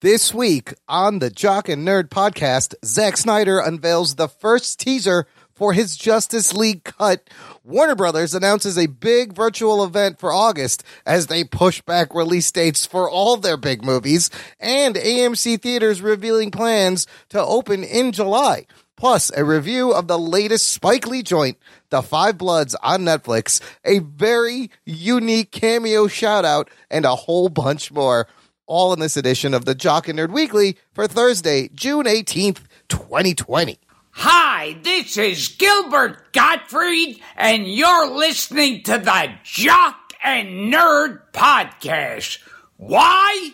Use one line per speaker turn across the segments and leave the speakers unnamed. This week on the Jock and Nerd podcast, Zack Snyder unveils the first teaser for his Justice League cut. Warner Brothers announces a big virtual event for August as they push back release dates for all their big movies, and AMC Theaters revealing plans to open in July plus a review of the latest Spike Lee joint, The Five Bloods on Netflix, a very unique cameo shout out, and a whole bunch more. All in this edition of the Jock and Nerd Weekly for Thursday, June 18th, 2020.
Hi, this is Gilbert Gottfried, and you're listening to the Jock and Nerd Podcast. Why?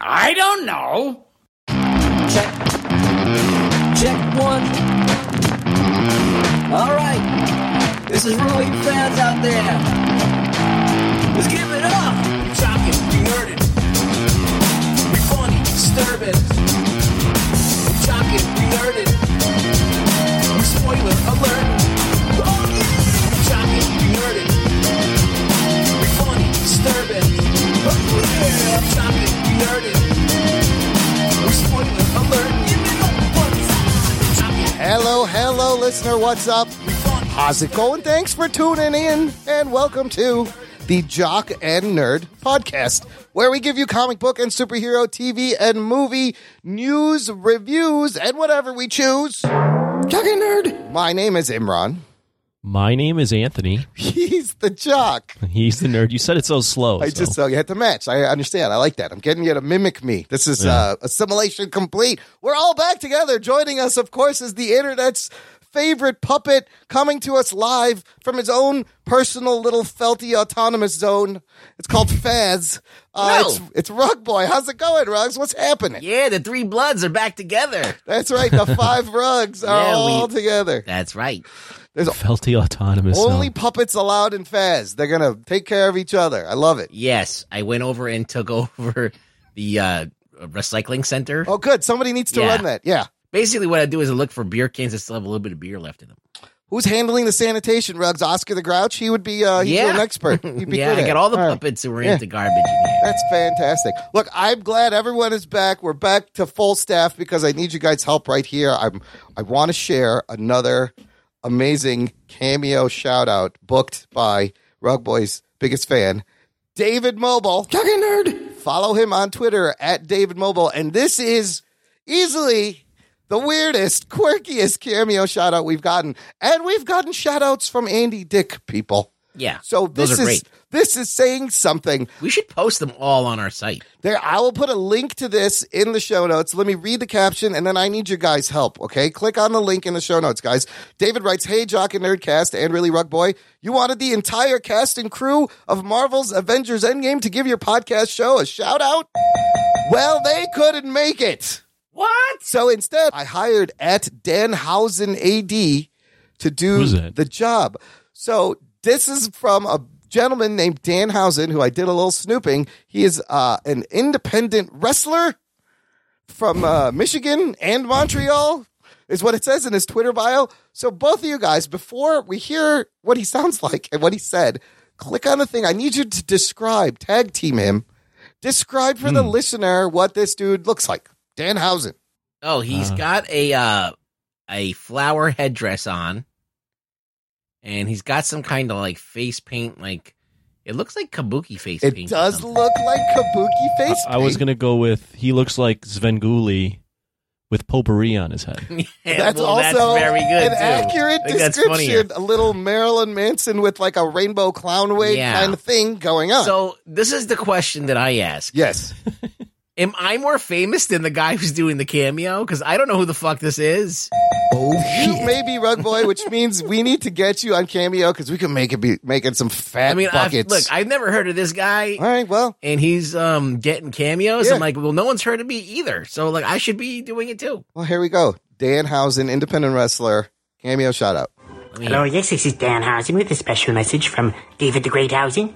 I don't know.
Check. Check one. All right. This is really fans out there. Let's give it up. We talking, we nerded. We funny, disturbing. We talking, we nerded. We spoiler alert. Oh yeah. We talking, we nerded. We funny, disturbing. Oh yeah. We talking, we nerded. We spoiler alert. Give it up, fuck. Talking,
Hello, hello, listener. What's up?
we funny.
How's it going? Thanks for tuning in and welcome to the Jock and Nerd podcast, where we give you comic book and superhero TV and movie news, reviews, and whatever we choose. Jock and Nerd. My name is Imran.
My name is Anthony.
He's the Jock.
He's the nerd. You said it so slow.
I
so.
just so you had to match. I understand. I like that. I'm getting you to mimic me. This is uh, assimilation complete. We're all back together. Joining us, of course, is the internet's favorite puppet coming to us live from his own personal little felty autonomous zone. It's called Faz. Uh,
No.
it's, it's Rug Boy. How's it going, Rugs? What's happening?
Yeah, the three bloods are back together.
That's right. The five rugs are
Yeah, we-
all together.
That's right.
felty autonomous.
Only
huh?
puppets allowed in Faz. They're going to take care of each other. I love it.
Yes, I went over and took over the uh, recycling center.
Oh, good. Somebody needs to
Yeah.
run that. Yeah.
Basically, what I do is I look for beer cans that still have a little bit of beer left in them.
Who's handling the sanitation rugs? Oscar the Grouch. He would be. Uh, he'd
Yeah.
be an expert. He'd be
yeah,
good
I
at
got
it.
all the
right.
puppets who were
Yeah.
into garbage. In here.
That's fantastic. Look, I'm glad everyone is back. We're back to full staff because I need you guys' help right here. I'm. I want to share another amazing cameo shout out booked by Rug Boy's biggest fan, David Mobile. nerd. Follow him on Twitter at David Mobile, and this is easily the weirdest, quirkiest cameo shout out we've gotten. And we've gotten shout outs from Andy Dick, people.
Yeah,
So
those
this
are
is
great.
this is saying something.
We should post them all on our site.
There I will put a link to this in the show notes. Let me read the caption and then I need your guys' help, okay? Click on the link in the show notes, guys. David writes, Hey Jock and Nerdcast and really Rug Boy, you wanted the entire cast and crew of Marvel's Avengers Endgame to give your podcast show a shout out? Well, they couldn't make it.
What?
So instead, I hired at Danhausen AD to do
Who's that?
the job. So this is from a gentleman named Danhausen, who I did a little snooping. He is uh, an independent wrestler from uh, Michigan and Montreal, is what it says in his Twitter bio. So both of you guys, before we hear what he sounds like and what he said, click on the thing. I need you to describe, tag team him, describe for the listener what this dude looks like. Danhausen.
Oh, he's
Uh.
got a uh, a flower headdress on, and he's got some kind of like face paint. Like it looks like kabuki face
It
paint. or
does
something.
look like kabuki
I,
face.
I was
paint.
gonna go with he looks like Zvenguli with potpourri on his head.
Yeah,
That's
well,
also
very good.
an
too.
accurate
I think that's funnier.
description. A little Marilyn Manson with like a rainbow clown wig
Yeah.
kind of thing going on.
So this is the question that I ask:
yes,
Am I more famous than the guy who's doing the cameo? Because I don't know who the fuck this is.
you may be rug boy, which means we need to get you on cameo because we can make it be making some fat
I mean, I've,
buckets.
look, I've never heard of this guy,
All right, well,
and he's um getting cameos.
Yeah.
I'm like, well, no one's heard of me either, so like, I should be doing it too.
well, here we go. Dan Housen, independent wrestler, cameo shout out.
Hello, yes, this is Dan Housen with a special message from David the Great Housen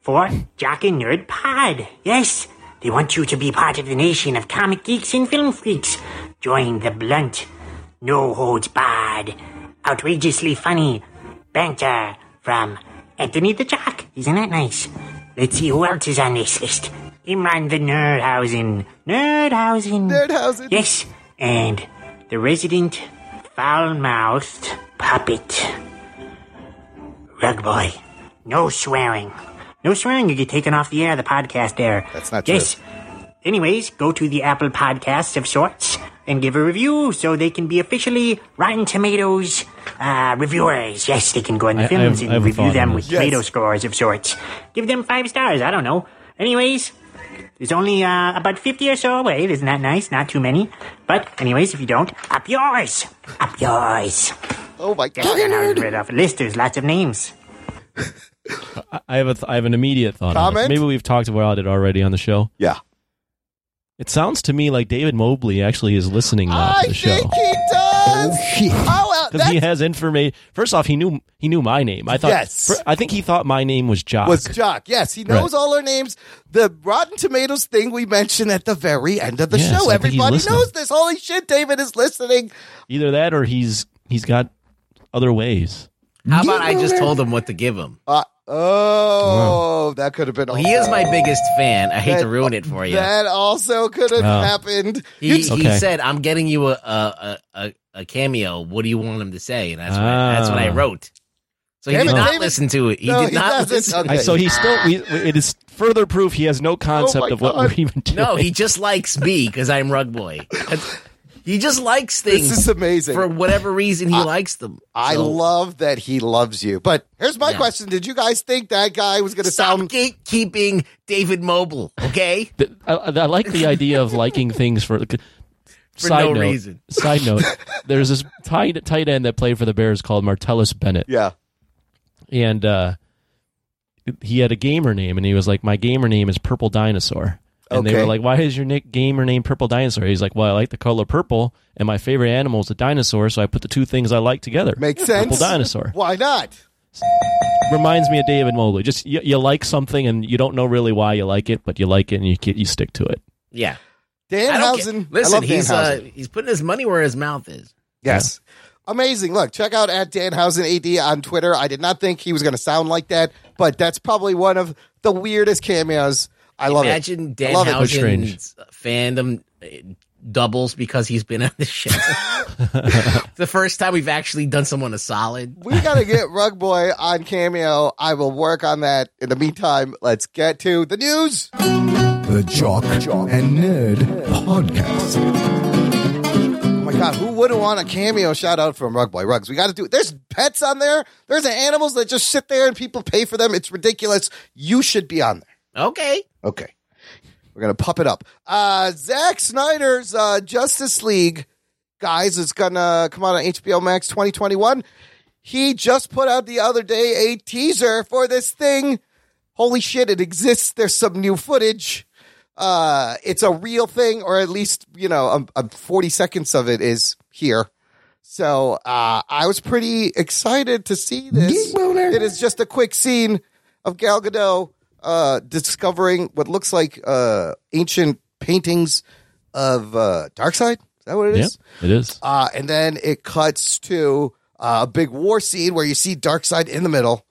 for Jock and Nerd Pod. Yes, they want you to be part of the nation of comic geeks and film freaks. Join the blunt, no holds barred, outrageously funny banter from Anthony the Jock. Isn't that nice? Let's see who else is on this list. Imran the Nerdhausen. Nerdhausen.
Nerdhausen.
Yes, and the resident foul mouthed puppet. Rug boy. No swearing. No swearing, you get taken off the air, the podcast air.
That's not
Yes.
true.
Anyways, go to the Apple Podcasts of sorts and give a review so they can be officially Rotten Tomatoes uh, reviewers. Yes, they can go on the
I- I
films
have- I
and
have a
review
thought
them
on
with
this.
tomato scores of sorts. Give them five stars, I don't know. Anyways, there's only uh, about 50 or so away. Isn't that nice? Not too many. But, anyways, if you don't, up yours! Up yours!
Oh my
That's what I
god.
read off a list. There's lots of names.
I- I have a th- I have an immediate thought. On
Comment?
this. Maybe we've talked about it already on the show.
Yeah.
It sounds to me like David Mobley actually is listening now
I
to the show
think he does. Oh, well,
because he
that
has information. First off, he knew he knew my name. I thought.
Yes.
fir- I think he thought my name was Jock.
was Jock. Yes, he knows
Right.
all our names. The Rotten Tomatoes thing we mentioned at the very end of the
Yes,
show.
I think he's
Everybody
listening.
knows this. Holy shit, David is listening.
Either that or he's he's got other ways.
How about I just told him what to give him?
Uh, oh, that could have been.
Well, he is my biggest fan. I hate to
That-
ruin it for you.
That also could have
Wow.
happened.
He, he
Okay.
said, "I'm getting you a a, a a a cameo. What do you want him to say?" And that's what
Ah.
I, that's what I wrote. So he
Damn
did
it,
not
David.
listen to it. He
No,
did
he
not
doesn't.
listen.
Okay.
I, so he still. We, we- it is further proof he has no concept
Oh my
of what
God.
we're even doing.
No, he just likes me because I'm Rug Boy. That's- He just likes things
This is amazing.
for whatever reason he likes them.
I
So,
love that he loves you. But here's my
Yeah.
question: Did you guys think that guy was going to
stop
sound?
gatekeeping David Mobile. Okay,
Th- I, I like the idea of liking things for.
for
side
no
note,
reason.
Side note: There's this tight tight end that played for the Bears called Martellus Bennett,
Yeah,
and uh, he had a gamer name, and he was like, "My gamer name is Purple Dinosaur." And they
Okay.
were like, "Why is your nick gamer name Purple Dinosaur?" He's like, "Well, I like the color purple, and my favorite animal is a dinosaur, so I put the two things I like together.
makes sense.
Purple dinosaur
Why not?
reminds me of David Mobley. Just you, you like something, and you don't know really why you like it, but you like it, and you you stick to it.
Yeah, I don't care.
Danhausen.
Listen,
I love
he's
Danhausen.
uh, he's putting his money where his mouth is.
Yes. Amazing. Look, check out at Danhausen AD on Twitter. I did not think he was going to sound like that, but that's probably one of the weirdest cameos. I love
Imagine
I love it. That's
Danhausen's fandom uh, doubles because he's been on the show. the first time we've actually done someone a solid.
it. We got to get Rug Boy on Cameo. I will work on that. In the meantime, let's get to the news.
The Jock, and Nerd Podcast.
Oh my God, who wouldn't want a cameo shout out from Rug Boy Rugs? We got to do it. There's pets on there, there's animals that just sit there and people pay for them. It's ridiculous. You should be on there.
Okay.
Okay. We're going to pump it up. Uh, Zack Snyder's uh, Justice League, guys, is going to come out on HBO Max 2021. He just put out the other day a teaser for this thing. Holy shit, it exists. There's some new footage. Uh, it's a real thing, or at least, you know, um, um, 40 seconds of it is here. So uh, I was pretty excited to see this. It is just a quick scene of Gal Gadot uh, discovering what looks like uh, ancient paintings of uh, Darkseid. Is that what it
Yeah,
is?
it is.
Uh, and then it cuts to uh, a big war scene where you see Darkseid in the middle,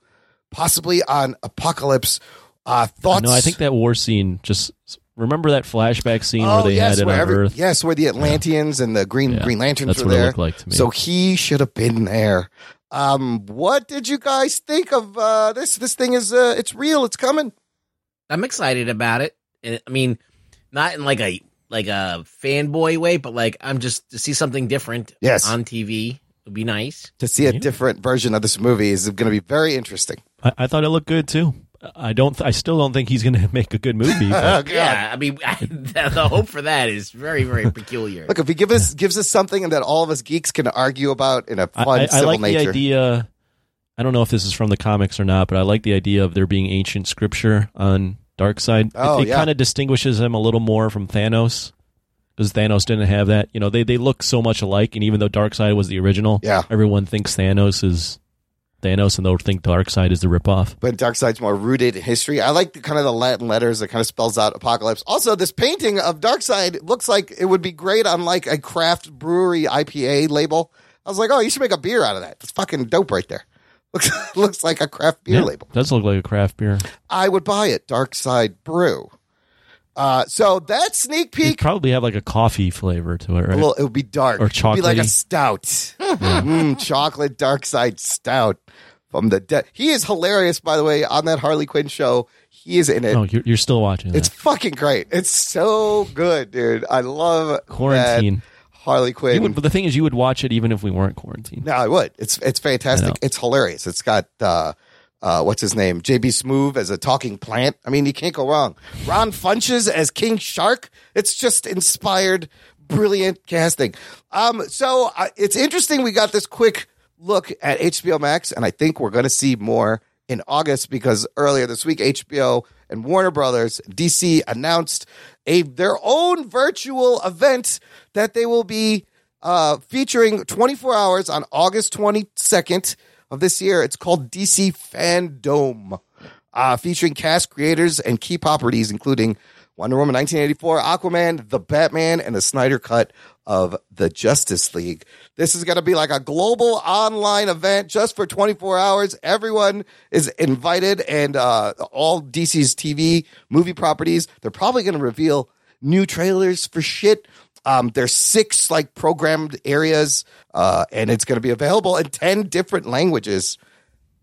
possibly on Apocalypse. Uh, thoughts?
No, I think that war scene. Just remember that flashback scene
Oh,
where they
yes,
had it
where
on
every-
Earth.
Yes, where the Atlanteans and the Green
Yeah,
Green Lanterns
that's
were
what it
there.
looked like to me.
So he should have been there. Um, what did you guys think of uh, this? This thing is uh, it's real. It's coming.
I'm excited about it. And I mean, not in like a like a fanboy way, but like I'm just to see something different
Yes.
on TV would be nice.
To see a different version of this movie is going to be very interesting.
I, I thought it looked good too. I don't. I still don't think he's going to make a good movie. but
Yeah, I mean, the, the hope for that is very, very peculiar.
Look, if he give us gives us something that all of us geeks can argue about in a
I,
fun,
I- I
civil
like
nature.
the idea. I don't know if this is from the comics or not, but I like the idea of there being ancient scripture on Darkseid.
Oh,
it it
yeah.
kind of distinguishes him a little more from Thanos because Thanos didn't have that. You know, they they look so much alike, and even though Darkseid was the original,
Yeah.
everyone thinks Thanos is Thanos, and they'll think Darkseid is the ripoff.
but Darkseid's more rooted in history. I like the kind of the Latin letters that kind of spells out apocalypse. Also, this painting of Darkseid looks like it would be great on like a craft brewery IPA label. I was like, oh, you should make a beer out of that. That's fucking dope right there. Looks looks like a craft beer
Yeah,
label.
does look like a craft beer.
I would buy it. Darkseid Brew. Uh, so that sneak
It'd
peek,
probably have like a coffee flavor to it, right?
a little, it would be dark.
Or
It would be like a
chocolatey.
stout. Mm, chocolate dark side stout from the dead. He is hilarious, by the way, on that Harley Quinn show. He is in it.
no, you're, you're still watching. That.
It's fucking great. It's so good, dude. I love
quarantine.
that Harley
You would,
Quinn.
but the thing is, you would watch it even if we weren't quarantined.
No, I would. It's it's
I
fantastic.
know.
It's hilarious. It's got uh, uh, what's his name, JB Smoove as a talking plant. I mean, you can't go wrong. Ron Funches as King Shark. It's just inspired, brilliant casting. Um, so uh, it's interesting. We got this quick look at HBO Max, and I think we're going to see more in August because earlier this week HBO and Warner Brothers DC announced a their own virtual event that they will be uh, featuring 24 hours on August 22nd of this year. It's called DC Fandom, uh, featuring cast creators and key properties, including Wonder Woman 1984, Aquaman, The Batman, and the Snyder Cut of the Justice League. This is going to be like a global online event just for 24 hours. Everyone is invited, and uh, all DC's TV movie properties. They're probably going to reveal new trailers for shit. Um, there's six like programmed areas, uh, and it's going to be available in ten different languages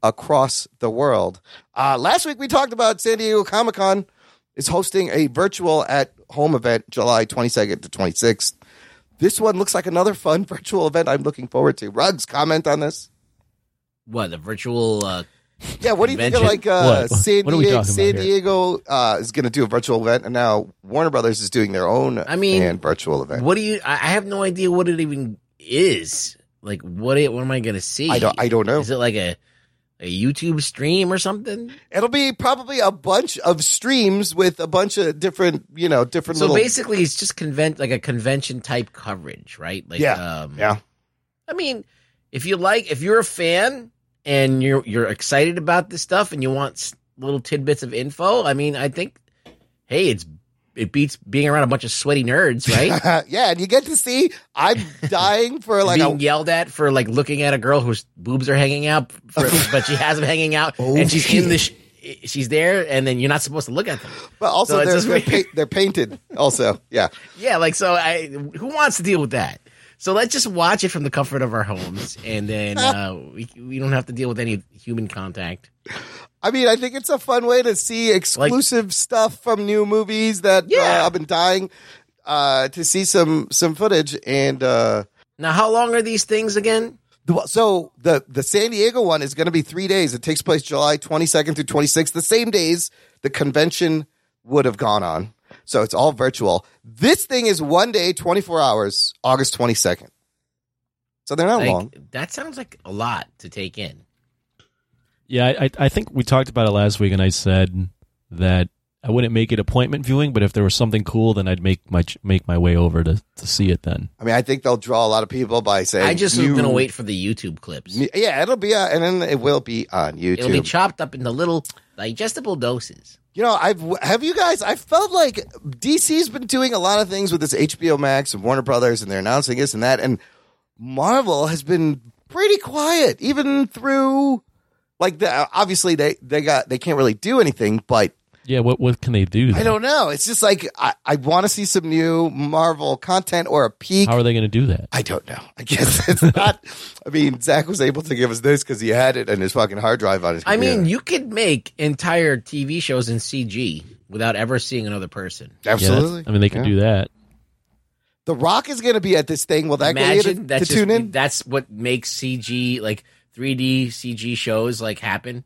across the world. Uh, last week we talked about San Diego Comic Con is hosting a virtual at home event July 22nd to 26th. This one looks like another fun virtual event I'm looking forward to. Rugs, comment on this.
What the virtual? Uh,
Yeah, what do you think of like
Convention?
uh,
What?
San,
What are we
Diego,
talking about
San
here?
Diego uh, is going to do a virtual event, and now Warner Brothers is doing their own
I mean,
fan virtual event.
what do you? I I have no idea what it even is. Like what? It, what am I gonna see?
I don't. I don't know.
Is it like a a YouTube stream or something?
It'll be probably a bunch of streams with a bunch of different, you know, different
So
little.
basically, it's just convent like a convention type coverage, right? Like,
Yeah.
um,
yeah,
I mean, if you like, if you're a fan and you're you're excited about this stuff and you want s- little tidbits of info, I mean, I think, hey, it's it beats being around a bunch of sweaty nerds, right?
yeah, and you get to see. I'm dying for like
being
a.
yelled at for like looking at a girl whose boobs are hanging out, for, but she has them hanging out, and she's in
Oh,
the. Sh- She's there, and then you're not supposed to look at them.
But also,
So it's
they're
just
they're,
weird.
pa- they're painted. Also, yeah,
Yeah, like so I who wants to deal with that? So let's just watch it from the comfort of our homes and then uh, we, we don't have to deal with any human contact.
I mean, I think it's a fun way to see exclusive stuff from new movies that
Yeah.
uh, I've been dying uh, to see some some footage and. uh
Now how long are these things again?
The- So the the San Diego one is going to be three days. It takes place July 22nd through 26th, the same days the convention would have gone on. So it's all virtual. This thing is one day, 24 hours, August 22nd. So they're not long.
Like, that sounds like a lot to take in.
Yeah, I, I- I think we talked about it last week, and I said that I wouldn't make it appointment viewing, but if there was something cool, then I'd make my make my way over to, to see it. Then
I mean, I think they'll draw a lot of people by saying,
I just was
"You-
gonna wait for the YouTube clips.
Yeah, it'll be, uh, and then it will be on YouTube.
It'll be chopped up into little digestible doses.
You know, I've have you guys. I felt like DC's been doing a lot of things with this HBO Max and Warner Brothers, and they're announcing this and that. And Marvel has been pretty quiet, even through like the obviously they they got they can't really do anything, but
yeah, what what can they do?
I
then?
don't know. It's just like I, I want to see some new Marvel content or a peek.
How are they going to do that?
I don't know. I guess it's not. I mean, Zach was able to give us this because he had it in his fucking hard drive on his.
I
computer.
mean, you could make entire TV shows in CG without ever seeing another person.
Yeah, that's-
absolutely.
I mean, they can
Yeah.
do that.
The Rock is going to be at this thing. Will that get you to,
Imagine
to
that's just,
tune in?
That's what makes CG like 3D CG shows like happen.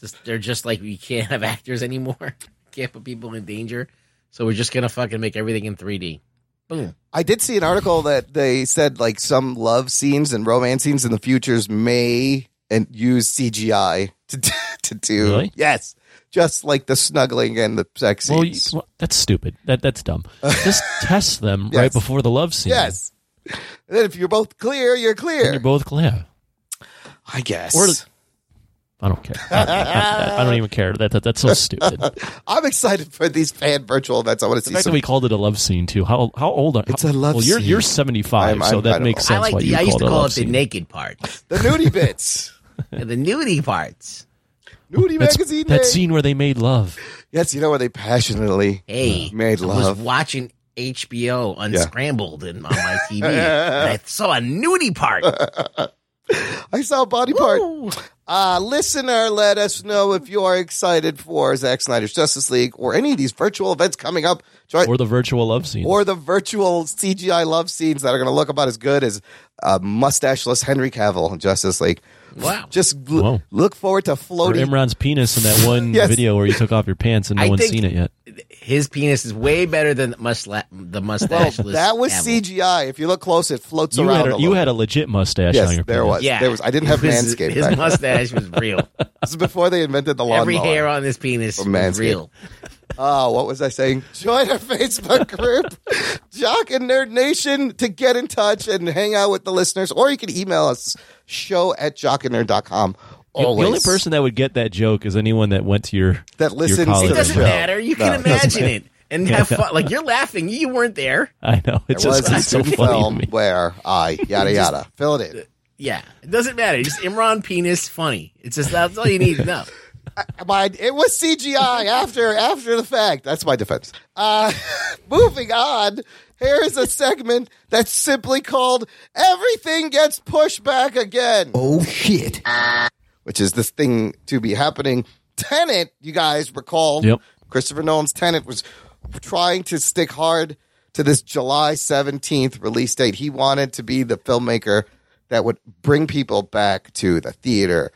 Just they're just like we can't have actors anymore. can't put people in danger. So we're just gonna fucking make everything in 3D. Boom.
I did see an article that they said like some love scenes and romance scenes in the futures may and use CGI to do, to do.
Really?
Yes, just like the snuggling and the sex
Well, you,
scenes.
well, that's stupid. That that's dumb. Just test them
Yes.
right before the love scene.
yes. And then if you're both clear, you're
and
clear.
you're both clear.
I guess.
Or I don't care. I don't, I don't even care. That, that that's so stupid. The
I'm excited for these fan virtual events. I want to see
fact that
some.
we called it a love scene too. How how old are?
It's a love
Well, you're
scene.
you're 75,
I'm-
so
I'm- I
that
don't
makes
know.
sense.
I like
why
the
you
I used to
called it a
call
love
it the
scene.
naked part.
the nudie bits.
the nudity parts.
Nudie
That's-
magazine.
That
day.
scene where they made love.
Yes, you know where they passionately
Hey,
made
I was
love.
watching HBO unscrambled in, on my TV, and I saw a nudie part.
I saw a body
Woo.
part. Uh, listener, let us know if you are excited for Zack Snyder's Justice League or any of these virtual events coming up. Join-
Or the virtual love scene.
or the virtual CGI love scenes that are going to look about as good as uh, mustacheless Henry Cavill in Justice League.
Wow.
Just l-
Wow.
look forward to
Or
floating.
Imran's penis in that one
Yes.
video where you took off your pants and no
I
one's
think-
seen it yet.
His penis is way better than the, musla- the
Well,
mustache.
that was CGI. If you look close, it floats
You
around.
had,
a
a,
little.
you had a legit mustache on
yes,
your
there
penis.
was.
Yeah,
There was. I didn't have
His-
Manscaped.
His
back then.
mustache was real.
This is before they invented the lawnmower.
Every hair on his penis
From
was
Manscaped.
real.
Oh, what was I saying? Join our Facebook group, Jock and Nerd Nation, to get in touch and hang out with the listeners. Or you can email us, show at jockandnerd.com.
The-
Always.
The only person that would get that joke is anyone that went to your
That listens to
your
the
college.
It doesn't
show.
matter. You
No,
can
it doesn't
imagine it and have fun. Like you're laughing. You weren't there.
I know it's
was
just
a
so
student
funny to
film
me.
where I yada yada fill it in.
Yeah, it doesn't matter. Just Imran penis funny. It's just that's all you need to know.
My, it was CGI after after the fact. That's my defense. Uh, moving on, here is a segment that's simply called "Everything Gets Pushed Back Again."
Oh shit.
which is this thing to be happening. Tenet, you guys recall,
Yep.
Christopher Nolan's Tenet was trying to stick hard to this July 17th release date. He wanted to be the filmmaker that would bring people back to the theater.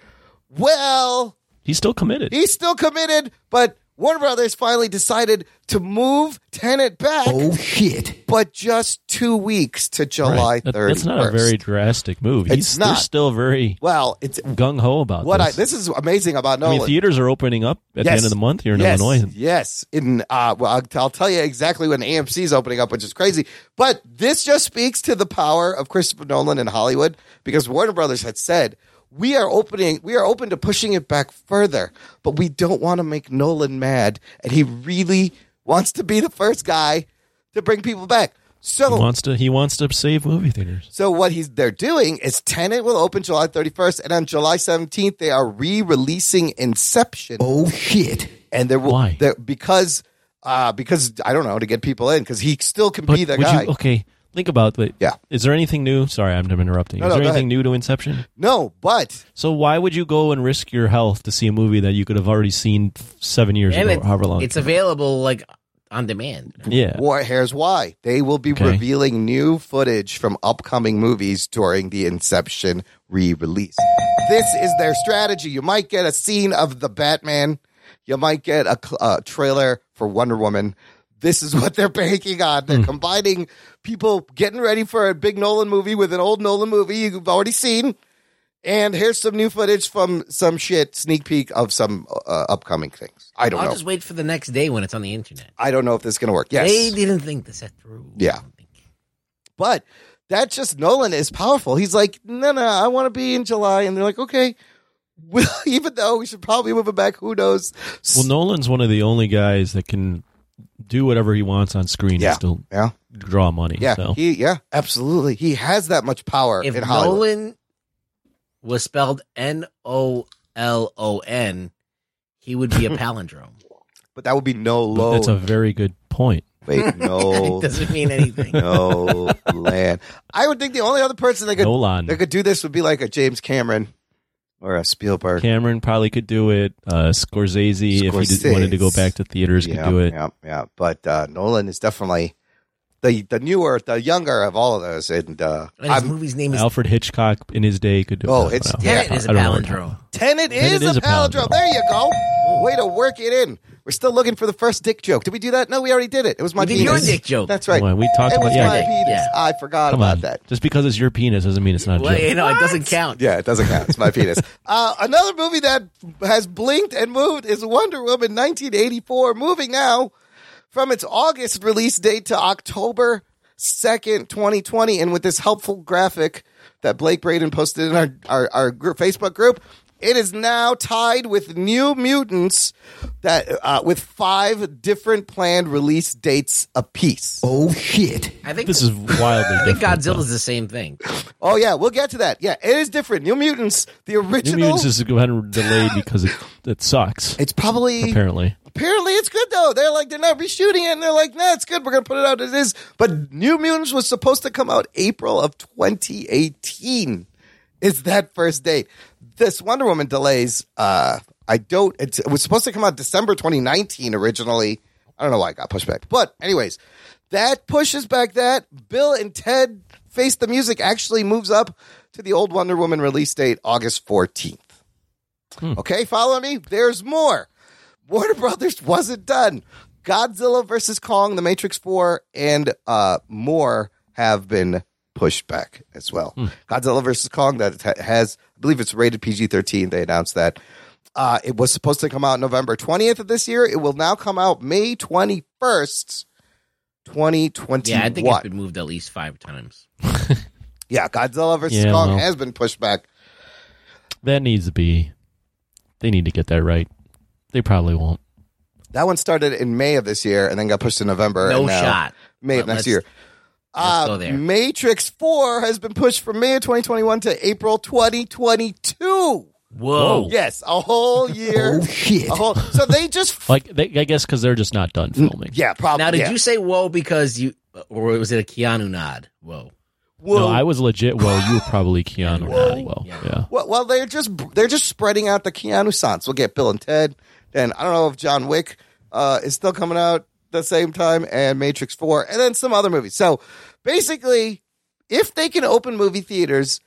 Well,
He's still committed.
he's still committed, but Warner Brothers finally decided to move Tenet back,
Oh shit.
but just two weeks to July
That-
31st.
that's not a very drastic move.
It's
He's
not.
They're still very
well, it's
gung ho about
what
this.
I this is amazing about
I
Nolan.
mean, theaters are opening up at the
Yes.
end of the month here in
yes.
Illinois.
Yes, in uh, well, I'll, I'll tell you exactly when AMC is opening up, which is crazy. But this just speaks to the power of Christopher Nolan in Hollywood because Warner Brothers had said we are opening, we are open to pushing it back further, but we don't want to make Nolan mad, and he really wants to be the first guy to bring people back. So
He wants to. He wants to save movie theaters.
so what he's they're doing is Tenet will open July 31st, and on July 17th they are re-releasing Inception
Oh shit.
and there will
Why?
there- because uh because I don't know to get people in because he still can
But
be the
would
guy.
you? Okay, think about it.
Yeah.
Is there anything new? Sorry, I'm interrupting.
No,
is
no,
there
go
anything new to Inception?
No, but
So why would you go and risk your health to see a movie that you could have already seen seven years
And
ago,
it-
however long?
it's available like on demand.
yeah.
war here's why they will be
Okay.
revealing new footage from upcoming movies during the Inception re-release. This is their strategy. You might get a scene of the Batman. You might get a, cl- a trailer for Wonder Woman. This is what they're banking on.
Hmm.
They're combining people getting ready for a big Nolan movie with an old Nolan movie you've already seen. And here's some new footage from some shit sneak peek of some uh, upcoming things. I don't
I'll
know.
just wait for the next day when it's on the internet.
I don't know if this is going to work. Yes.
They didn't think this through.
Yeah. But that's just Nolan is powerful. He's like, no, no, I want to be in July, and they're like, okay. Well, even though we should probably move it back, who knows?
Well, Nolan's one of the only guys that can do whatever he wants on screen
Yeah.
and still
yeah,
draw money.
yeah,
So.
he, yeah, absolutely. He has that much power
If
in Hollywood.
Nolan was spelled N O L O N, he would be a palindrome.
but that would be no
But
low.
That's a very good point.
Wait, no,
it doesn't mean anything.
no land. I would think the only other person that could
Nolan,
that could do this would be like a James Cameron or a Spielberg.
Cameron probably could do it. Uh, Scorsese, if he
Scorsese.
did, wanted to go back to theaters, could do it.
Yeah, yeah. But uh, Nolan is definitely the the newer, the younger of all of those, and uh,
And his
I'm-
movie's name is
Alfred Hitchcock in his day could do
Oh,
it. I don't
it's-
know.
yeah,
Tenet is a
I don't know what I'm
palindrome.
Tenet is, a palindrome. There you go. Way to work it in. We're still looking for the first dick joke. Did we do that? No, we already did it. It was my
We did your
penis.
dick joke.
That's right.
Well, we talked
it
about-
was
yeah.
my penis.
Yeah.
I forgot
Come
about
on.
that.
Just because it's your penis doesn't mean it's not
Well,
a
you
joke.
know, it doesn't count.
Yeah, it doesn't count. It's my penis. Uh, another movie that has blinked and moved is Wonder Woman 1984, moving now from its August release date to October 2nd, 2020. And with this helpful graphic that Blake Braden posted in our, our, our group, Facebook group, it is now tied with New Mutants that uh, with five different planned release dates apiece.
Oh shit.
I think
This is wildly
I think
different.
Godzilla's the same thing.
Oh yeah, we'll get to that. Yeah, it is different. New Mutants, the
New
original.
Mutants is kind of delayed because it, it sucks.
it's probably
Apparently,
apparently it's good though. They're like they're not reshooting it, and they're like, nah, it's good. We're gonna put it out as is. But New Mutants was supposed to come out April of 2018. Is that first date? This Wonder Woman delays. Uh, I don't. It's, it was supposed to come out December 2019 originally. I don't know why it got pushed back, but anyways, that pushes back that Bill and Ted face the music actually moves up to the old Wonder Woman release date, August 14th. Okay, follow me. There's more. Warner Brothers wasn't done. Godzilla versus Kong, The Matrix 4, and uh, more have been pushed back as well.
Hmm.
Godzilla versus Kong, that ha- has, I believe it's rated PG 13. They announced that. Uh, it was supposed to come out November 20th of this year. It will now come out May 21st, 2021.
Yeah, I think it's been moved at least five times.
Yeah, Godzilla versus
Yeah,
Kong
well.
has been pushed back.
that needs to be. They need to get that right. They probably won't.
That one started in May of this year and then got pushed to November.
No
and now
shot.
May of
But
next
let's-
year. Uh, mm,
let's go there.
Matrix 4 has been pushed from May of 2021 to April 2022.
Whoa.
Yes, a whole year.
Oh, shit.
A whole, so they just. F-
Like, they, I guess because they're just not done filming.
Mm, yeah, probably.
Now, did
yeah.
you say whoa because you, or was it a Keanu nod? Whoa.
No,
Well,
I was legit. Well, you were probably Keanu. Whoa. Well, yeah.
well, well, they're just they're just spreading out the Keanu Sans. We'll get Bill and Ted, and I don't know if John Wick uh, is still coming out the same time, and Matrix Four, and then some other movies. So basically, if they can open movie theaters,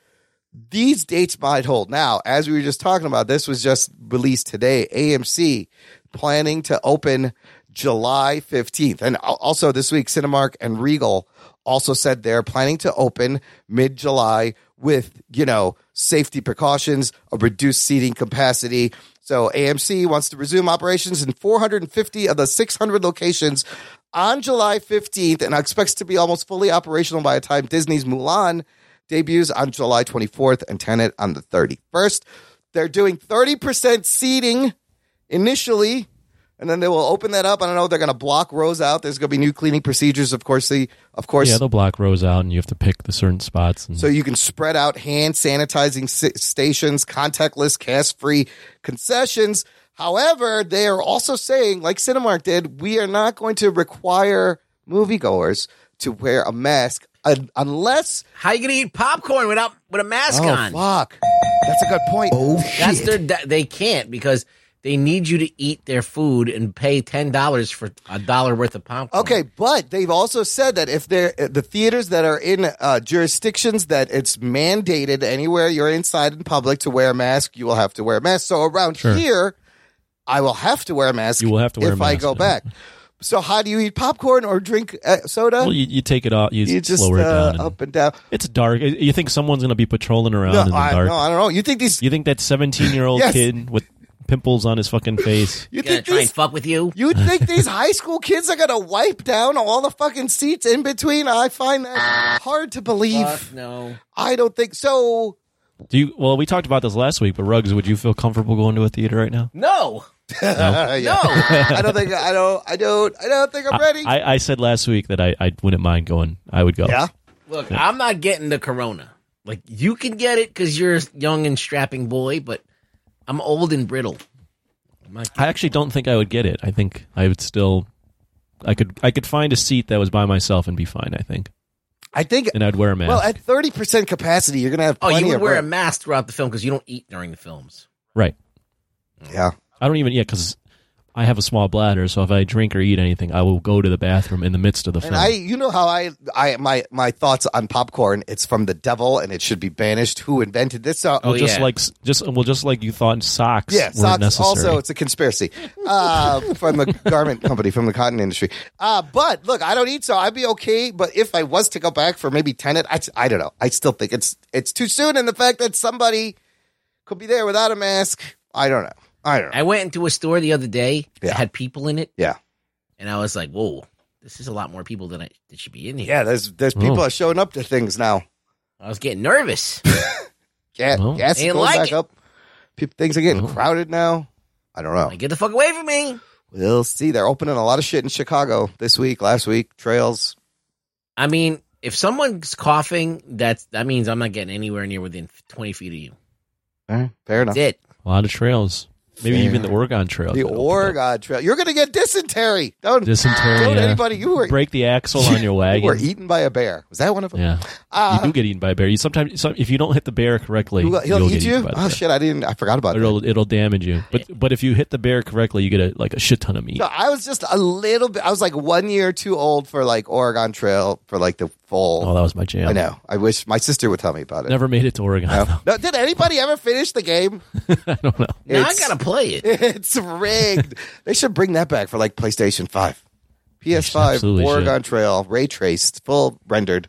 these dates might hold. Now, as we were just talking about, this was just released today. AMC planning to open July 15th. And al- also this week, Cinemark and Regal also said they're planning to open mid July with, you know, safety precautions, a reduced seating capacity. So AMC wants to resume operations in 450 of the 600 locations on July 15th and expects to be almost fully operational by the time Disney's Mulan debuts on July 24th and Tenet on the 31st. They're doing 30% seating initially, and then they will open that up. I don't know. They're going to block rows out. There's going to be new cleaning procedures, of course. The, of course,
Yeah, they'll block rows out, and you have to pick the certain spots. And
so you can spread out hand sanitizing si- stations, contactless, cash free concessions. However, they are also saying, like Cinemark did, we are not going to require moviegoers to wear a mask un- unless.
How you gonna eat popcorn without with a mask
Oh,
on?
fuck. That's a good point.
Oh
That's
shit.
their. that- They can't because they need you to eat their food and pay ten dollars for a dollar worth of popcorn.
Okay, but they've also said that if they're uh, the theaters that are in uh, jurisdictions that it's mandated anywhere you're inside in public to wear a mask, you will have to wear a mask. So around here, I will have to wear a mask.
You will have to wear a
if I
mask,
go
yeah.
back. So how do you eat popcorn or drink uh, soda?
well, you, you take it off. You,
you just
lower it
uh,
down. and-
up and down.
it's dark. You think someone's gonna be patrolling around
No,
in the
I,
dark?
no, I don't know. You think these?
You think that seventeen-year-old
Yes.
kid with pimples on his fucking face?
You
Gonna
think
try and
these?
fuck with you?
You think these high school kids are gonna wipe down all the fucking seats in between? I find that hard to believe.
Fuck no.
I don't think so.
Do you? Well, we talked about this last week, but Rugs, would you feel comfortable going to a theater right now?
No.
Uh, yeah. I don't think I don't I don't I don't think I'm ready.
I, I said last week that I, I wouldn't mind going. I would go.
yeah.
Look, I'm not getting the corona. Like you can get it because you're a young and strapping boy, but I'm old and brittle.
I actually don't think I would get it. I think I would still. I could I could find a seat that was by myself and be fine. I think,
I think
and I'd wear a mask.
well at thirty percent capacity you're gonna have
Oh,
plenty
you would
of
wear a
room.
mask throughout the film because you don't eat during the films.
right.
Yeah.
I don't even yeah because I have a small bladder, so if I drink or eat anything, I will go to the bathroom in the midst of the film.
And I you know how I I my my thoughts on popcorn, it's from the devil and it should be banished. Who invented this? So
well,
Oh,
just
yeah.
like just well, just like you thought socks.
yeah,
weren't
socks.
necessary.
Also, it's a conspiracy uh, from the garment company from the cotton industry. Uh, but look, I don't eat, so I'd be okay. But if I was to go back for maybe tenant, I, I don't know. I still think it's it's too soon, and the fact that somebody could be there without a mask, I don't know. I don't know.
I went into a store the other day
Yeah.
that had people in it,
Yeah,
and I was like, "Whoa, this is a lot more people than I that should be in here."
yeah. There's there's
Oh.
people are showing up to things now.
I was getting nervous.
Yeah,
Well.
gas is
Ain't
going
like
back
it.
up. People, things are getting
Oh.
crowded now. I don't know.
like, get the fuck away from me!
We'll see. They're opening a lot of shit in Chicago this week, last week. Trails.
I mean, if someone's coughing, that's that means I'm not getting anywhere near within 20 feet of you.
All right, Eh, fair enough.
That's it.
A lot of trails. Maybe even the Oregon Trail.
The
could open up.
Oregon Trail. You're going to get dysentery. Don't,
Dysentery.
don't
yeah.
anybody. You were,
break the axle on your
you
wagon.
were eaten by a bear. Was that one of them?
yeah,
Ah.
you do get eaten by a bear. You sometimes some, if you don't hit the bear correctly,
He'll, he'll
you'll
eat
get eaten
you?
by the
Oh,
bear.
shit. I didn't. I forgot about it.
It'll it'll damage you. But but if you hit the bear correctly, you get a like a shit ton of meat.
No, I was just a little bit. I was like one year too old for like Oregon Trail for like the full.
Oh, that was my jam.
I know. I wish my sister would tell me about it.
Never made it to Oregon.
No? No, did anybody ever finish the game?
I don't know.
Now I
It's-
gotta play it.
It's rigged. they should bring that back for like PlayStation 5. PS5,
absolutely
Oregon Trail, ray traced, full rendered.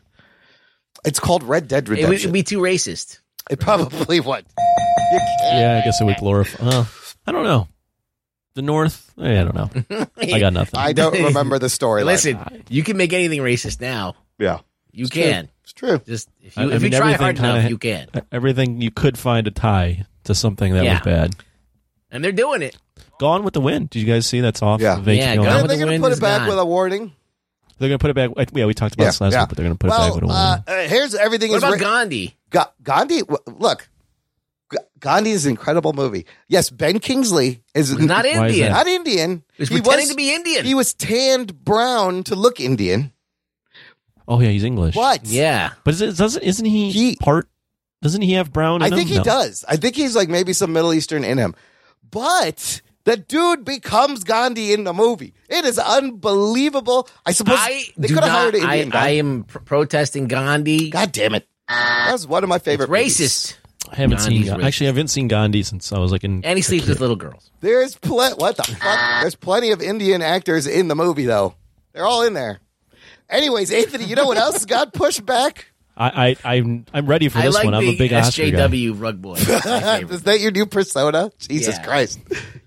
It's called Red Dead
It would
Redemption. It,
be too racist.
probably would. You can't-
Yeah, I guess it would glorify. Uh, I don't know. The North. eh, I don't know. I got nothing.
I don't remember the story.
Listen, you can make anything racist now.
Yeah.
You
It's true.
can.
It's true.
Just if
I-
you
I
if
mean,
you try
everything
hard enough,
kinda-
you can.
Everything you could find a tie to something that
Yeah.
was bad.
And they're doing it.
Gone with the Wind. Did you guys see that's off?
Yeah.
of Vacant
Yeah,
Hill?
Gone
Are
with
they
the
going to
Wind
put
is
it back
gone.
with a warning?
They're gonna put it back. I- Yeah, we talked about this last week, but they're gonna put
well,
it back with a
uh,
warning.
uh, here's everything
What
is
about
writ-
Gandhi?
Ga- Gandhi. w- Look, G- Gandhi is an incredible movie. Yes, Ben Kingsley is
Not
is
Indian.
that?
not Indian.
He's pretending to be Indian.
He was tanned brown to look Indian.
Oh yeah, he's English.
What?
yeah.
But is it, doesn't isn't he,
He-
part? Doesn't he have brown?
I
in
think
him?
he
No.
does. I think he's like maybe some Middle Eastern in him. But the dude becomes Gandhi in the movie. It is unbelievable. I suppose
I
they
do
could have
not,
hired an Indian
I,
guy.
I am pr- protesting Gandhi.
God damn it. That was one of my
It's
favorite movies.
racist.
I haven't
Gandhi's
seen.
racist.
Actually, I haven't seen Gandhi since I was like in.
And he sleeps with little girls.
There's pl- what the fuck? There's plenty of Indian actors in the movie though. They're all in there. Anyways, Anthony, you know what else got pushed back?
I, I I'm I'm ready for
I
this
like
one. I'm
the
a big Oscar guy.
SJW rug boy. It's my favorite.
is that your new persona? Jesus
Yeah.
Christ!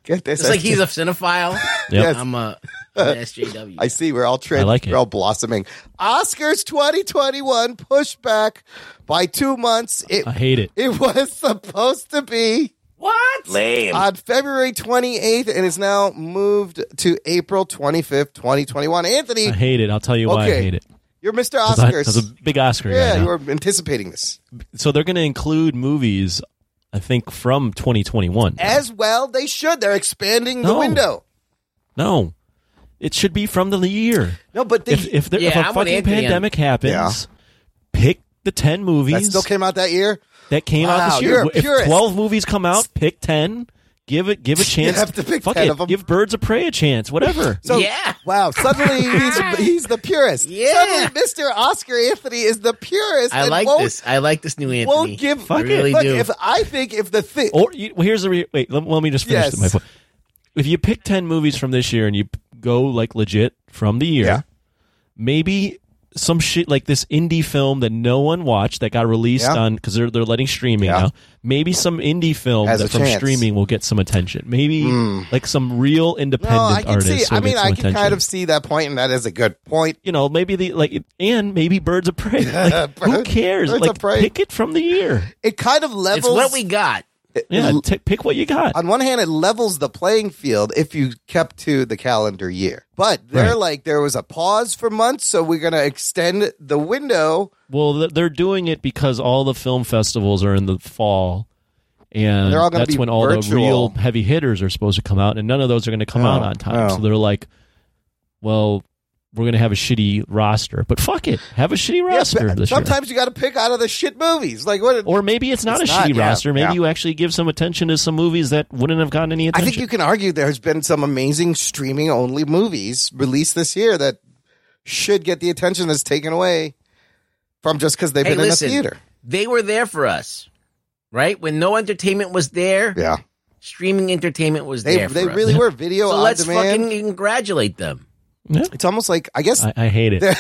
Get this.
It's like he's a cinephile.
Yep.
I'm a an SJW.
I see. We're all trend,
I like it.
We're all blossoming. Oscars 2021 pushed back by two months. It
I hate it.
it was supposed to be
what? Lame.
on February 28th and is now moved to April 25th, 2021. Anthony,
I hate it. I'll tell you why I
Okay.
hate it.
you're Mr.
'Cause I,
Oscars.
was a big Oscar guy.
yeah,
now.
you were anticipating this.
so they're going to include movies, I think, from 2021.
As well, they should. They're expanding the
No.
window.
No, it should be from the year.
No, but the,
If if, there, if
Yeah, I
a
want
fucking
Anthony on-
pandemic happens,
Yeah.
pick the 10 movies
that still came out that year.
that came out
Wow,
this
you're
year.
a
If
purist.
12 movies come out, pick 10. Give it, give a chance.
have to pick
Fuck
10
it.
of 'em.
Give Birds of Prey a chance. Whatever.
So
Yeah.
wow, suddenly he's he's the purist.
Yeah.
Suddenly Mr. Oscar Anthony is the purist.
I
and
like
won't,
this. I like this new Anthony.
Won't give
I really
Look,
do.
if I think if the thing
Or you, well, here's the re- wait. Let, let me just finish
Yes.
my point. If you pick ten movies from this year and you p- go like legit from the year,
Yeah.
maybe some shit like this indie film that no one watched that got released
Yeah.
on because they're they're letting streaming
Yeah.
now. Maybe some indie film
Has a
that from
chance. Hmm.
streaming will get some attention. Maybe like some real
no,
independent
I can
artists.
see.
will
I
get
mean,
some
I can
attention.
kind of see that point, and that is a good point.
You know, maybe the like, and maybe Birds of Prey. Like, who
Birds-
cares?
Birds of
like,
Prey.
pick it from the year.
It kind of levels.
it's what we got.
Yeah, t- pick what you got.
on one hand, it levels the playing field if you kept to the calendar year. But they're
Right.
like, there was a pause for months, so we're going to extend the window.
Well, th- they're doing it because all the film festivals are in the fall, and
They're all gonna
that's
be
when all the
virtual.
real heavy hitters are supposed to come out, and none of those are going to come out on time.
oh.
So they're like, "Well, we're going to have a shitty roster, but fuck it, have a shitty
Yeah,
roster
but
this year."
sometimes you got to pick out of the shit movies. Like what?
Or maybe it's not
It's
a
not,
shitty
yeah,
roster. Maybe
yeah.
you actually give some attention to some movies that wouldn't have gotten any
I
attention.
think you can argue there's been some amazing streaming only movies released this year that should get the attention that's taken away from just because they've
Hey,
been
listen.
in the theater.
They were there for us, right? When no entertainment was there,
Yeah,
streaming entertainment was
they
there.
they
for us.
really were video
So
on
let's
demand.
fucking congratulate them.
it's almost like I guess
I, I hate it.
Oh,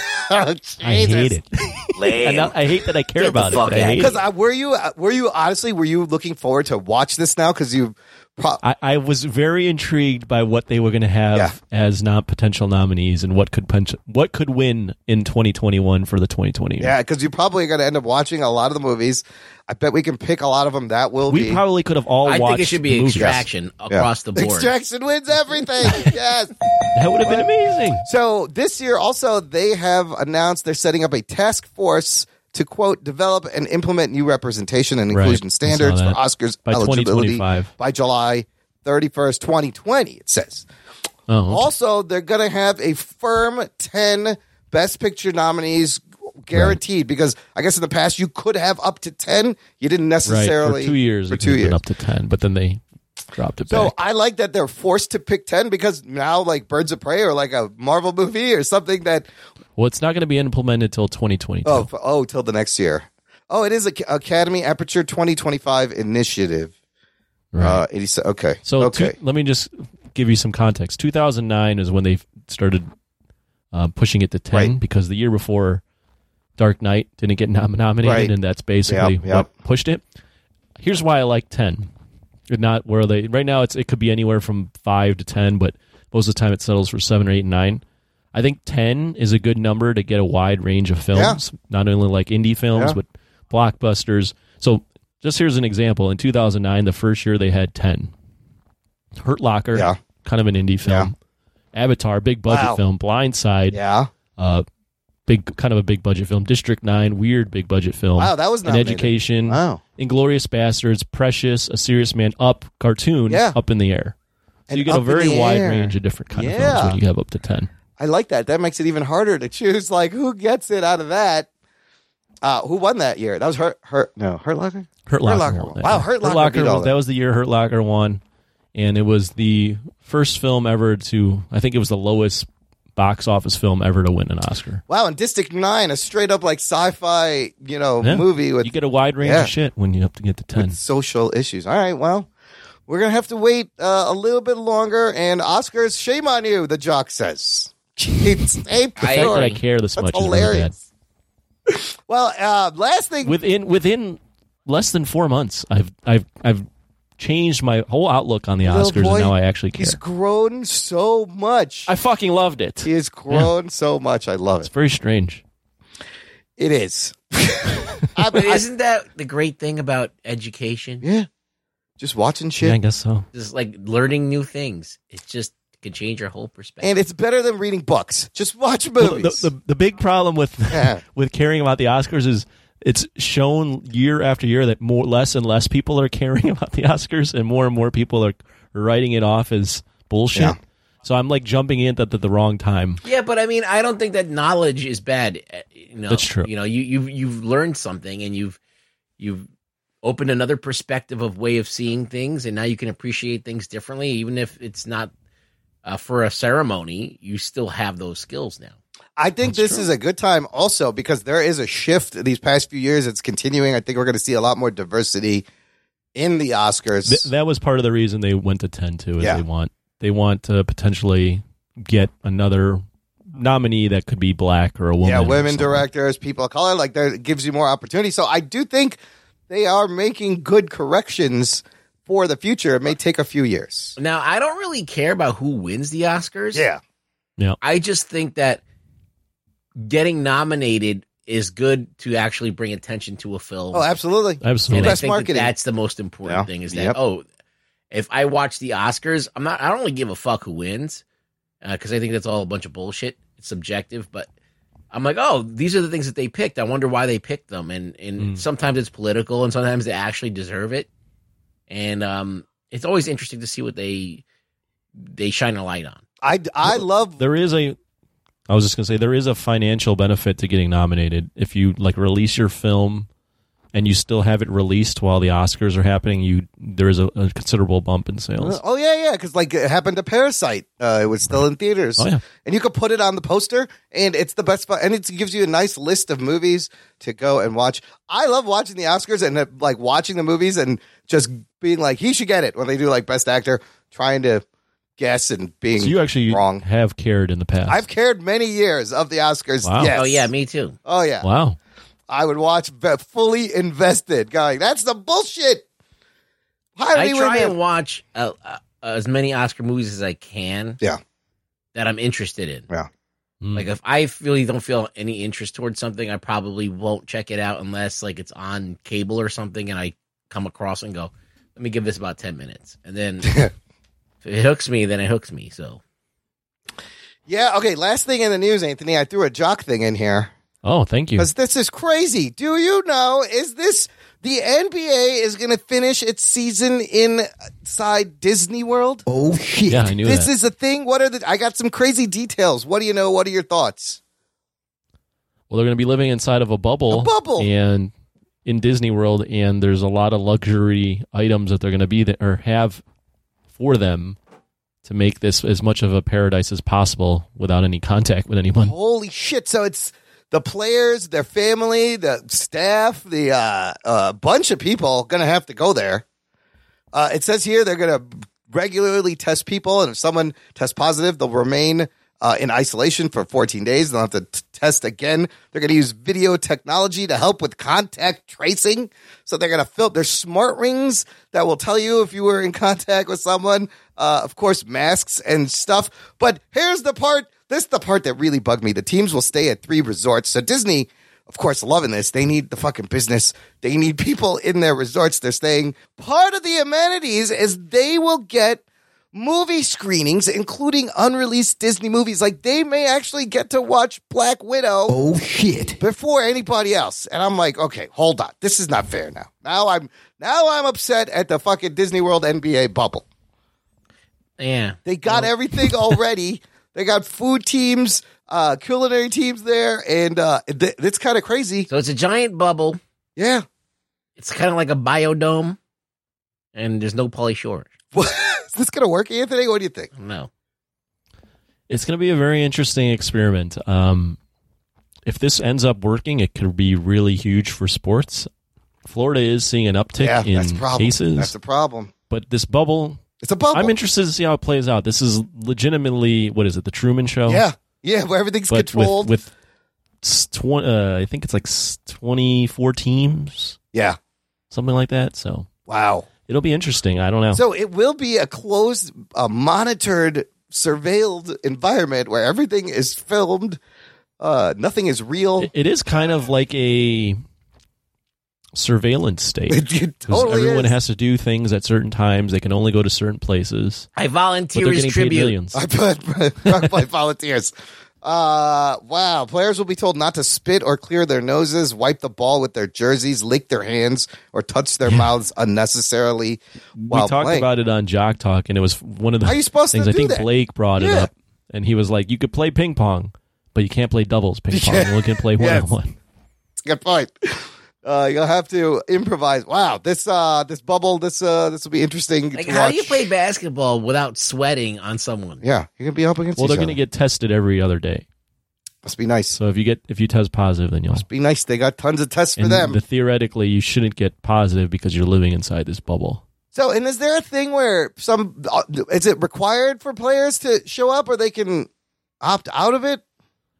I hate
Jesus.
it. And now- I hate that I care
Get the
about it.
fuck
but I
out.
hate it.
Because uh, were you uh, were you honestly were you looking forward to watch this now? Because you Pro-
I, I was very intrigued by what they were going to have
Yeah.
as not potential nominees and what could punch, what could win in 2021 for the 2020 year.
yeah, because you probably are going to end up watching a lot of the movies. I bet we can pick a lot of them. That will
we
be
probably could have all
I
watched
think it should be
movies.
extraction across the board.
Extraction wins everything. yes.
That would have been amazing.
So this year also they have announced they're setting up a task force to quote develop and implement new representation and
Right.
inclusion
I saw
standards for
that.
Oscars
By
eligibility
2025.
by July 31st, 2020 it says.
Oh,
Also, they're going to have a firm 10 Best Picture nominees guaranteed because I guess in the past you could have up to 10. You didn't
right.
necessarily.
For two years,
For
it
two
could've been
years.
up to ten, but then they dropped it
So
back.
I like that they're forced to pick 10 because now, like Birds of Prey or like a Marvel movie or something that,
Well, it's not going to be implemented till 2022.
oh, f- oh, till the next year. Oh, it is a Academy Aperture 2025 initiative. Uh, 87. Okay.
So two-
okay.
let me just give you some context. 2009 is when they f- started uh, pushing it to 10
Right.
because the year before Dark Knight didn't get nom- nominated,
Right.
and that's basically
Yep, yep.
what pushed it. Here's why I like 10. It Not where they right now. It's it could be anywhere from five to 10, but most of the time it settles for seven or eight and nine. I think 10 is a good number to get a wide range of films, not only like indie films,
Yeah.
but blockbusters. So, just here's an example. In 2009, the first year they had 10. Hurt Locker,
Yeah.
kind of an indie film. Avatar, big budget
Wow.
film. Blindside,
yeah.
uh, big kind of a big budget film. District Nine, weird big budget film.
Wow, that was
an
nominated.
education.
Wow.
Inglorious Bastards, Precious, A Serious Man, Up, cartoon,
Yeah.
up in the air. So
And
you get a
Up in
very
the
wide
Air.
range of different kind of
Yeah.
films when you have up to ten.
I like that. That makes it even harder to choose. Like, who gets it out of that? Uh, who won that year? That was Hurt. Hurt. No, Hurt Locker.
Hurt Locker.
Locker
won
won.
that.
Wow, Hurt Locker beat all
was,
that.
that was the year Hurt Locker won, and it was the first film ever to. I think it was the lowest box office film ever to win an Oscar.
Wow, and District Nine, a straight up like sci-fi, you know,
Yeah.
movie with
you get a wide range
yeah.
of shit when you have to get to ten.
social issues. All right, well, we're gonna have to wait uh, a little bit longer. And Oscars, shame on you, the jock says. It's a
the fact that I care this
That's
much is
hilarious. Well, uh, last thing,
really bad. Within within less than four months, I've I've I've changed my whole outlook on the
Little
Oscars,
boy,
and now I actually care.
he's grown so much.
I fucking loved it.
he has grown so much. I love it.
It's very strange.
It is. I,
But
I-
isn't that the great thing about education?
yeah. Just watching shit.
Yeah, I guess so.
Just like learning new things. It just can change your whole perspective.
and it's better than reading books. Just watch
Well,
movies.
the, the, the big problem with
Yeah.
with caring about the Oscars is it's shown year after year that more less and less people are caring about the Oscars, and more and more people are writing it off as bullshit.
Yeah.
So I'm like jumping in at the, the wrong time.
yeah, but I mean, I don't think that knowledge is bad. uh, You know,
That's true.
You know, you you've you've learned something, and you've you've opened another perspective of way of seeing things, and now you can appreciate things differently, even if it's not uh, for a ceremony. You still have those skills now.
I think this is a good time also because there is a shift these past few years. It's continuing. I think we're going to see a lot more diversity in the Oscars.
Th- that was part of the reason they went to 10 too is
Yeah.
they want they want to potentially get another nominee that could be black or a woman
yeah,
or
women
something.
directors, people of color, like that gives you more opportunity. So I do think they are making good corrections for the future. It may take a few years.
Now, I don't really care about who wins the Oscars. I just think that getting nominated is good to actually bring attention to a film.
Oh, absolutely.
and
absolutely
I
Best
think that
marketing.
that's the most important
Yeah.
thing is that
Yep.
oh, if I watch the Oscars, I'm not. I don't really give a fuck who wins because I think that's all a bunch of bullshit. It's subjective, but I'm like, oh, these are the things that they picked. I wonder why they picked them, and and
Hmm.
sometimes it's political, and sometimes they actually deserve it, and um, it's always interesting to see what they they shine a light on.
I, I love
there is a I was just going to say there is a financial benefit to getting nominated if you like release your film and you still have it released while the Oscars are happening you there is a, a considerable bump in sales
Oh yeah, yeah. Because like it happened to Parasite. Uh, it was still in theaters.
Oh, yeah.
And you could put it on the poster, and it's the best. fu- And it gives you a nice list of movies to go and watch. I love watching the Oscars and uh, like watching the movies and just being like, he should get it when they do like Best Actor, trying to guess and being
so you actually
wrong.
have cared in the past
I've cared many years of the Oscars.
Wow.
Yes.
Oh yeah, me too.
Oh yeah.
wow
I would watch ve- fully invested, going, that's the bullshit. Highly
I try
recommend-
and watch uh, uh, as many Oscar movies as I can.
Yeah.
That I'm interested in.
Yeah.
Mm.
Like if I really don't feel any interest towards something, I probably won't check it out unless like it's on cable or something, and I come across and go, "Let me give this about ten minutes," and then if it hooks me, then it hooks me. So
Yeah. Okay. Last thing in the news, Anthony. I threw a jock thing in here
Oh, thank you.
because this is crazy. Do you know? Is this the NBA is going to finish its season inside Disney World?
Oh shit.
Yeah, I knew
This
that.
is a thing. What are the? I got some crazy details. What do you know? What are your thoughts?
well, they're going to be living inside of a bubble,
A bubble.
and in Disney World, and there's a lot of luxury items that they're going to be there or have for them to make this as much of a paradise as possible without any contact with anyone.
Holy shit! So it's the players, their family, the staff, the uh, uh, bunch of people going to have to go there. Uh, it says here they're going to regularly test people, and if someone tests positive, they'll remain uh, in isolation for 14 days. They'll have to t- test again. They're going to use video technology to help with contact tracing. So they're going to fill. There's smart rings that will tell you if you were in contact with someone. Uh, of course, masks and stuff. But here's the part. This is the part that really bugged me. The teams will stay at three resorts. So Disney of course, loving this. They need the fucking business. They need people in their resorts. They're staying. Part of the amenities is they will get movie screenings, including unreleased Disney movies. Like they may actually get to watch Black Widow
Oh shit.
before anybody else. And I'm like, okay, hold on. This is not fair now. Now I'm now I'm upset at the fucking Disney World NBA bubble.
yeah,
They
Oh.
got everything already. they got food teams, uh, culinary teams there, and uh, th- it's kind of crazy.
so it's a giant bubble.
Yeah.
It's kind of like a biodome, and there's no Polly Shore.
What- Is this going to work, Anthony? What do you think?
No,
It's going to be a very interesting experiment. Um, if this ends up working, it could be really huge for sports. Florida is seeing an uptick in
that's the problem.
cases,
That's the problem.
but this bubble,
It's a bubble.
I'm interested to see how it plays out. This is legitimately what is it, the Truman Show?
Yeah, yeah, where everything's
but with,
controlled.
with s- tw- uh, I think it's like s- 24 teams,
yeah,
something like that. So
wow.
it'll be interesting. I don't know.
So it will be a closed, uh, monitored, surveilled environment where everything is filmed. Uh, nothing is real.
It- it is kind of like a surveillance state.
It,
Because
totally
everyone
is.
has to do things at certain times. They can only go to certain places.
I
But they're
volunteer as
getting paid
tribute.
millions.
I put by volunteers. Uh, wow. Players will be told not to spit or clear their noses, wipe the ball with their jerseys, lick their hands, or touch their mouths unnecessarily while
we talked
playing.
about it on Jock Talk, and it was one of the
How you supposed to
things I
do
think
that?
Blake brought it
Yeah.
up, and he was like, "You could play ping pong, but you can't play doubles ping pong.
Yeah.
You only can play one
Yes.
on one."
good point. Uh, you'll have to improvise. Wow, this uh, this bubble, this uh, this will be interesting.
Like,
to
how do you
watch.
play basketball without sweating on someone?
Yeah, you're gonna be up against.
Well, they're
each
going
other.
to get tested every other day.
Must be nice.
So if you get if you test positive, then you'll.
Be nice. They got tons of tests for
and
them.
the- theoretically, you shouldn't get positive because you're living inside this bubble.
so, and is there a thing where some uh, is it required for players to show up, or they can opt out of it?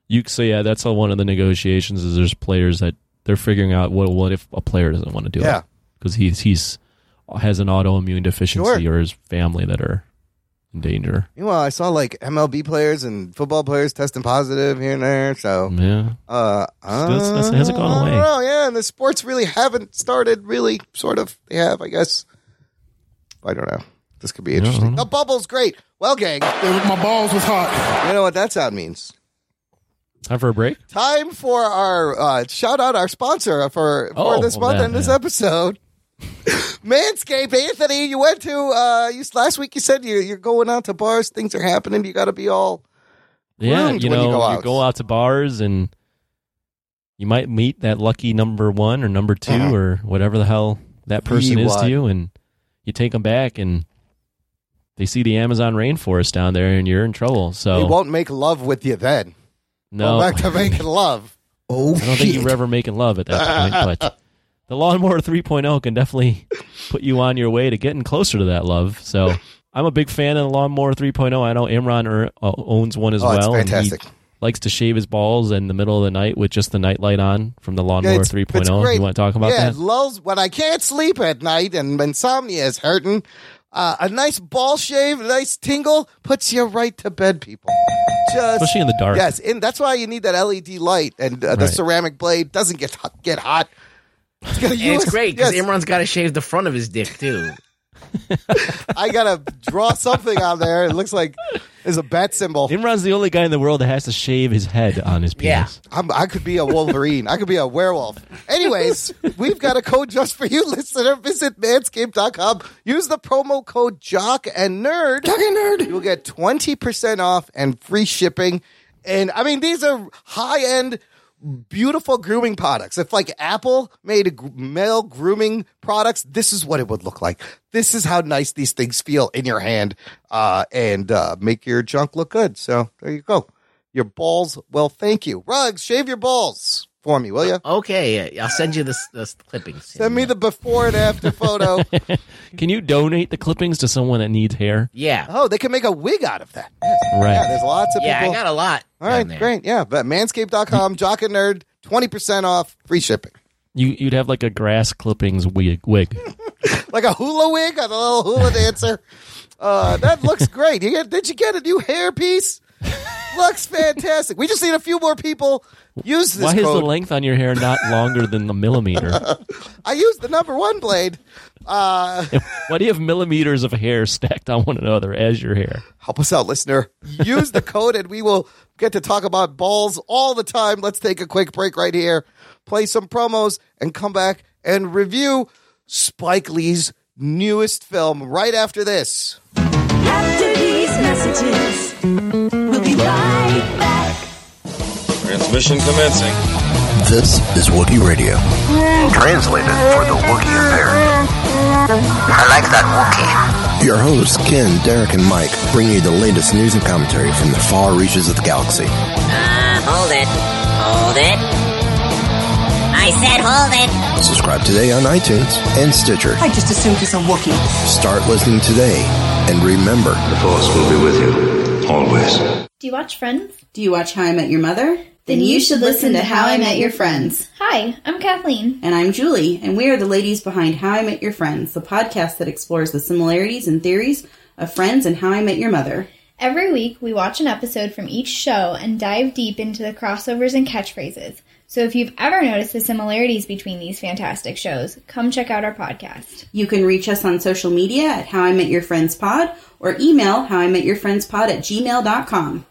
You so yeah, that's all one of the negotiations is there's players that they're figuring out what what if a player doesn't want to do
Yeah.
it because he's he's has an autoimmune deficiency
Sure.
or his family that are in danger.
Meanwhile, I saw like MLB players and football players testing positive here and there. So,
Yeah,
uh,
Still, it's-
uh,
it hasn't gone
I don't
away.
know, yeah, and the sports really haven't started. Really, sort of, they have, I guess. I don't know. This could be interesting. The bubble's great. Well, gang,
My balls was hot.
you know what that sound means.
time for a break.
Time for our uh, shout out, our sponsor for for
Oh,
this
well,
month
that,
and this
yeah.
episode. Manscaped, Anthony, you went to uh, you last week. You said you, you're going out to bars. Things are happening. You got to be all
Yeah,
Groomed
you
when you
know,
go
you
out.
go out to bars and you might meet that lucky number one or number 2
Uh-huh.
or whatever the hell that person
Ye
is
what?
to you, and you take them back and they see the Amazon rainforest down there, and you're in trouble.
They
So
won't make love with you then.
Oh. no,
Go back to making love.
Oh
I don't think you were
shit.
ever making love at that point, but the Lawnmower 3.0 can definitely put you on your way to getting closer to that love. So I'm a big fan of the Lawnmower 3.0. I oh. know Imran er, uh, owns one as
Oh, it's
well. and he
fantastic.
likes to shave his balls in the middle of the night with just the nightlight on from the lawnmower 3.0. oh? you want to talk about
yeah,
that?
lulls when I can't sleep at night and insomnia is hurting. Uh, a nice ball shave, a nice tingle puts you right to bed, people. Just
Especially in the dark.
Yes, and that's why you need that LED light and uh, the
Right.
ceramic blade doesn't get hot, get hot. It's, got a
And it's
US
great because
yes,
Imran's got to shave the front of his dick too.
I gotta draw something on there. It looks like there's a bat symbol.
Imran's the only guy in the world that has to shave his head on his
Yeah.
penis.
I'm, I could be a Wolverine. I could be a werewolf. Anyways, we've got a code just for you, listener. Visit manscaped.com. Use the promo code Jock and Nerd. Jock and Nerd. You'll get 20% off and free shipping. And I mean, these are high end, beautiful grooming products. If like Apple made a gr- male grooming products, this is what it would look like. This is how nice these things feel in your hand uh, and uh, make your junk look good. So there you go your balls. Well, thank you. Rugs, shave your balls for me, will you?
Okay, yeah, I'll send you this, this clippings.
Send me the before and after photo.
Can you donate the clippings to someone that needs hair?
Yeah,
oh, they can make a wig out of that. Yes. Yeah,
Right.
there's lots of
yeah, I
people.
got a lot.
All right,
down there.
great. Yeah, but manscaped.com, jock and nerd, 20% off, free shipping.
You you'd have like a grass clippings wig. Wig.
Like a hula wig, a little hula dancer. Uh, that looks great. You get, did you get a new hair piece? looks fantastic. We just need a few more people use this
Why is
code.
the length on your hair not longer than the millimeter?
I used the number one blade.
Why do you have millimeters of hair stacked on one another as your hair?
Help us out, listener. Use the code and we will get to talk about balls all the time. Let's take a quick break right here, play some promos, and come back and review Spike Lee's newest film right after this.
After these messages, we'll be right back.
Transmission commencing.
This is Wookiee Radio. Translated for the Wookiee impaired. I like that Wookiee. Your hosts, Ken, Derek, and Mike, bring you the latest news and commentary from the far reaches of the galaxy.
Uh, hold it. Hold it. I said hold it.
Subscribe today on iTunes and Stitcher.
I just assumed he's a Wookiee.
Start listening today, and remember,
The Force will be with you, always.
Do you watch Friends? Do you watch How I Met Your Mother? Then, you, should listen to How I Met Your Friends. Hi, I'm Kathleen. And I'm Julie, and we are the ladies behind How I Met Your Friends, the podcast that explores the similarities and theories of friends and How I Met Your Mother. Every week, we watch an episode from each show and dive deep into the crossovers and catchphrases. So if you've ever noticed the similarities between these fantastic shows, come check out our podcast. You can reach us on social media at How I Met Your Friends Pod or email How I Met Your Friends Pod at gmail.com.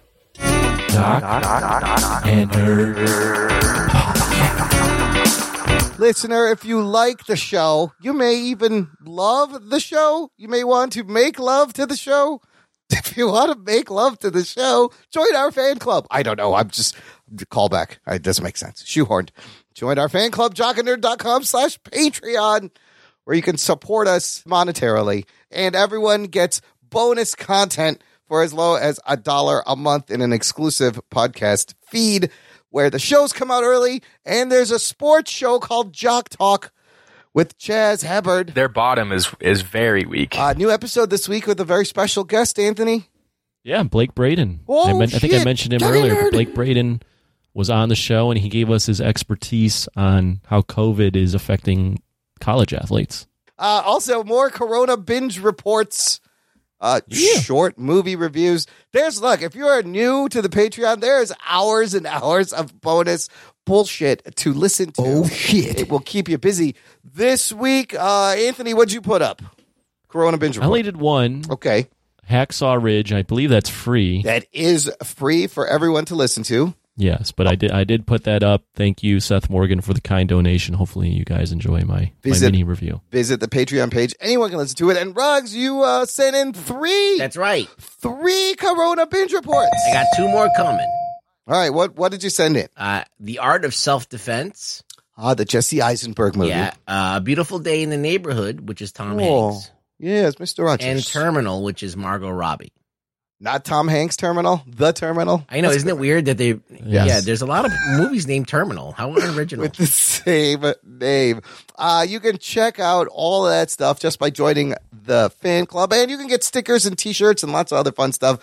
Listener, if you like the show, you may even love the show. You may want to make love to the show. If you want to make love to the show, join our fan club. I don't know. I'm just call back. It doesn't make sense. Shoehorned. Join our fan club, jockandnerd.com slash Patreon, where you can support us monetarily. And everyone gets bonus content for as low as a dollar a month in an exclusive podcast feed where the shows come out early. And there's a sports show called Jock Talk with Chaz Hubbard.
Their bottom is is very weak.
Uh, new episode this week with a very special guest, Anthony.
Yeah, Blake Braden.
Oh,
I, I think
shit.
I mentioned him
Got
earlier.
it.
But Blake Braden was on the show and he gave us his expertise on how COVID is affecting college athletes.
Uh, also, more Corona binge reports, uh, short movie reviews. There's look if you are new to the Patreon, there's hours and hours of bonus bullshit to listen to.
Oh, shit.
It will keep you busy this week. Uh, Anthony, what'd you put up? Corona binge
I
report.
only did one,
okay,
Hacksaw Ridge. I believe that's free.
that is free for everyone to listen to.
Yes, but I did I did put that up. Thank you, Seth Morgan, for the kind donation. Hopefully you guys enjoy my, my
Visit-
mini review.
Visit the Patreon page. Anyone can listen to it. And Rugs, you uh, sent in three
That's right.
three Corona binge reports.
I got two more coming.
All right, what what did you send in?
Uh, the art of self defense.
Ah, the Jesse Eisenberg movie.
Yeah, uh, a beautiful day in the neighborhood, which is Tom
Oh,
Hanks,
Yes, Mr. Rogers.
and Terminal, which is Margot Robbie.
Not Tom Hanks Terminal, The Terminal.
I know, isn't it weird that they?
Yes.
Yeah, there's a lot of movies named Terminal. How original!
with the same name. Uh, you can check out all of that stuff just by joining the fan club, and you can get stickers and t-shirts and lots of other fun stuff.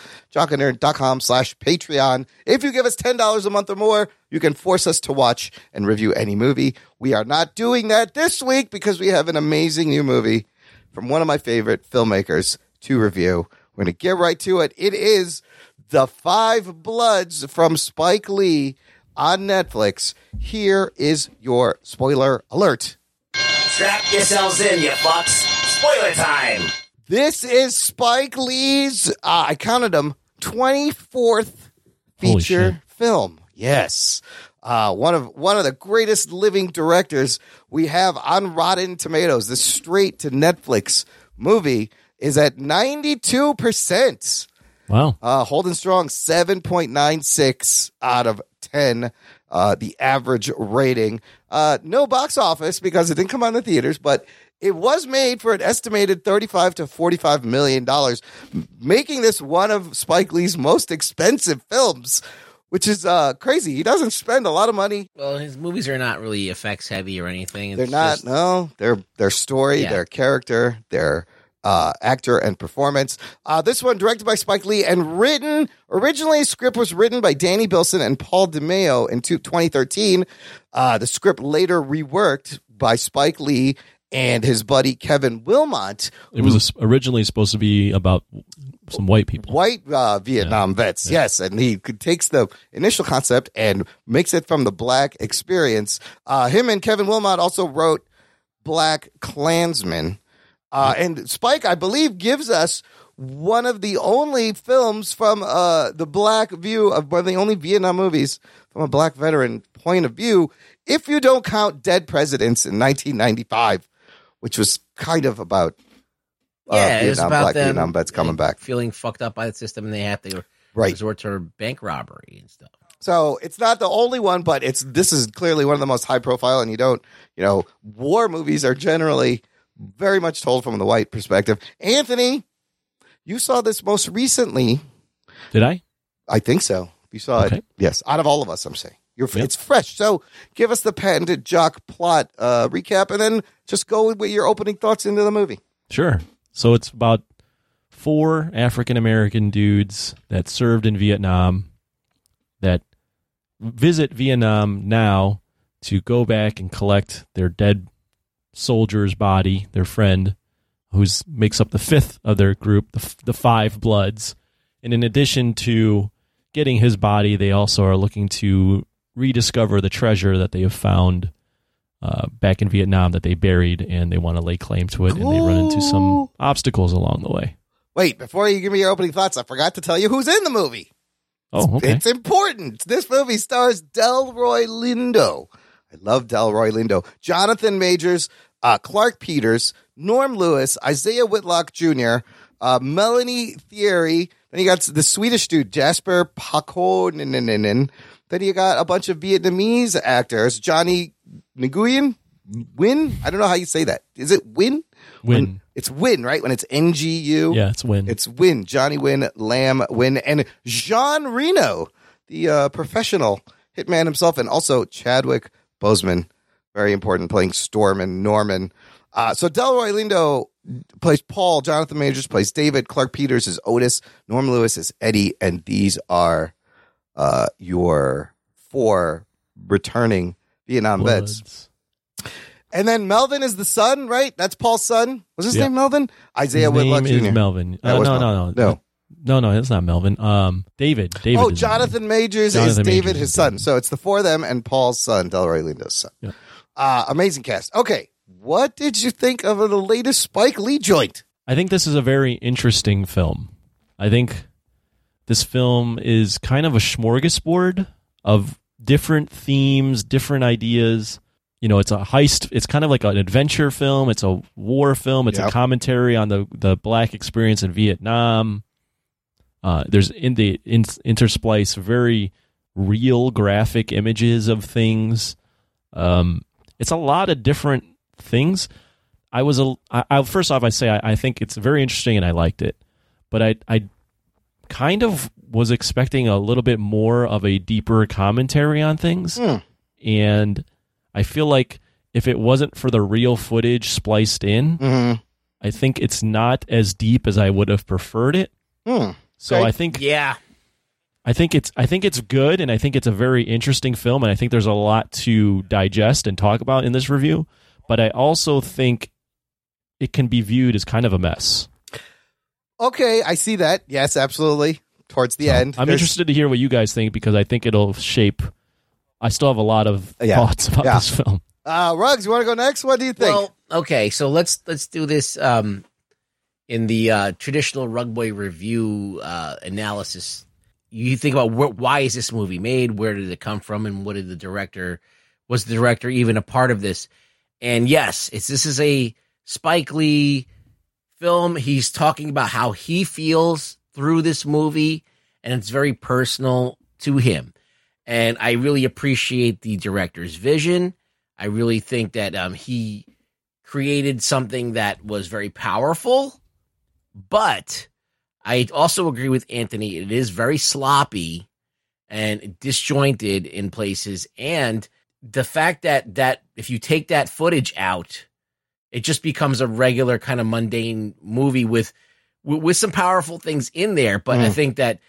Jockandnerd.com slash Patreon. If you give us $10 a month or more, you can force us to watch and review any movie. We are not doing that this week because we have an amazing new movie from one of my favorite filmmakers to review. We're going to get right to it. It is The Five Bloods from Spike Lee on Netflix. Here is your spoiler alert.
Strap yourselves in, you fucks. Spoiler time.
This is Spike Lee's, uh, I counted them, 24th feature film. Yes. Uh, one of one of the greatest living directors we have on Rotten Tomatoes, this straight to Netflix movie is at 92%.
Wow.
Uh, holding strong 7.96 out of 10, uh, the average rating. Uh, no box office because it didn't come out in the theaters, but it was made for an estimated 35 to 45 million dollars, m- making this one of Spike Lee's most expensive films, which is uh, crazy. He doesn't spend a lot of money.
Well, his movies are not really effects heavy or anything. It's
They're not,
just-
no, their their story,
Yeah.
their character, their uh, actor and performance. Uh, this one directed by Spike Lee and written originally. Script was written by Danny Bilson and Paul DeMeo in two- 2013. Uh, the script later reworked by Spike Lee and his buddy Kevin Wilmot,
It was s- originally supposed to be about some white people.
white uh, Vietnam vets. Yes, and he could- takes the initial concept and makes it from the black experience. Uh, him and Kevin Wilmot also wrote Black Klansman, uh, and Spike, I believe, gives us one of the only films from uh, the black view of one of the only Vietnam movies from a black veteran point of view, if you don't count Dead Presidents in 1995, which was kind of about uh,
Yeah, it's
Vietnam,
about
black
them
Vietnam vets coming back.
feeling fucked up by the system, and they have to
Right.
resort to bank robbery and stuff.
So it's not the only one, but it's this is clearly one of the most high profile. And you don't, you know, war movies are generally very much told from the white perspective. Anthony, you saw this most recently.
Did I?
I think so. You saw
Okay.
it. Yes, out of all of us, I'm saying. You're, It's fresh. So give us the patented jock plot uh, recap and then just go with your opening thoughts into the movie.
Sure. So it's about four African American dudes that served in Vietnam that visit Vietnam now to go back and collect their dead soldier's body, their friend, who's makes up the fifth of their group, the, f- the five bloods. And in addition to getting his body, they also are looking to rediscover the treasure that they have found uh, back in Vietnam that they buried, and they want to lay claim to it, and they run into some obstacles along the way.
Wait, before you give me your opening thoughts, I forgot to tell you who's in the movie.
Oh, okay.
It's important. This movie stars Delroy Lindo. I love Delroy Lindo. Jonathan Majors, uh, Clark Peters, Norm Lewis, Isaiah Whitlock Jr., uh, Melanie Thierry. Then you got the Swedish dude, Jasper Pakonen. Then you got a bunch of Vietnamese actors, Johnny Nguyen. Win? I don't know how you say that. Is it Win?
Win.
It's Win, right? When it's NGU.
Yeah, it's Win.
It's Win, Johnny Win, Lamb Win, and Jean Reno, the uh, professional hitman himself, and also Chadwick Boseman, very important, playing Storm and Norman. Uh, so Delroy Lindo plays Paul, Jonathan Majors plays David, Clark Peters is Otis, Norm Lewis is Eddie, and these are uh, your four returning Vietnam vets. And then Melvin is the son, right? That's Paul's son. Was his
Yeah.
name Melvin? Isaiah
His
Whitlock
name
Jr.
is Melvin.
That
Uh,
was
no, no,
Melvin.
no,
No.
no, no, It's not Melvin. Um, David. David.
oh,
is-
Jonathan Majors is
Jonathan
David,
Majors
his
is
son. So it's the four of them and Paul's son, Delroy Lindo's son.
Yeah.
Uh, amazing cast. Okay. What did you think of the latest Spike Lee joint?
I think this is a very interesting film. I think this film is kind of a smorgasbord of different themes, different ideas. You know, it's a heist. It's kind of like an adventure film. It's a war film. It's
Yeah.
a commentary on the the black experience in Vietnam. Uh, there's in the in, intersplice very real graphic images of things. Um, it's a lot of different things. I was a I, I first off I say I, I think it's very interesting and I liked it, but I I kind of was expecting a little bit more of a deeper commentary on things.
Hmm.
And I feel like if it wasn't for the real footage spliced
Hmm.
in,
Mm-hmm.
I think it's not as deep as I would have preferred it.
Hmm.
So
Okay.
I think
yeah,
I think it's I think it's good and I think it's a very interesting film and I think there's a lot to digest and talk about in this review, but I also think it can be viewed as kind of a mess.
Okay, I see that. Yes, absolutely. Towards the end,
I'm
There's-
interested to hear what you guys think because I think it'll shape I still have a lot of
Yeah.
thoughts about
Yeah.
this film.
Uh, Ruggs, you want to go next? What do you think?
Well, okay, so let's let's do this um, in the uh, traditional Rugboy review uh, analysis. You think about wh- why is this movie made? Where did it come from? And what did the director? Was the director even a part of this? And yes, it's this is a Spike Lee film. He's talking about how he feels through this movie, and it's very personal to him. And I really appreciate the director's vision. I really think that um, he created something that was very powerful, but I also agree with Anthony. It is very sloppy and disjointed in places. And the fact that, that if you take that footage out, it just becomes a regular kind of mundane movie with with, with some powerful things in there. But I
Mm.
think that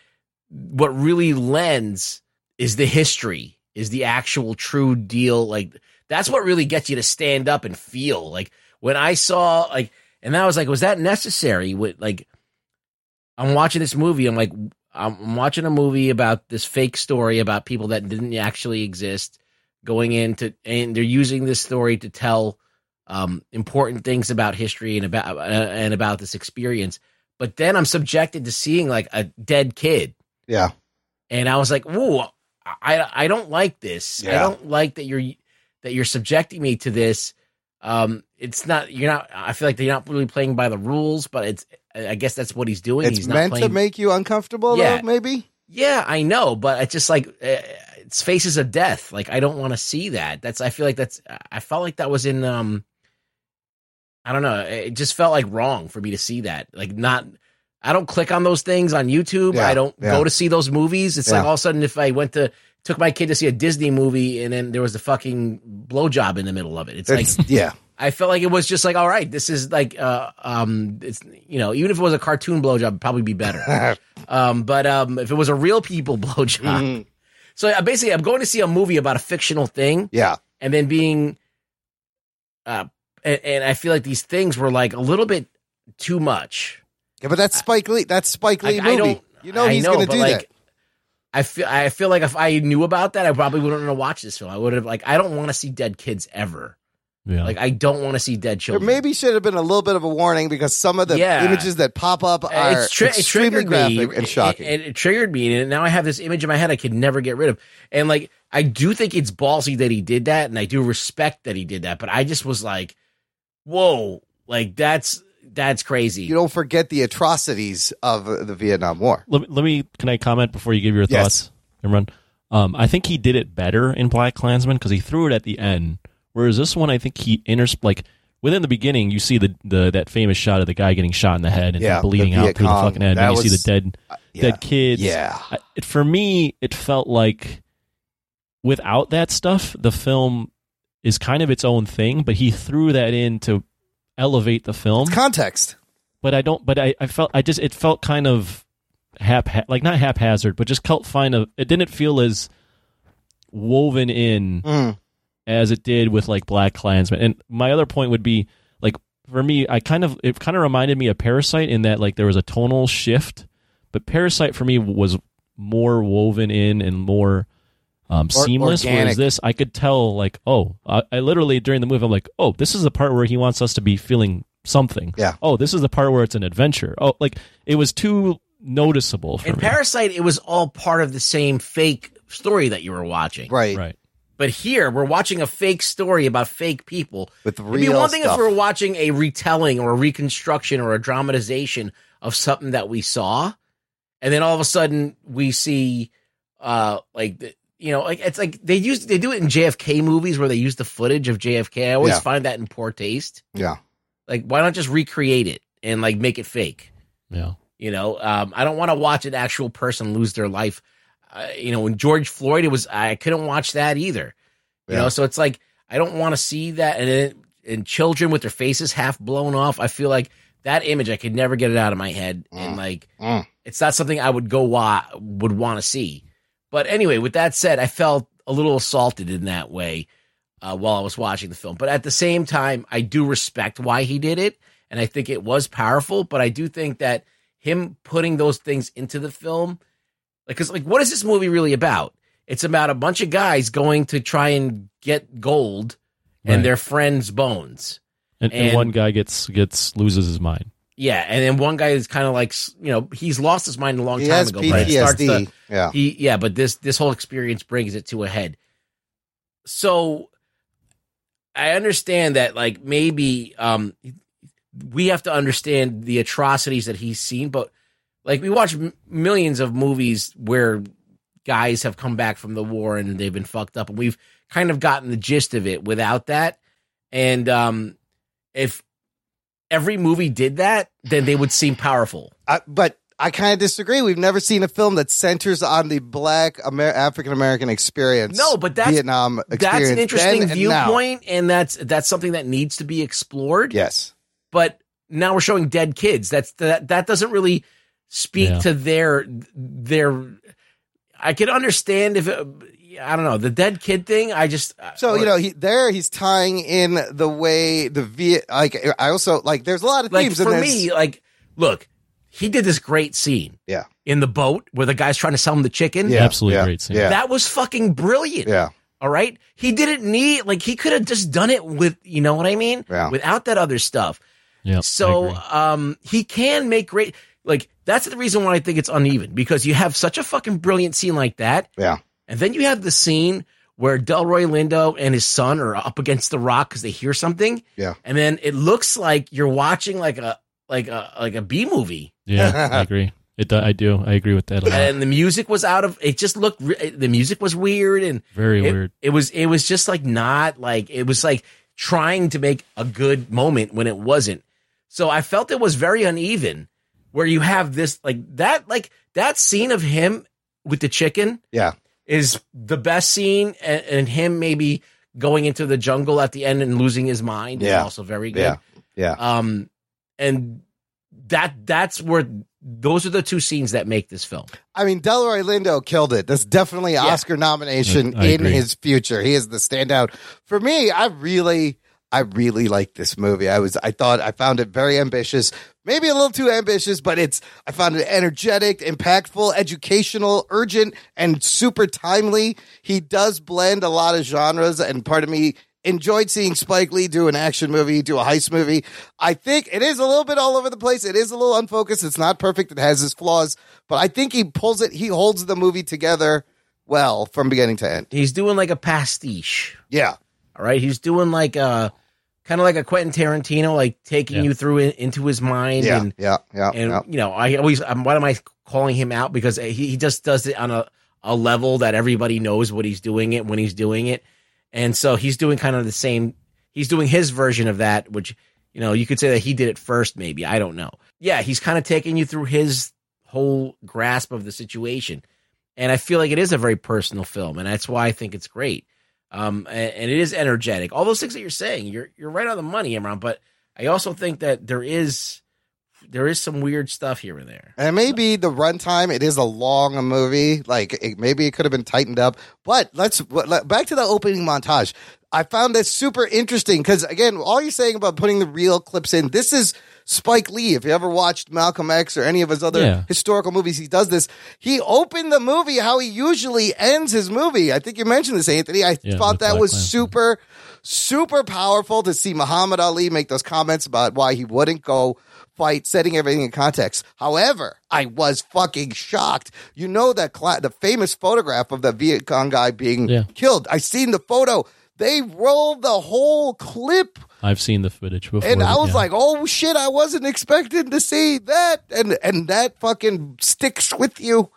what really lends is the history, is the actual true deal. Like that's what really gets you to stand up and feel. Like when I saw like and I was like, was that necessary? With like I'm watching this movie, I'm like I'm I'm watching a movie about this fake story about people that didn't actually exist going into and they're using this story to tell um, important things about history and about uh, and about this experience. But then I'm subjected to seeing like a dead kid
yeah.
and I was like, "Whoa, I I don't like this. I
Yeah.
don't like that you're that you're subjecting me to this. Um, it's not you're not. I feel like they're not really playing by the rules, but it's. I guess that's what he's doing.
It's
he's
meant
not
to
playing.
make you uncomfortable,
Yeah.
though, maybe?
yeah, I know, but it's just like uh, it's faces of death. Like I don't want to see that. That's. I feel like that's. I felt like that was in. Um, I don't know. It just felt like wrong for me to see that. Like not. I don't click on those things on YouTube.
Yeah,
I don't
yeah.
go to see those movies. It's
Yeah.
like all of a sudden if I went to took my kid to see a Disney movie and then there was a fucking blowjob in the middle of it. It's,
It's-
like
yeah.
I felt like it was just like all right, this is like uh um it's you know, even if it was a cartoon blowjob it'd probably be better. um but um if it was a real people blowjob.
Mm-hmm.
So uh, basically I'm going to see a movie about a fictional thing
Yeah.
and then being uh and, and I feel like these things were like a little bit too much.
Yeah, but that's Spike Lee. That's Spike Lee movie. you know
I
he's going to
but,
do
like, I feel I feel like if I knew about that, I probably wouldn't want to watch this film. I would have like I don't want to see dead kids ever.
Yeah.
Like I don't want to see dead
that. There
children.
maybe should have been a little bit of a warning because some of the
Yeah.
images that pop up are
Uh, it's tri- it
extremely
triggered me
graphic and shocking.
It, it, it triggered me, and now I have this image in my head I could never get rid of. And like I do think it's ballsy that he did that, and I do respect that he did that. But I just was like, whoa, like that's that's crazy.
you don't forget the atrocities of the Vietnam War.
Let me, let me can I comment before you give your
Yes.
thoughts, everyone? Um, I think he did it better in Black Klansman because he threw it at the end, whereas this one I think he enters like within the beginning you see the, the that famous shot of the guy getting shot in the head and
Yeah,
bleeding
the
out
Viet
through the
Cong,
fucking head,
that
and you see
was-
the dead dead kids.
Yeah.
I- it, for me it felt like without that stuff the film is kind of its own thing, but he threw that in to elevate the film
context.
But I don't. But I, I felt I just it felt kind of hap like not haphazard, but just felt fine. Of it didn't feel as woven in
Mm,
as it did with like Black Klansman. And my other point would be like for me, I kind of it kind of reminded me of Parasite in that like there was a tonal shift, but Parasite for me was more woven in and more um,
Or-
seamless.
organic.
Whereas this, I could tell like oh, I, I literally during the movie I'm like oh, this is the part where he wants us to be feeling something.
Yeah.
Oh, this is the part where it's an adventure. Oh, like it was too noticeable for
In
me.
Parasite, it was all part of the same fake story that you were watching.
Right.
Right.
But here, we're watching a fake story about fake people.
With
It'd be
real
one thing
stuff.
if we're watching a retelling or a reconstruction or a dramatization of something that we saw, and then all of a sudden we see, uh, like the, you know, like it's like they use they do it in JFK movies where they use the footage of JFK. I always
Yeah.
find that in poor taste.
Yeah.
Like, why not just recreate it and like make it fake?
Yeah.
You know, um, I don't want to watch an actual person lose their life. Uh, you know, when George Floyd, it was I couldn't watch that either. You
Yeah.
know, so it's like I don't want to see that. And then, and children with their faces half blown off. I feel like that image I could never get it out of my head, and like it's not something I would go wa- would want to see. But anyway, with that said, I felt a little assaulted in that way uh, while I was watching the film. But at the same time, I do respect why he did it, and I think it was powerful. But I do think that him putting those things into the film, like, cause like, what is this movie really about? It's about a bunch of guys going to try and get gold
Right.
and their friends' bones.
And, and, one guy gets gets loses his mind.
Yeah, and then one guy is kind of like s- you know he's lost his mind a long
He
time
has
ago. But it starts
PTSD,
to-
yeah.
he, yeah, but this this whole experience brings it to a head. So I understand that like maybe um we have to understand the atrocities that he's seen, but like we watch m- millions of movies where guys have come back from the war and they've been fucked up, and we've kind of gotten the gist of it without that. And um if every movie did that, then they would seem powerful.
I, but I kind of disagree. We've never seen a film that centers on the Black Amer- African American experience.
No, but that's
Vietnam experience.
That's an interesting
then and now.
viewpoint, and that's that's something that needs to be explored.
Yes,
but now we're showing dead kids. That's that that doesn't really speak
Yeah.
to their their. I could understand if it, I don't know the dead kid thing. I just
So you know, he, there he's tying in the way the Viet. Like I also like. There's a lot of
like
themes
for
in this.
me, like look, he did this great scene.
Yeah.
in the boat where the guy's trying to sell him the chicken.
Yeah, Absolutely yeah, great scene. yeah.
That was fucking brilliant.
Yeah.
All right. He didn't need like he could have just done it with you know what I mean?
Yeah.
Without that other stuff.
Yeah.
So um he can make great like that's the reason why I think it's uneven because you have such a fucking brilliant scene like that.
Yeah.
And then you have the scene where Delroy Lindo and his son are up against the rock because they hear something.
Yeah.
And then it looks like you're watching like a like a like a B movie.
Yeah, I agree. It do- I do. I agree with that a lot.
and the music was out of it just looked re- the music was weird and
Very
it-
weird.
it was it was just like not like it was like trying to make a good moment when it wasn't so i felt it was very uneven where you have this like that like that scene of him with the chicken
yeah
is the best scene and, and him maybe going into the jungle at the end and losing his mind is
Yeah.
also very good
Yeah. Yeah.
um and that that's where those are the two scenes that make this film
I mean, Delroy Lindo killed it. That's definitely an Oscar nomination
I- I
in
agree.
his future. He is the standout. For me, I really, I really liked this movie. I was, I thought, I found it very ambitious, maybe a little too ambitious, but it's, I found it energetic, impactful, educational, urgent, and super timely. He does blend a lot of genres, and part of me enjoyed seeing Spike Lee do an action movie, do a heist movie. I think it is a little bit all over the place. It is a little unfocused. It's not perfect. It has its flaws, but I think he pulls it. He holds the movie together well from beginning to end.
He's doing like a pastiche.
Yeah.
All right. He's doing like a kind of like a Quentin Tarantino, like taking
Yeah.
you through in, into his mind.
Yeah,
And,
yeah, yeah,
And
yeah.
you know, I always. I'm, why am I calling him out? Because he, he just does it on a a level that everybody knows what he's doing it when he's doing it, and so he's doing kind of the same. He's doing his version of that, which you know you could say that he did it first. Maybe I don't know. Yeah, he's kind of taking you through his whole grasp of the situation and I feel like it is a very personal film, and that's why I think it's great. Um, a- and, it is energetic. All those things that you're saying, you're you're right on the money, Imran. But I also think that there is there is some weird stuff here and there.
And maybe the runtime, it is a long movie. Like it, maybe it could have been tightened up. But let's but let- back to the opening montage. I found this super interesting because again, all you're saying about putting the real clips in, this is Spike Lee. If you ever watched Malcolm X or any of his other
Yeah.
historical movies, he does this. He opened the movie how he usually ends his movie. I think you mentioned this, Anthony. I
Yeah,
thought
with
that
Black
was
Panther.
super, super powerful to see Muhammad Ali make those comments about why he wouldn't go fight, setting everything in context. However, I was fucking shocked. You know that cla- the famous photograph of the Viet Cong guy being
Yeah.
killed. I seen the photo. They rolled the whole clip
I've seen the footage before.
and I
but
was
yeah.
like, "Oh shit! I wasn't expecting to see that." And and that fucking sticks with you.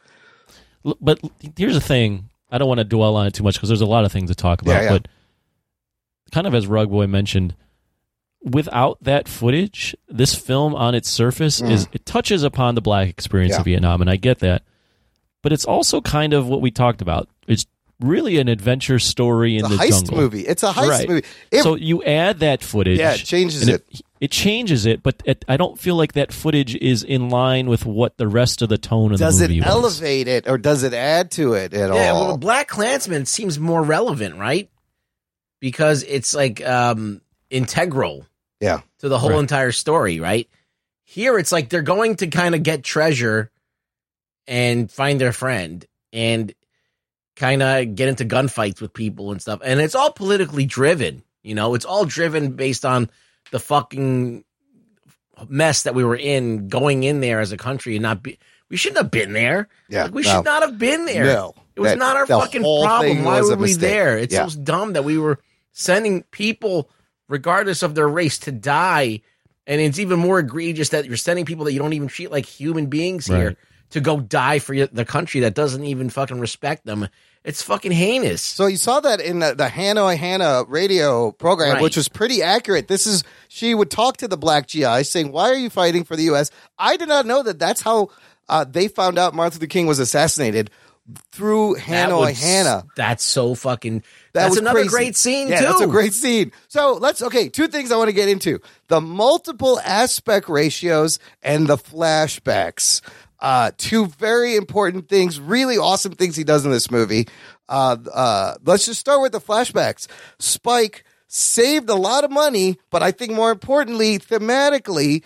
L- but l- here's the thing. I don't want to dwell on it too much because there's a lot of things to talk
Yeah,
about.
yeah.
But kind of as Rugboy mentioned, without that footage, this film on its surface is it touches upon the black experience
Mm. Yeah.
of Vietnam, and I get that. But it's also kind of what we talked about. It's really an adventure story in
It's a
the
heist
jungle.
movie. It's a heist movie. It-
so you add that footage.
Yeah, it changes
and It changes it, but it, I don't feel like that footage is in line with what the rest of the tone of
Does
the
it
movie was.
elevate it or does it add to it at
yeah,
all?
well, Black Klansman seems more relevant, right? Because it's like um integral
yeah.
to the whole
Right.
entire story, right? Here it's like they're going to kind of get treasure and find their friend and kind of get into gunfights with people and stuff. And it's all politically driven, you know, it's all driven based on the fucking mess that we were in going in there as a country and not be we shouldn't have been there.
Yeah,
Like, we
no.
should not have been there.
No.
It was
That-
not our
the
fucking
whole
problem.
thing
Why
was a
were we
mistake.
there? It's
Yeah.
so dumb that we were sending people, regardless of their race, to die. And it's even more egregious that you're sending people that you don't even treat like human beings
Right.
here to go die for your, the country that doesn't even fucking respect them. It's fucking hanous.
So you saw that in the, the Hanoi Hannah radio program,
Right.
which was pretty accurate. This is she would talk to the black GI saying, "Why are you fighting for the U.S.?" I did not know that. That's how uh, they found out Martin Luther King was assassinated through
That
Hanoi
would-
Hannah.
That's so fucking.
That
that's
was
another
crazy.
great scene
yeah,
too.
That's a great scene. So let's okay. Two things I want to get into: the multiple aspect ratios and the flashbacks. Uh, two very important things, really awesome things he does in this movie. Uh, uh, let's just start with the flashbacks. Spike saved a lot of money, but I think more importantly, thematically,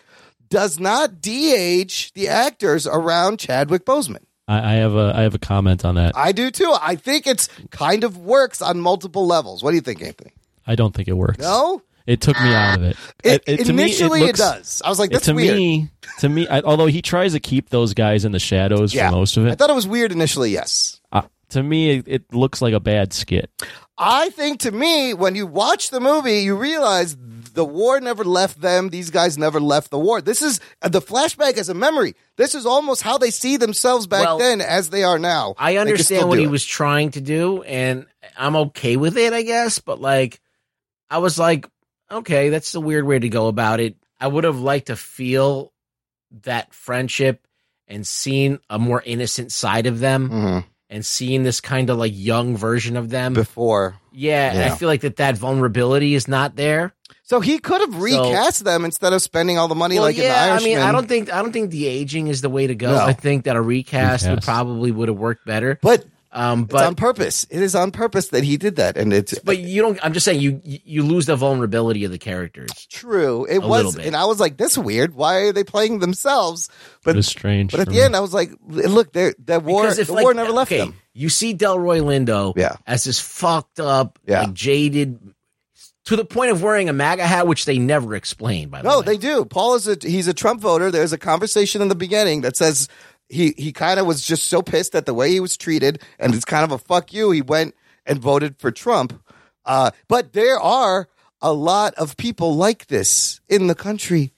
does not de-age the actors around Chadwick Boseman.
I, I have a I have a comment on that.
I do too. I think it's kind of works on multiple levels. What do you think, Anthony?
I don't think it works.
No?
It took me out of it.
It-
to me,
initially it
looks-
does. I was like,
it-
that's
to
weird.
me, to me. I, although he tries to keep those guys in the shadows
Yeah.
for most of
I
it,
thought it was weird initially, yes.
uh, to me, it, it looks like a bad skit.
I think to me, when you watch the movie, you realize the war never left them. These guys never left the war. This is the flashback as a memory. This is almost how they see themselves back
Well,
then as they are now. They
I
can
understand
still
what
do
he
it.
was trying to do, and I'm okay with it, I guess. But like, I was like, okay, that's a weird way to go about it. I would have liked to feel that friendship and seen a more innocent side of them,
Mhm.
and seeing this kind of like young version of them.
before.
yeah, and
Yeah.
I feel like that that vulnerability is not there.
So he could have recast them instead of spending all the money like in the
yeah, I
Irishman.
mean, I don't think I don't think the aging is the way to go.
No.
I think that a recast, would
Recast.
probably would have worked better.
but
Um,
it's
but
on purpose. It is on purpose that he did that, and it's
but you don't i'm just saying you you lose the vulnerability of the characters
true. It
A little
was,
bit.
and I was like, "This weird. Why are they playing themselves?" But
it was strange.
But at
for
the
me.
end, I was like, "Look, they're- that war,
Because
the
if, like,
war never left
okay,
them."
you see delroy lindo
Yeah.
as this fucked up
Yeah.
like jaded to the point of wearing a maga hat which they never explain by the
No,
way
they do. Paul is a he's a Trump voter. There's a conversation in the beginning that says he he kind of was just so pissed at the way he was treated, and it's kind of a fuck you. He went and voted for Trump. Uh, but there are a lot of people like this in the country.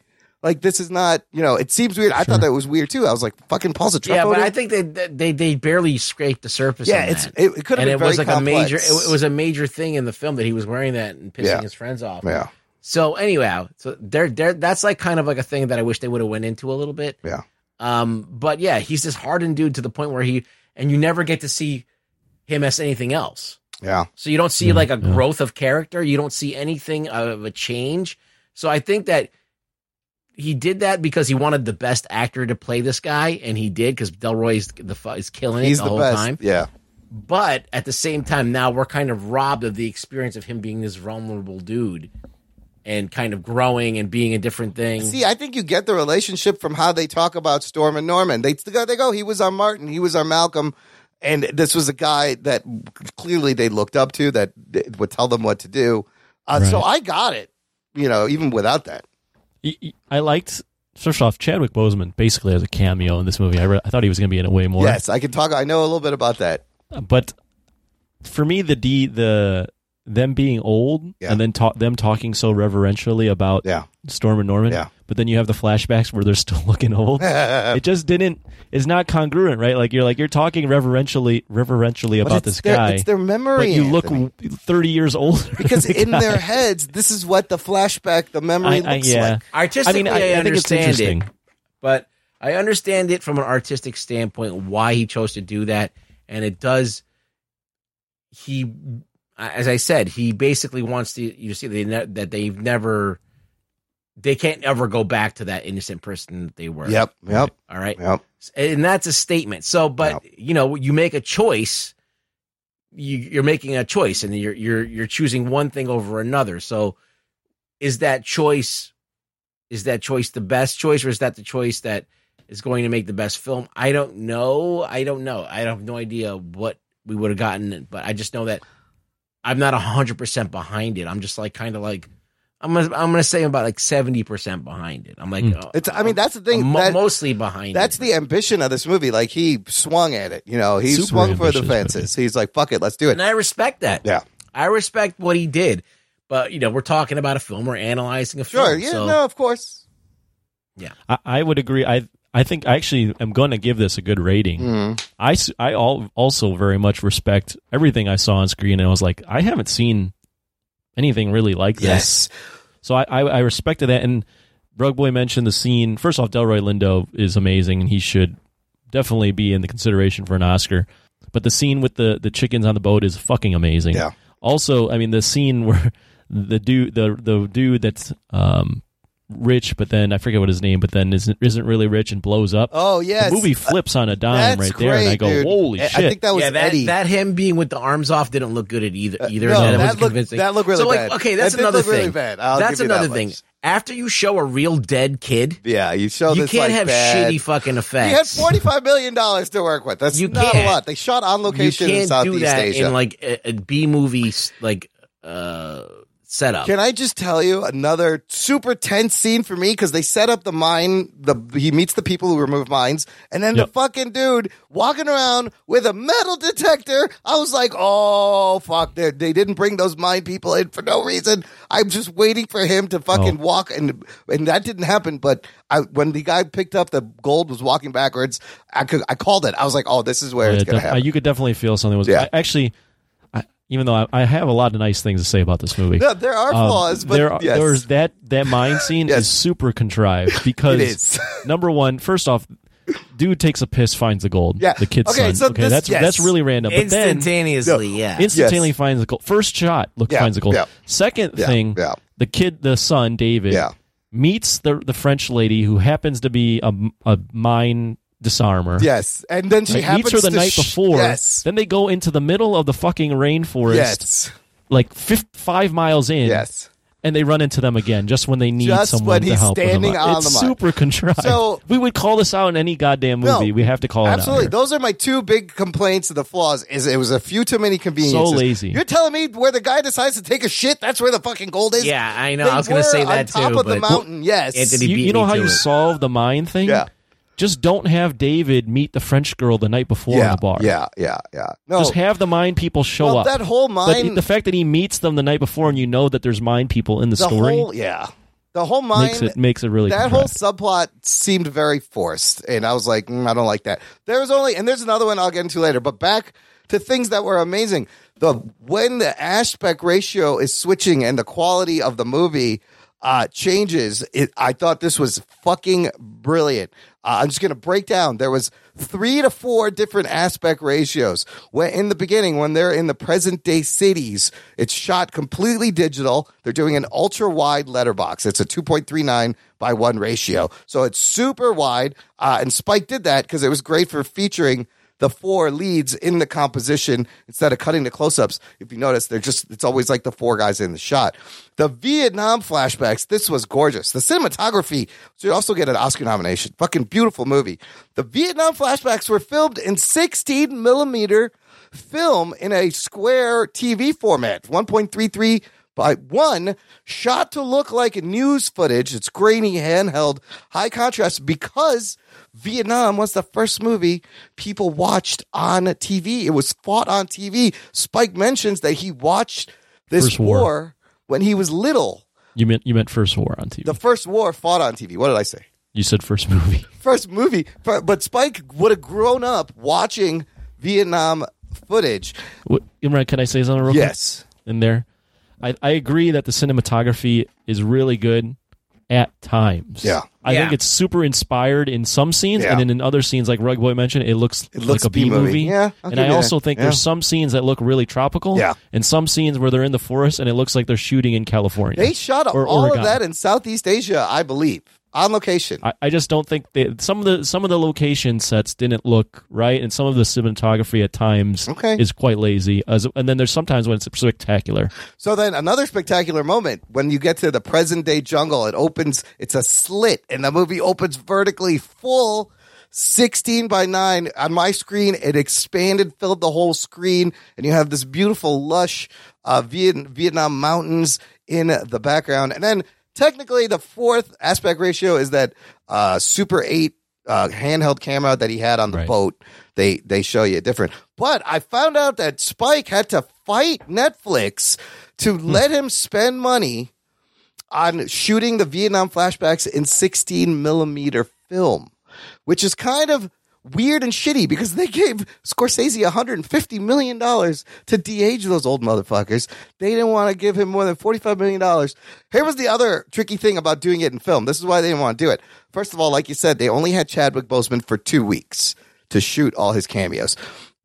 Like this is not, you know, it seems weird. I thought that was weird too. I was like, fucking Paul's a Trump
yeah
voter.
but i think they they they barely scraped the surface
yeah,
on
it's
that.
it, it could have
and
been
it
very
was like a
complex.
major it, it was a major thing in the film that he was wearing that and pissing
Yeah.
his friends off
yeah,
so anyhow so they're, they're that's like kind of like a thing that i wish they would have went into a little bit
yeah.
Um, but yeah, he's this hardened dude to the point where he and you never get to see him as anything else.
Yeah.
So you don't see
Yeah,
like a
yeah.
growth of character. You don't see anything of a change. So I think that he did that because he wanted the best actor to play this guy, and he did because Delroy is the fu- is killing it
He's
the,
the
whole
best.
time.
Yeah.
But at the same time, now we're kind of robbed of the experience of him being this vulnerable dude and kind of growing and being a different
Mm.
thing.
See, I think you get the relationship from how they talk about Storm and Norman. They they go, they go he was our Martin, he was our Malcolm, and this was a guy that clearly they looked up to that would tell them what to do. Uh, So I got it, you know, even without that.
Y- y- I liked first off Chadwick Boseman basically as a cameo in this movie. I, re- I thought he was going to be in it way more.
Yes, I can talk. I know a little bit about that.
but for me, the D the them being old
Yeah.
and then ta- them talking so reverentially about
Yeah.
Storm and Norman.
Yeah.
But then you have the flashbacks where they're still looking old. it just didn't. It's not congruent, right? Like you're like you're talking reverentially, reverentially
But
about
it's
this
their-
guy.
it's their memory,
But you look
Anthony.
thirty years older
Because
than the
in
guy.
their heads, this is what the flashback, the memory
I- I-
looks
yeah.
like.
Artistically, I,
I mean, I, I think it's
understand it.
interesting.
but I understand it from an artistic standpoint why he chose to do that, and it does. He, as I said, he basically wants to. You see, they ne- that they've never, they can't ever go back to that innocent person that they were.
Yep. Yep.
All right.
Yep.
And that's a statement. So, but you know, you make a choice. You, you're making a choice, and you're you're you're choosing one thing over another. So, is that choice is that choice the best choice or is that the choice that is going to make the best film i don't know i don't know i have no idea what we would have gotten but i just know that i'm not 100% behind it i'm just like kind of like i'm gonna i'm gonna say about like 70% behind it i'm like uh,
It's. Hmm. I mean, that's the thing.
I'm mo-
that-
mostly behind
That's
it.
the ambition of this movie. Like he swung at it. You know, he
Super
swung for the
ambitious movie.
fences. He's like, "Fuck it, let's do it."
and i respect that
Yeah.
i respect what he did but you know we're talking about a film we're analyzing a film
Sure. Yeah.
so-
No. Of course.
I, I would agree. I I think I actually am going to give this a good rating. I s- I al- also very much respect everything I saw on screen, and I was like, I haven't seen anything really like
Yes.
this. So I, I I respected that. And Rugboy mentioned the scene. First off, Delroy Lindo is amazing, and he should definitely be in the consideration for an Oscar. But the scene with the the chickens on the boat is fucking amazing.
Yeah.
Also, I mean, the scene where the dude the the dude that's um rich, but then I forget what his name, but then isn't isn't really rich and blows up.
Oh, yes.
the movie flips on a dime
That's
right there, and I
great,
go,
dude.
holy
I- I
shit!
think that was
yeah, that,
Eddie. Uh,
that him being with the arms off didn't look good at either either.
no,
of them.
that
It was
looked-
convincing.
that looked really
so, like,
bad.
Okay, that's
That did
another
look
thing.
really bad. I'll
that's
give you that
another thing.
much.
After you show a real dead kid,
Yeah. You show
you
this,
can't
like,
have
bad-
shitty fucking
He had
effects.
forty five million dollars to work with. That's
You
not
can't.
a lot. They shot on
you
location in
can't do
Southeast
that
Asia.
in like a, a B movie like uh, setup.
Can I just tell you another super tense scene for me because they set up the mine. The he meets the people who remove mines, and then the
Yep.
fucking dude walking around with a metal detector. I was like, oh fuck, they they didn't bring those mine people in for no reason. I'm just waiting for him to
Oh.
fucking walk, and and that didn't happen. But I, when the guy picked up the gold, was walking backwards. I could I called it. I was like, oh, this is where
Yeah,
it's gonna
Uh, def-
happen.
you could definitely feel something was
Yeah.
I, actually. I, even though I, I have a lot of nice things to say about this movie,
No, there are
Um,
flaws, but
there, are-
yes.
there's that that mine scene is super contrived because
is.
number one, first off, dude takes a piss, finds the gold.
Yeah.
the kid's
Okay,
son.
so
okay,
this-
that's
yes.
that's really random. But then
Instantaneously, yeah.
instantaneely finds the gold. First shot, look,
Yeah,
finds the gold.
yeah.
Second
Yeah,
thing,
yeah.
the kid, the son, David,
Yeah.
meets the the French lady who happens to be a, a mine disarmer.
Yes, and then she
Like,
happens
meets her the
to
night
sh-
before.
Yes,
Then they go into the middle of the fucking rainforest,
yes.
like fif- five miles in.
Yes.
And they run into them again just when they need
Just
someone
when
to
he's
help. with
standing
them.
on
it's
the mine.
super contrived.
So-
we would call this out in any goddamn
No,
movie. we have to call
Absolutely.
it out.
Those are my two big complaints of the flaws is it was a few too many conveniences.
So lazy.
You're telling me where the guy decides to take a shit, that's where the fucking gold is?
Yeah, I know.
They
I was gonna
were
say that
on top
too,
of the
but-
mountain, yes.
Anthony-
here. You,
beat
you know
me
how
to
you
it.
solve the mine thing?
Yeah.
Just don't have David meet the French girl the night before in
yeah,
the bar.
yeah, yeah, yeah. No,
Just have the mine people show
Well,
up.
that whole
But
mine-
the fact that he meets them the night before and you know that there's mine people in the,
the
story
whole yeah, the whole mine
makes it makes it really
that
contrived.
whole subplot seemed very forced, and I was like, mm, I don't like that. There was only, and there's another one I'll get into later. But back to things that were amazing: the when the aspect ratio is switching and the quality of the movie uh, changes. It, I thought this was fucking brilliant. Uh, I'm just gonna break down. There was three to four different aspect ratios. When in the beginning, when they're in the present day cities, it's shot completely digital. They're doing an ultra wide letterbox. It's a 2.39 by one ratio, so it's super wide. Uh, and Spike did that because it was great for featuring the four leads in the composition instead of cutting the close-ups if you notice they're just it's always like the four guys in the shot the vietnam flashbacks this was gorgeous the cinematography should also get an oscar nomination fucking beautiful movie the vietnam flashbacks were filmed in 16 millimeter film in a square tv format 1.33 by one shot to look like news footage. It's grainy, handheld, high contrast because Vietnam was the first movie people watched on TV. It was fought on TV. Spike mentions that he watched this
First war.
war when he was little.
You meant you meant first war on TV.
The first war fought on TV. What did I say?
you said first movie.
first movie. But but Spike would have grown up watching Vietnam footage.
What, Imran, can I say something real quick?
Yes.
in there. I, I agree that the cinematography is really good. at times.
Yeah.
I
Yeah.
think it's super inspired in some scenes,
Yeah.
and then in other scenes, like Rug Boy mentioned, it looks,
looks
like a B
B-movie.
movie.
Yeah, I'll
and
give
I
you
also
that.
think
Yeah.
there's some scenes that look really tropical.
Yeah.
and some scenes where they're in the forest and it looks like they're shooting in California.
They shot
or
all
Oregon.
of that in Southeast Asia, I believe, on location.
I, I just don't think they, some of the some of the location sets didn't look right, and some of the cinematography at times
Okay.
is quite lazy. As, and then there's sometimes when it's spectacular.
So then another spectacular moment when you get to the present day jungle, it opens, it's a slit and the movie opens vertically full 16 by 9 on my screen. It expanded, filled the whole screen and you have this beautiful lush uh, Viet- Vietnam mountains in the background. And then technically the fourth aspect ratio is that uh, Super 8 uh, handheld camera that he had on the boat. They they show you different. But I found out that Spike had to fight Netflix to let him spend money on shooting the Vietnam flashbacks in 16 millimeter film, which is kind of weird and shitty because they gave Scorsese 150 million dollars to de-age those old motherfuckers. They didn't want to give him more than 45 million dollars. Here was the other tricky thing about doing it in film. This is why they didn't want to do it. First of all, like you said, they only had Chadwick Boseman for 2 weeks to shoot all his cameos.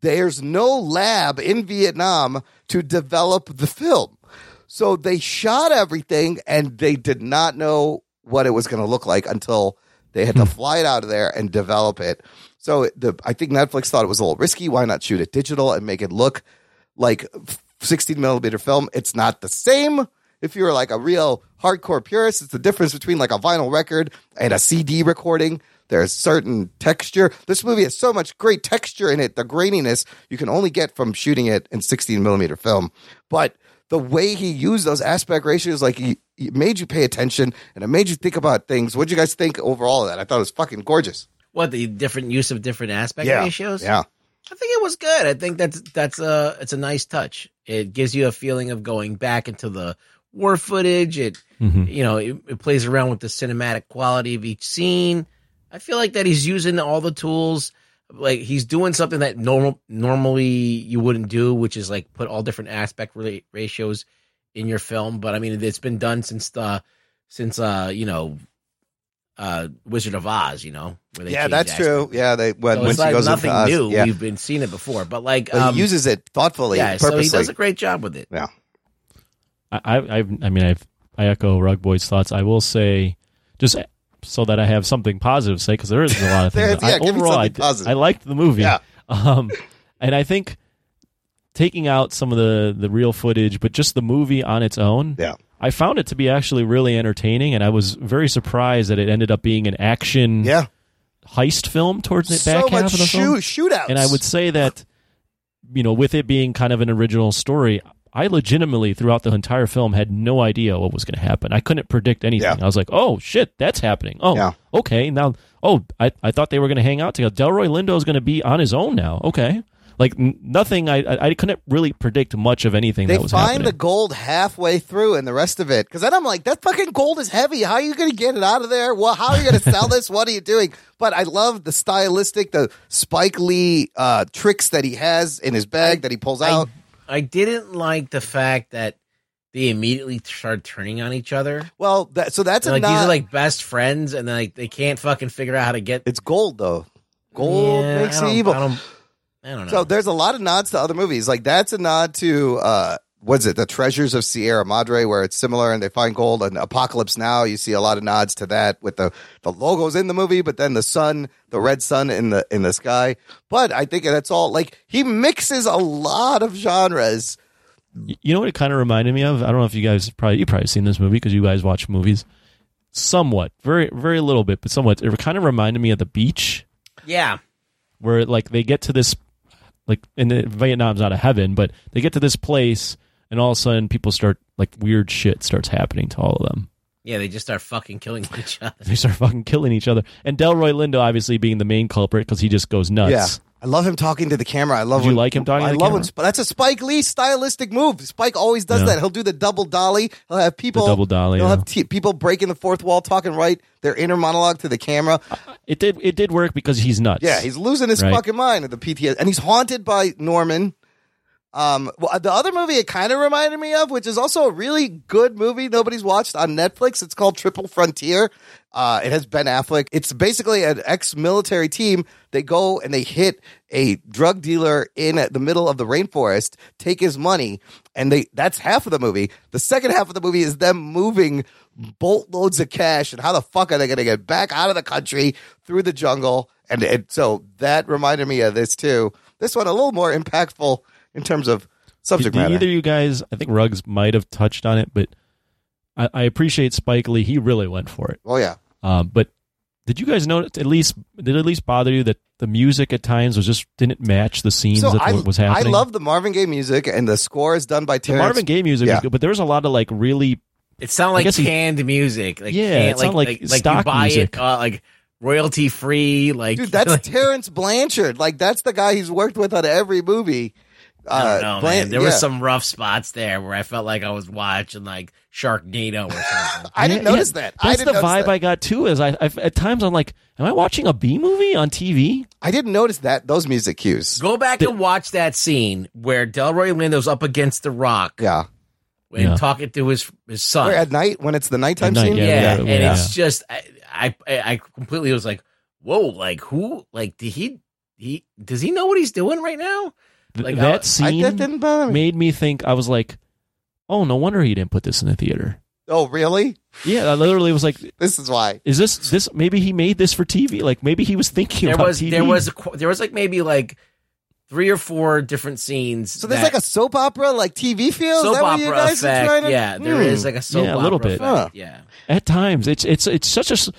There's no lab in Vietnam to develop the film. So they shot everything and they did not know what it was going to look like until they had to fly it out of there and develop it. So the I think Netflix thought it was a little risky. Why not shoot it digital and make it look like 16 millimeter film? It's not the same. If you're like a real hardcore purist, it's the difference between like a vinyl record and a CD recording. There's certain texture. This movie has so much great texture in it. The graininess you can only get from shooting it in 16 millimeter film. But the way he used those aspect ratios, like he, he made you pay attention and it made you think about things. What'd you guys think overall of that? I thought it was fucking gorgeous.
What the different use of different aspect
Yeah,
ratios?
yeah.
I think it was good. I think that's that's a it's a nice touch. It gives you a feeling of going back into the war footage. It
Mm-hmm.
you know it, it plays around with the cinematic quality of each scene. I feel like that he's using all the tools. Like he's doing something that normal normally you wouldn't do, which is like put all different aspect rela- ratios in your film. But I mean, it's been done since the since uh you know uh Wizard of Oz. You know, where
Yeah,
change
that's
aspect
true. Yeah, they when,
so
when
it's
she
like
goes
nothing
into us,
new.
yeah.
We've been seeing it before, but like
But
um,
he uses it thoughtfully,
Yeah, so
purposely.
he does a great job with it.
yeah.
I, I, I've- I mean, I've, I echo Rug Boy's thoughts. I will say, just so that I have something positive to say, because there is a lot of
There
things.
is- yeah,
I,
give me
overall, I,
something positive.
I liked the movie. Yeah. Um, and I think taking out some of the, the real footage, but just the movie on its own,
yeah.
I found it to be actually really entertaining, and I was very surprised that it ended up being an action
yeah.
heist film towards the
So
back half
much
of the film.
shoot- shootouts.
And I would say that, you know, with it being kind of an original story, I legitimately throughout the entire film had no idea what was going to happen. I couldn't predict anything. I was like, oh shit, that's happening. Oh, okay. Now, oh, I, I thought they were going to hang out together. Delroy Lindo is going to be on his own now. Okay. Like n- nothing, I, I I couldn't really predict much of anything
They
that was
find
happening.
the gold halfway through and the rest of it. Because then I'm like, that fucking gold is heavy. How are you going to get it out of there? Well, how are you going to sell this? What are you doing? But I love the stylistic, the Spike Lee uh, tricks that he has in his bag that he pulls out.
I didn't like the fact that they immediately started turning on each other.
well, that, so that's a
like these
nod-
are like best friends, and then like they can't fucking figure out how to get.
It's gold though. Gold
Yeah,
makes
I don't-
you evil.
I don't, I don't know.
So there's a lot of nods to other movies. Like that's a nod to uh what's it, the treasures of Sierra Madre, where it's similar and they find gold and Apocalypse Now, you see a lot of nods to that with the, the logos in the movie, but then the sun, the red sun in the in the sky. But I think that's all like he mixes a lot of genres.
You know what it kind of reminded me of? I don't know if you guys probably you probably seen this movie because you guys watch movies somewhat, very very little bit, but somewhat. It kind of reminded me of the beach
yeah,
where like they get to this like and it- Vietnam's not a heaven, but they get to this place and all of a sudden people start like weird shit starts happening to all of them.
yeah, they just start fucking killing each other.
They start fucking killing each other, and Delroy Lindo obviously being the main culprit because he just goes nuts.
Yeah. I love him talking to the camera. I love
Did you
when-
like him talking
I
to the
love
camera?
when Sp- that's a Spike Lee stylistic move. Spike always does
Yeah.
that. He'll do the double dolly. He'll have people
double dolly,
He'll
yeah.
have t- people breaking the fourth wall, talking right their inner monologue to the camera.
It did it did work because he's nuts.
Yeah, he's losing his
Right.
fucking mind at the PTS, and he's haunted by Norman. Um, well, the other movie it kind of reminded me of, which is also a really good movie nobody's watched on Netflix. It's called Triple Frontier. Uh, it has Ben Affleck. It's basically an ex-military team. They go and they hit a drug dealer in the middle of the rainforest, take his money, and they that's half of the movie. The second half of the movie is them moving boatloads of cash and how the fuck are they going to get back out of the country through the jungle? And, and so that reminded me of this too. This one a little more impactful in terms of subject
Did
matter.
Either you guys, I think Ruggs might have touched on it, but I, I appreciate Spike Lee. He really went for it.
Oh yeah.
Um, but did you guys notice at least did it at least bother you that the music at times was just didn't match the scenes
so
that
I,
was happening?
I love the Marvin Gaye music and the score is done by
the
Terrence.
Marvin Gaye music, was good, but there was a lot of like really.
It sounded
I
like
guess he-
canned music. Like,
Yeah,
canned,
it sounded like stock
you buy
music.
it uh, like royalty free. Like
Dude, that's Terrence Blanchard. Like that's the guy he's worked with on every movie. Uh,
I don't know,
Blan-
man. There were
yeah.
some rough spots there where I felt like I was watching like Sharknado or something.
I didn't
Yeah,
notice
yeah.
that. I
That's
didn't
the
notice
vibe
that.
I got too. Is I, I at times I'm like, am I watching a B movie on TV?
I didn't notice that those music cues.
Go back and watch that scene where Delroy Lindo's up against the rock
Yeah.
and
Yeah.
talking to his his son.
Or at night when it's the nighttime
At night,
scene.
yeah,
yeah,
yeah,
and
yeah.
it's just I, I I completely was like, whoa, like who, like did he he does he know what he's doing right now?
Th-
Like
that
I, that
scene
didn't bother me.
made me think. I was like, oh, no wonder he didn't put this in the theater.
Oh, really?
Yeah, I literally was like,
This is why.
is this this maybe he made this for TV? Like maybe he was thinking
there
about
was
TV.
there was a, qu- there was like maybe like three or four different scenes.
So there's
that-
like a soap opera, like TV feel. is
soap
that what
opera
you guys
effect.
are trying to?
yeah, there
Hmm.
is like a soap
Yeah, a
opera
little bit.
effect,
Huh.
Yeah,
at times. It's it's it's such a s-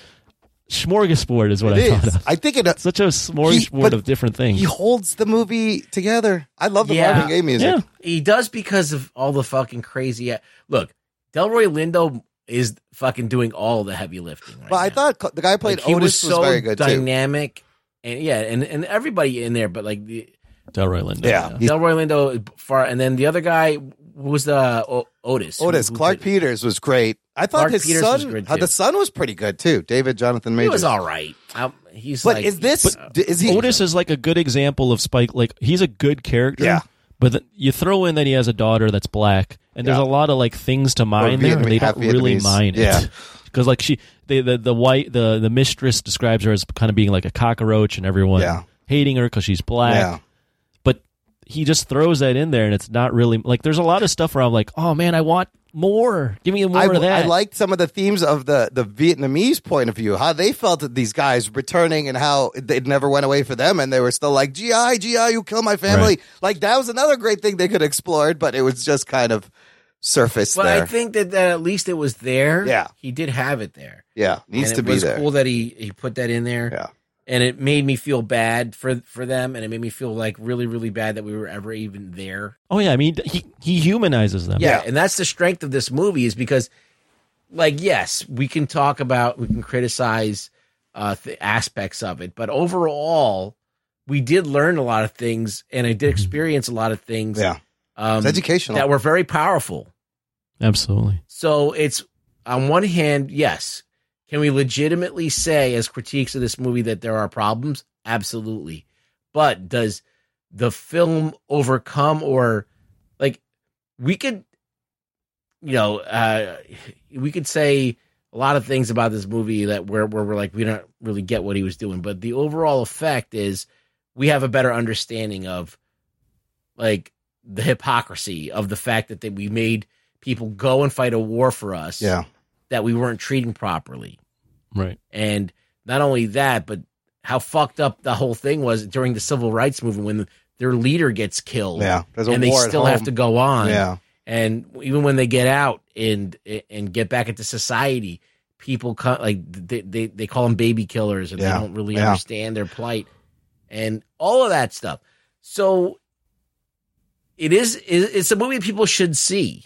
smorgasbord is what
It
I thought
is.
of.
I think it.
Such a smorgasbord
but
of different things.
He holds the movie together. I love the
Yeah.
Marvin Gaye music.
yeah,
he does because of all the fucking crazy. Look, Delroy Lindo is fucking doing all the heavy lifting. Right
But I
now.
thought co- the guy who played
Like, he
Otis was,
so
very good too.
dynamic, and yeah, and and everybody in there, but like the,
Delroy Lindo.
Yeah. He's-
Delroy Lindo is far, and then the other guy was the o- Otis. who-
Otis
who
Clark
did-
Peters was great. I thought
Clark
his
Peters was
son,
good,
uh, the
too.
son was pretty good too. David Jonathan
He
Majors.
was all right. Um, he's
But
like-
is this?
uh,
d- is he?
Otis is like a good example of Spike. Like he's a good character.
Yeah.
But th you throw in that he has a daughter that's black, and there's
Yeah.
a lot of like things to mine there, and
Vietnamese-
they don't
half
really
Vietnamese.
mine it.
Yeah.
Because like she, they, the the white the the mistress describes her as kind of being like a cockroach, and everyone
Yeah.
hating her because she's black.
Yeah.
But he just throws that in there, and it's not really like there's a lot of stuff where I'm like, oh man, I want more. Give me more
I,
of that.
I liked some of the themes of the, the Vietnamese point of view, how they felt that these guys returning and how it never went away for them. And they were still like, GI, GI, you killed my family.
Right.
Like, that was another great thing they could have explored, but it was just kind of surface
But
there.
I think that, that at least it was there.
Yeah.
he did have it there.
yeah, needs
and
to
it
be
was
there.
cool that he he put that in there.
Yeah.
and it made me feel bad for for them, and it made me feel like really really bad that we were ever even there.
oh yeah, I mean he he humanizes them.
Yeah, and that's the strength of this movie is because, like, yes, we can talk about we can criticize uh th- aspects of it, but overall, we did learn a lot of things, and I did experience a lot of things.
Mm-hmm. Yeah.
um,
It's educational.
that were very powerful.
absolutely.
So it's on one hand, yes. Can we legitimately say, as critiques of this movie, that there are problems? Absolutely. But does the film overcome or like we could, you know, uh, we could say a lot of things about this movie that where where we're like we don't really get what he was doing, but the overall effect is we have a better understanding of like the hypocrisy of the fact that, that we made people go and fight a war for us
yeah.
that we weren't treating properly.
Right.
And not only that, but how fucked up the whole thing was during the civil rights movement when their leader gets killed.
Yeah. There's a
and they
war
still
at home.
have to go on.
Yeah.
And even when they get out and and get back into society, people co- like they, they they call them baby killers and
Yeah.
they don't really
Yeah.
understand their plight and all of that stuff. So it is it- it's a movie people should see,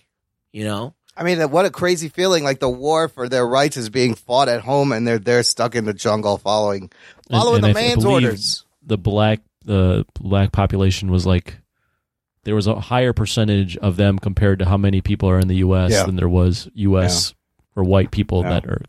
you know.
I mean, what a crazy feeling! Like the war for their rights is being fought at home, and they're they're stuck in the jungle following
And-
following
and
the
I th- I
man's
believe
orders.
The black the black population was like there was a higher percentage of them compared to how many people are in the U.S.
Yeah.
than there was U.S. or white people
Yeah.
that are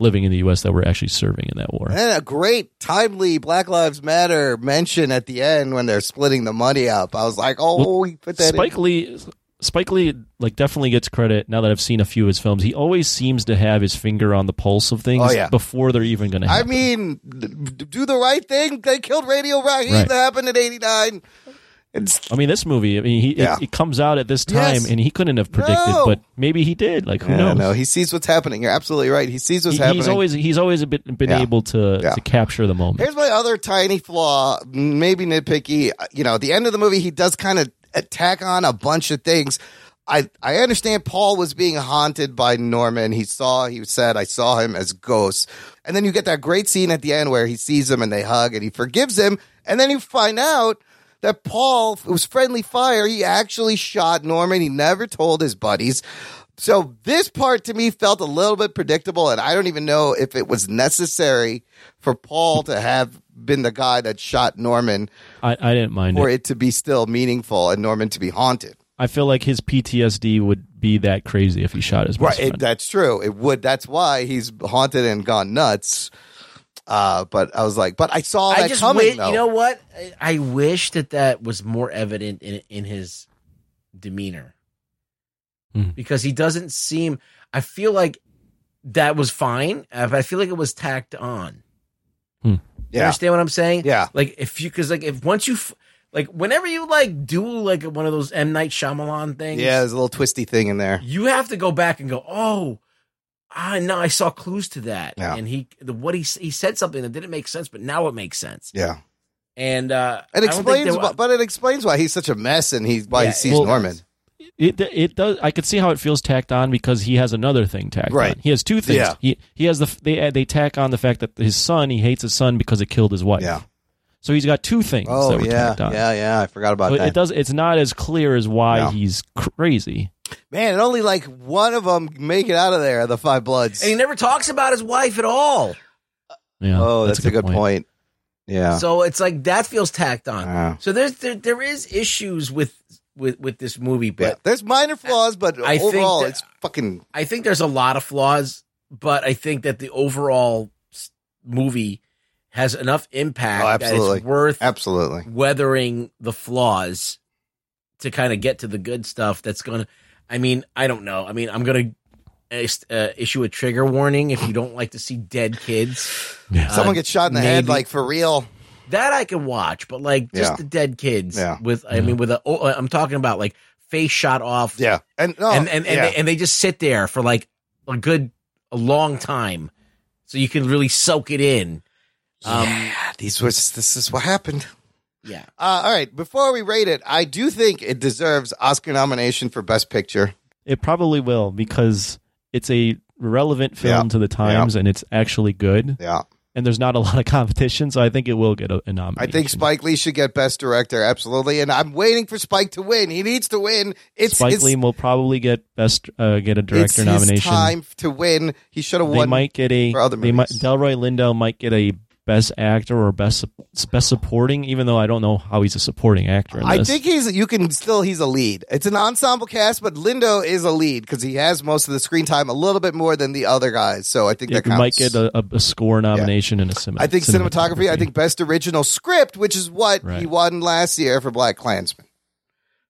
living in the U.S. that were actually serving in that war.
And a great timely Black Lives Matter mention at the end when they're splitting the money up. I was like, oh,
Well,
he put that
Spike
in.
Lee. Spike Lee like definitely gets credit now that I've seen a few of his films. He always seems to have his finger on the pulse of things
Oh, yeah.
before they're even going to
I
happen.
mean, d- d- do the right thing. They killed Radio Raheem.
Right.
That happened in '89. It's
I mean, this movie. I mean, he,
Yeah.
it, it comes out at this time,
Yes.
and he couldn't have predicted,
No.
but maybe he did. Like, who
Yeah,
knows?
No, he sees what's happening. You're absolutely right. He sees what's
He-
happening.
he's always he's always been, been
Yeah.
able to
Yeah.
to capture the moment.
Here's my other tiny flaw, maybe nitpicky. You know, at the end of the movie, he does kind of attack on a bunch of things. I, I understand Paul was being haunted by Norman. He saw, he said, I saw him as ghosts. And then you get that great scene at the end where he sees him and they hug and he forgives him. And then you find out that Paul, it was friendly fire. He actually shot Norman. He never told his buddies. So this part to me felt a little bit predictable, and I don't even know if it was necessary for Paul to have been the guy that shot Norman
I, I didn't mind
for
it.
it to be still meaningful and Norman to be haunted.
I feel like his PTSD would be that crazy if he shot his best
Right, it,
friend.
that's true. It would. That's why he's haunted and gone nuts. Uh, but I was like, but I saw that
I just
coming.
wi-
though.
you know what? I, I wish that that was more evident in in his demeanor
Hmm.
because he doesn't seem. I feel like that was fine. uh, but I feel like it was tacked on.
Hmm.
You
yeah,
understand what I'm saying?
yeah,
Like if you because like if once you f- like whenever you like do like one of those M Night Shyamalan things,
yeah. There's a little twisty thing in there.
you have to go back and go, oh, I know I saw clues to that,
Yeah.
and he the what he s- he said something that didn't make sense, but now it makes sense,
Yeah,
and uh,
it
I don't think
explains,
there wa-
why, but it explains why he's such a mess and he why
Yeah,
he sees
well-
Norman.
It it does. I could see how it feels tacked on because he has another thing tacked
Right.
on. He has two things.
Yeah.
He he has the f- they they tack on the fact that his son he hates his son because it killed his wife.
Yeah.
So he's got two things that
Oh
were
yeah,
tacked on.
yeah, yeah. I forgot about
But
that.
it does. It's not as clear as why
No.
he's crazy.
Man, and only like one of them make it out of there. The Five Bloods.
and he never talks about his wife at all.
Yeah.
oh, that's, a good point. Yeah.
So uh, it's like that feels tacked on.
Yeah.
So there's there there is issues with with with this movie, but
yeah. There's minor flaws, but
I think
overall,
that-
it's fucking
I think there's a lot of flaws. But I think that the overall s- movie has enough impact
Oh,
that
absolutely.
it's worth
absolutely.
weathering the flaws to kind of get to the good stuff that's going to i mean i don't know i mean i'm going to uh, issue a trigger warning if you don't like to see dead kids
Yeah.
Someone gets shot in the head,
Uh, maybe-
like for real.
that i can watch but like just
Yeah.
the dead kids
Yeah.
with i
Yeah.
mean with a oh, i'm talking about like face shot off
Yeah. And no,
and and, and,
yeah.
they, and they just sit there for like a good a long time so you can really soak it in um
Yeah, these was this is what happened.
yeah
Uh, all right, before we rate it, I do think it deserves Oscar nomination for Best Picture.
It probably will because it's a relevant film
Yeah.
to the times and it's actually good.
Yeah,
And there's not a lot of competition, so I think it will get a, a
I
nomination.
think Spike Lee should get Best Director, absolutely. And I'm waiting for Spike to win. He needs to win. It's
Spike
it's,
Lee will probably get best uh, get a director
it's His
nomination.
time to win. He should have
they
won.
might get a
for other
they might
movies.
Delroy Lindo might get a best actor or best best supporting, even though I don't know how he's a supporting actor. In
I
this.
think he's you can still he's a lead. It's an ensemble cast, but Lindo is a lead because he has most of the screen time, a little bit more than the other guys. So I think
Yeah,
that
we
counts.
might get a, a, a score nomination and a cinema.
I think cinematography, I think best original script, which is what he
Right.
won last year for Black Klansman.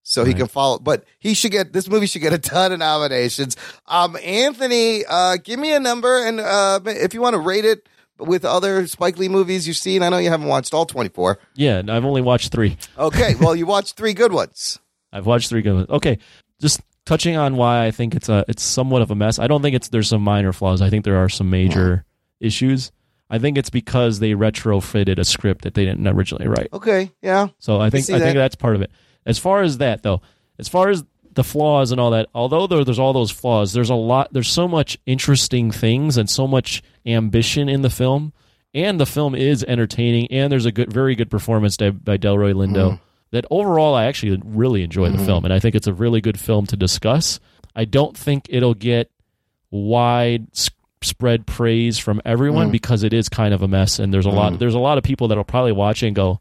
So he
Right.
can follow, but he should get this movie should get a ton of nominations. Um, Anthony, uh, give me a number, and uh, if you want to rate it with other Spike Lee movies you've seen, I know you haven't watched all twenty four.
Yeah, and I've only watched three.
Okay, well you watched three good ones.
I've watched three good ones. Okay, just touching on why I think it's a it's somewhat of a mess. I don't think it's there's some minor flaws. I think there are some major issues. I think it's because they retrofitted a script that they didn't originally write.
Okay, yeah,
So I think
see
I think
that.
that's part of it. As far as that though, as far as the flaws and all that, although there, there's all those flaws, there's a lot there's so much interesting things and so much ambition in the film. And the film is entertaining and there's a good very good performance by, by Delroy Lindo.
Mm-hmm.
That overall I actually really enjoy the film and I think it's a really good film to discuss. I don't think it'll get wide s- spread praise from everyone because it is kind of a mess and there's a lot there's a lot of people that'll probably watch it and go,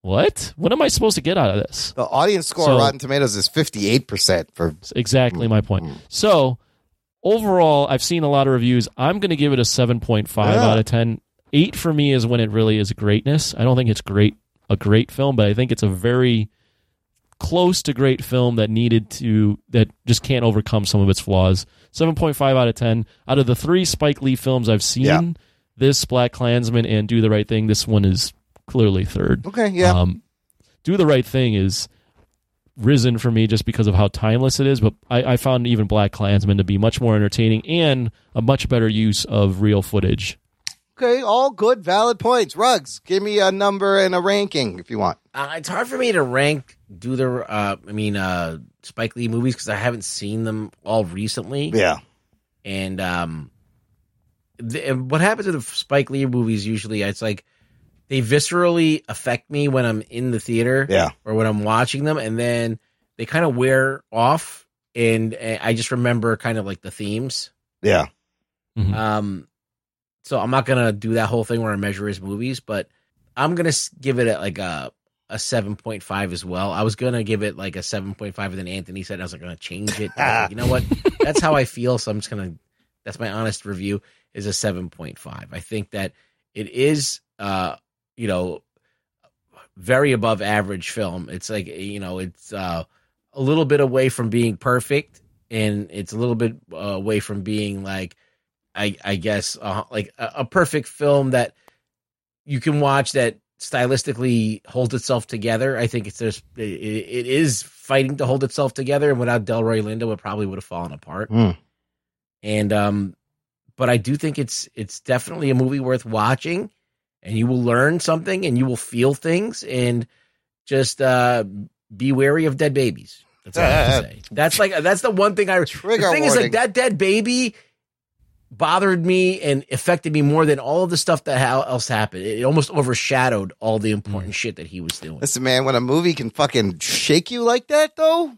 what? What am I supposed to get out of this?
The audience score
So-
on Rotten Tomatoes is 58% for
It's exactly my point. So overall, I've seen a lot of reviews. I'm going to give it a 7.5
Yeah.
out of 10. 8 for me is when it really is greatness. I don't think it's great a great film, but I think it's a very close to great film that needed to that just can't overcome some of its flaws. 7.5 out of 10. Out of the 3 Spike Lee films I've seen,
Yeah.
this Black Klansman and Do the Right Thing, this one is clearly third.
Okay, yeah.
Um, Do the Right Thing is risen for me just because of how timeless it is. But I, I found even Black Klansman to be much more entertaining and a much better use of real footage.
Okay, all good, valid points. Rugs, give me a number and a ranking if you want.
Uh, it's hard for me to rank do the uh, I mean uh, Spike Lee movies because I haven't seen them all recently.
Yeah.
and um, the, and what happens with the Spike Lee movies usually? It's like they viscerally affect me when I'm in the theater,
Yeah.
or when I'm watching them, and then they kind of wear off, and, and I just remember kind of like the themes.
Yeah.
Mhm.
Um, so I'm not gonna do that whole thing where I measure his movies, but I'm gonna s- give it a, like a a 7.5 as well. I was gonna give it like a 7.5, and then Anthony said I was gonna change it. I was like, you know what? That's how I feel. So I'm just gonna. That's my honest review. Is a 7.5. I think that it is, uh, you know, very above average film. It's like you know, it's uh, a little bit away from being perfect, and it's a little bit uh, away from being like I, I guess uh, like a, a perfect film that you can watch that stylistically holds itself together. I think it's there's it, it is fighting to hold itself together, and without Delroy Lindo, it probably would have fallen apart.
Mm.
And um, but I do think it's it's definitely a movie worth watching, and you will learn something, and you will feel things, and just uh, be wary of dead babies. That's all I have to say. That's like that's the one thing I
Trigger
the thing is
warning.
like that dead baby bothered me and affected me more than all of the stuff that how else happened. It almost overshadowed all the important
Mm.
shit that he was doing.
Listen, man, when a movie can fucking shake you like that, though,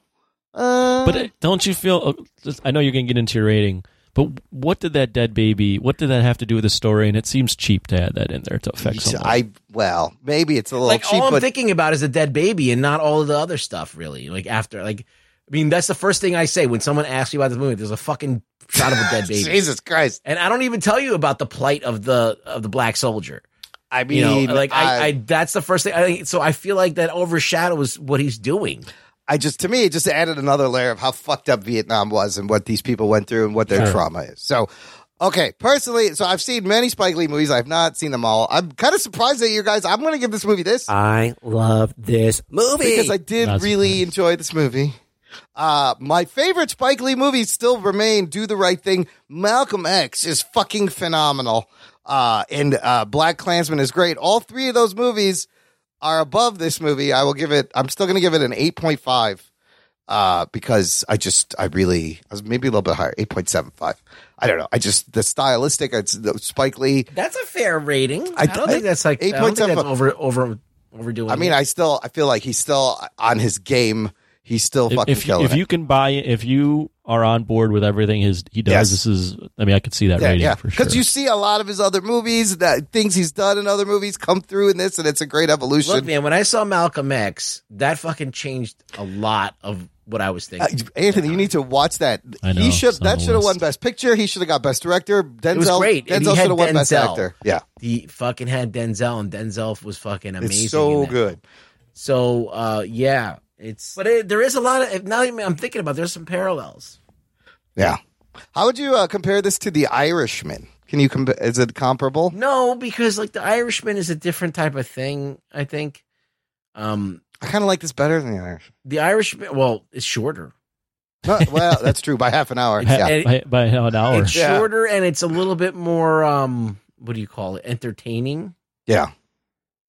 uh,
But it- don't you feel? uh, just- I know you're going to get into your rating, but what did that dead baby? What did that have to do with the story? And it seems cheap to add that in there to affect someone.
I well, maybe it's a little
Like
cheap,
all I'm
but
thinking about is a dead baby and not all of the other stuff really. Like after like I mean that's the first thing I say when someone asks you about this movie. There's a fucking shot of a dead baby.
Jesus Christ!
And I don't even tell you about the plight of the of the black soldier.
I mean,
You know, like I, I,
I,
that's the first thing. I think so. I feel like that overshadows what he's doing.
I just to me, it just added another layer of how fucked up Vietnam was and what these people went through and what their
Sure.
trauma is. So, okay, personally, so I've seen many Spike Lee movies. I've not seen them all. I'm kind of surprised that you guys. I'm going to give this movie this
I love this movie.
because I did
Not
really enjoy this movie. Uh, my favorite Spike Lee movies still remain Do the Right Thing. Malcolm X is fucking phenomenal. Uh, and uh, Black Klansman is great. All three of those movies are above this movie. I will give it, I'm still going to give it an 8.5 uh, because I just, I really, I was maybe a little bit higher, 8.75. I don't know. I just, the stylistic, it's the Spike Lee.
That's a fair rating.
I-
I, don't think that's like eight point seven
8.75.
over over overdoing.
I mean,
it.
I still, I feel like he's still on his game. He's still
If-
fucking
if,
killing
if
it.
you can buy, if you are on board with everything his he does,
Yes.
this is. I mean, I could see that rating for sure.
Because you see a lot of his other movies, that things he's done in other movies come through in this, and it's a great evolution.
look, man, when I saw Malcolm X, that fucking changed a lot of what I was
Uh,
thinking.
Anthony, you need to watch that.
I know,
he should
it's on
that
the
should have won
list.
Best Picture. He should have got Best Director. Denzel
was great, and
Denzel
he had
should have won Best
Denzel.
Actor. Yeah,
he fucking had Denzel, and Denzel was fucking amazing.
it's
in
so
that.
good.
So uh, yeah, it's but it, there is a lot of now. that I'm thinking about there's some parallels.
Yeah. How would you uh, compare this to The Irishman? Can you compare? Is it comparable?
No, because like the Irishman is a different type of thing. I think. Um,
I kind of like this better than The Irishman.
the Irishman, well, it's shorter.
No, well, that's true by half an hour.
Ha-
Yeah.
and- uh,
by, by an hour.
It's
Yeah.
shorter and it's a little bit more um what do you call it? Entertaining
Yeah.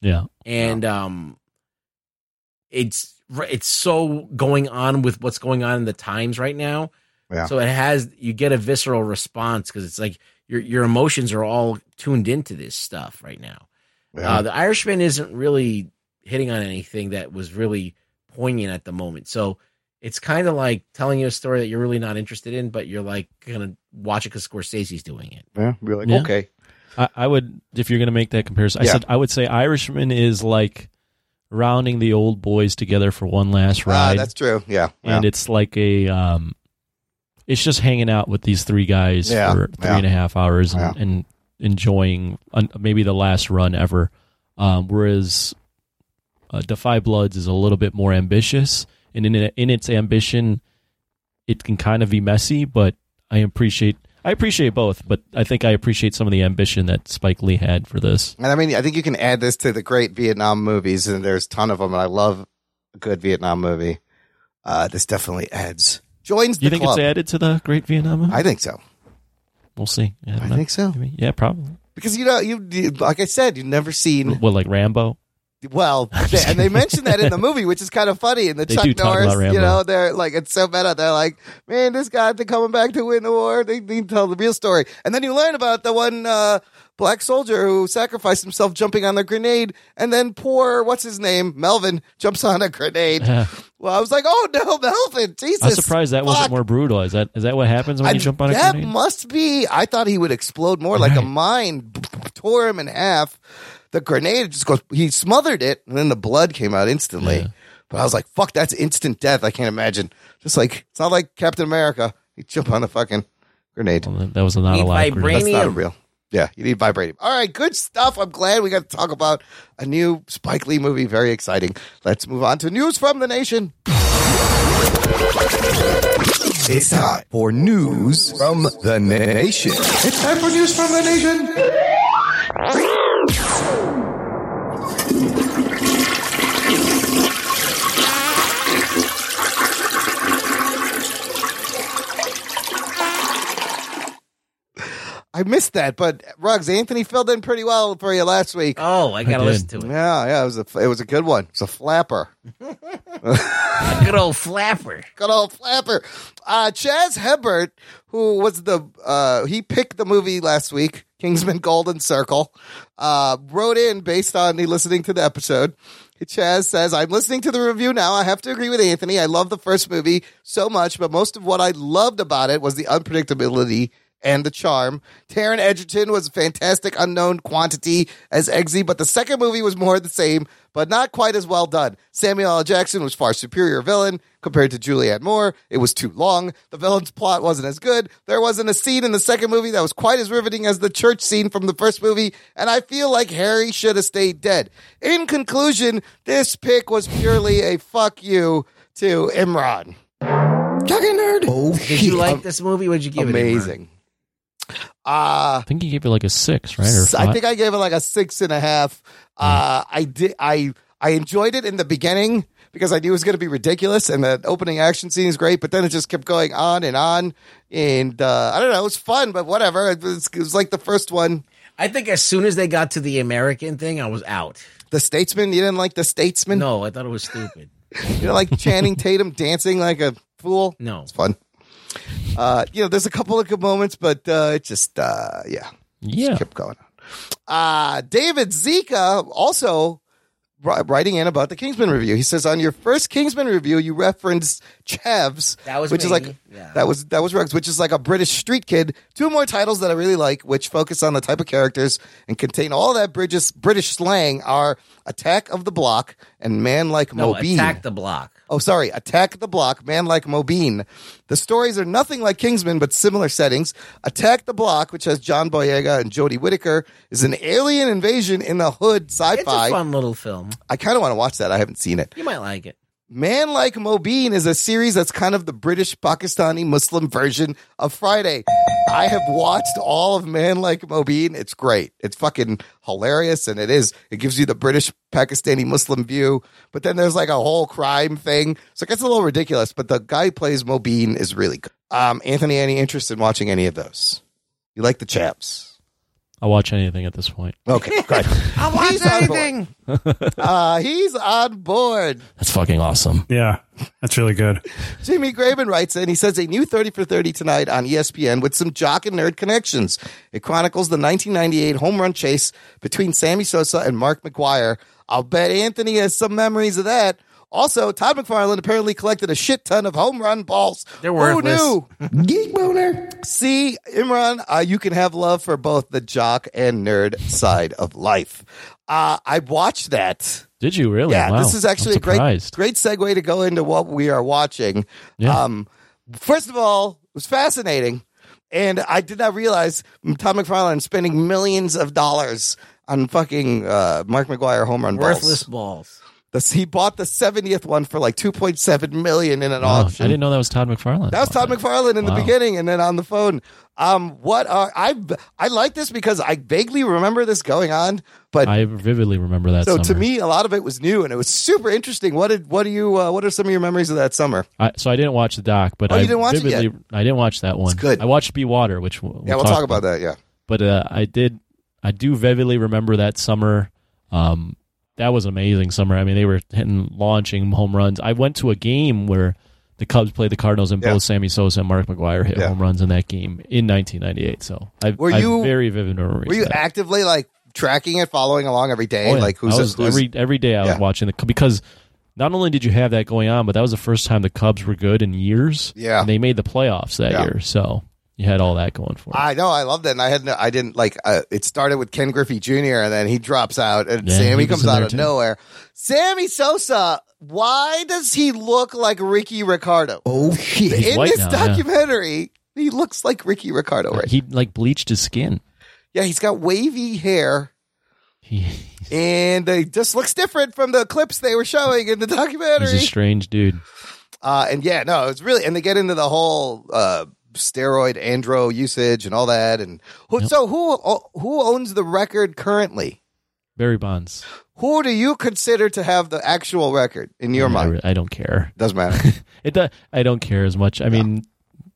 yeah,
and um it's it's so going on with what's going on in the times right now.
Yeah.
So it has you get a visceral response cuz it's like your your emotions are all tuned into this stuff right now.
Yeah.
Uh, the Irishman isn't really hitting on anything that was really poignant at the moment. So it's kind of like telling you a story that you're really not interested in, but you're like gonna watch it because Scorsese's doing it.
yeah. We're like,
Yeah.
okay. Ah,
I, I would if you're going to make that comparison.
Yeah.
I said I would say Irishman is like rounding the old boys together for one last
Ah,
ride,
that's true. Yeah. yeah.
and it's like a um, it's just hanging out with these three guys
Yeah,
for three
yeah.
and a half hours and, and enjoying un, maybe the last run ever. Um, whereas uh, Defy Bloods is a little bit more ambitious, and in in its ambition, it can kind of be messy. But I appreciate I appreciate both, but I think I appreciate some of the ambition that Spike Lee had for this.
And I mean, I think you can add this to the great Vietnam movies, and there's a ton of them. And I love a good Vietnam movie. Uh, this definitely adds joins.
You
the
think
club.
it's added to the Great Vietnam? Movie?
I think so.
We'll see. Yeah,
I think so.
Yeah, probably.
Because you know, you, you like I said, you've never seen.
Well, like Rambo.
Well, they- and they mention that in the movie, which is kind of funny. And the
They
Chuck
do talk
Norris,
about Rambo.
you know, they're like, it's so meta. They're like, man, this guy they're coming back to win the war. They, they tell the real story, and then you learn about the one uh, black soldier who sacrificed himself jumping on the grenade, and then poor what's his name, Melvin, jumps on a grenade.
Yeah.
Well, I was like, oh no, Melvin, Jesus!
I'm surprised that wasn't more brutal. Is that is that what happens when
I-
you jump on a
that
grenade?
must be. I thought he would explode more like a mine. Tore him in half. The grenade just goes. He smothered it, and then the blood came out instantly. But I was like, "Fuck, that's instant death." I can't imagine. Just like it's not like Captain America. He jump on a fucking grenade.
that was not a live grenade.
That's not real. Yeah, you need vibranium. All right, good stuff. I'm glad we got to talk about a new Spike Lee movie. Very exciting. Let's move on to news from the nation. It's time for news from the nation. It's time for news from the nation. I missed that, but Ruggs Anthony filled in pretty well for you last week.
Oh, I gotta I did. listen to it.
Yeah, yeah, it was a it was a good one. It's a flapper.
Good old flapper.
Good old flapper. Uh, Chaz Hebert, who was the uh, he picked the movie last week, Kingsman: Golden Circle. Uh, wrote in based on he listening to the episode. Chaz says, "I'm listening to the review now. I have to agree with Anthony. I love the first movie so much, but most of what I loved about it was the unpredictability." And the charm. Taryn Edgerton was a fantastic unknown quantity as Eggsy, but the second movie was more of the same, but not quite as well done. Samuel L. Jackson was far superior villain compared to Julianne Moore. It was too long. The villain's plot wasn't as good. There wasn't a scene in the second movie that was quite as riveting as the church scene from the first movie, and I feel like Harry should have stayed dead. In conclusion, this pick was purely a fuck you to Imran. nerd.
Oh, did
shit.
you like this movie? What'd you give it?
Amazing. Uh,
I think he gave it like a six, right? Or
S- I
five?
think I gave it like a six and a half. Uh, I did. I I enjoyed it in the beginning because I knew it was going to be ridiculous, and the opening action scene is great. But then it just kept going on and on, and uh, I don't know. It was fun, but whatever. It was, it was like the first one.
I think as soon as they got to the American thing, I was out.
The Statesman. You didn't like the Statesman?
No, I thought it was stupid.
You know, like Channing Tatum dancing like a fool.
No.
it's fun. Uh, you know, there's a couple of good moments, but uh, it just uh, yeah,
yeah,
kept going on. Uh, David Zika also wri- writing in about the Kingsman review. He says on your first Kingsman review, you referenced Chevs,
That was
which is
me.
like that was that was Ruggs, which is like a British street kid. Two more titles that I really like, which focus on the type of characters and contain all that British British slang, are Attack of the Block and Man Like
No,
Mobeen.
attack the block.
Oh, sorry. Attack the Block, Man Like Mobeen. The stories are nothing like Kingsman, but similar settings. Attack the Block, which has John Boyega and Jodie Whittaker, is an alien invasion in the hood sci
It's
fi.
a fun little film.
I kind of want to watch that. I haven't seen it.
You might like it.
Man Like Mobeen is a series that's kind of the British Pakistani Muslim version of Friday. I have watched all of Man Like Mobeen. It's great. It's fucking hilarious and it is. It gives you the British Pakistani Muslim view, but then there's like a whole crime thing. So it gets a little ridiculous, but the guy who plays Mobeen is really good. Um, Anthony, any interest in watching any of those? You like the chaps?
I'll watch anything at this point.
Okay, good.
I'll watch anything.
Uh, he's on board.
That's fucking awesome.
Yeah, that's really good.
Jimmy Graben writes in. He says a new 30 for 30 tonight on E ESPN with some jock and nerd connections. It chronicles the 1998 home run chase between Sammy Sosa and Mark McGuire. I'll bet Anthony has some memories of that. Also, Todd McFarlane apparently collected a shit ton of home run balls.
They're worthless.
Who knew? Geek boner. See, Imran, uh, you can have love for both the jock and nerd side of life. Uh, I watched that.
Did you really?
Yeah,
Wow.
this is actually
I'm
a great
surprised.
great segue to go into what we are watching. Um, first of all, was fascinating. And I did not realize Tom McFarlane is spending millions of dollars on fucking uh, Mark McGuire home run balls.
Worthless balls.
The- he bought the 70th one for like 2.7 million in an
Wow, Oh, I
auction.
didn't know that was Todd McFarlane.
That was Todd McFarlane in the
Wow.
beginning, and then on the phone. Um, what are I? I like this because I vaguely remember this going on, but
I vividly remember that.
so to
summer.
me, a lot of it was new and it was super interesting. What did what do you? Uh, what are some of your memories of that summer?
I, so I didn't watch the doc, but
Oh, you
I
didn't watch it
vividly,
yet?
I didn't watch that one.
good.
I watched Be Water, which we'll,
yeah, we'll talk about that. Yeah,
But uh, I did, I do vividly remember that summer. Um, that was an amazing summer. I mean, they were hitting, launching home runs. I went to a game where the Cubs played the Cardinals, and both Sammy Sosa and Mark McGuire hit home runs in that game in 1998. So I,
Were
I
you-
have very vivid memories.
were you
of that.
actively like tracking it, following along every day?
Oh, yeah.
Like who's,
I was,
who's
every every day I was watching the because not only did you have that going on, but that was the first time the Cubs were good in years.
Yeah.
and they made the playoffs that
Yeah.
year, so you had all that going for.
I know, I loved it, and I had no, I didn't like. Uh, it started with Ken Griffey Jr. and then he drops out, and
Yeah,
Sammy
he
comes
was in
out
there,
of
too.
nowhere. Sammy Sosa, why does he look like Ricky Ricardo?
Oh shit!
He's
In
white
this
now, yeah.
documentary, he looks like Ricky Ricardo,
it.
right?
He like bleached his skin.
Yeah, he's got wavy hair.
He-
and he just looks different from the clips they were showing in the
He's a
documentary.
strange dude.
Uh, and yeah, no, it's really, and they get into the whole uh, steroid andro usage and all that. And who, so, who uh, who owns the record currently?
Barry Bonds.
Who do you consider to have the actual record in your
I,
mind?
re- I don't care.
Doesn't matter.
It do, I don't care as much. I mean,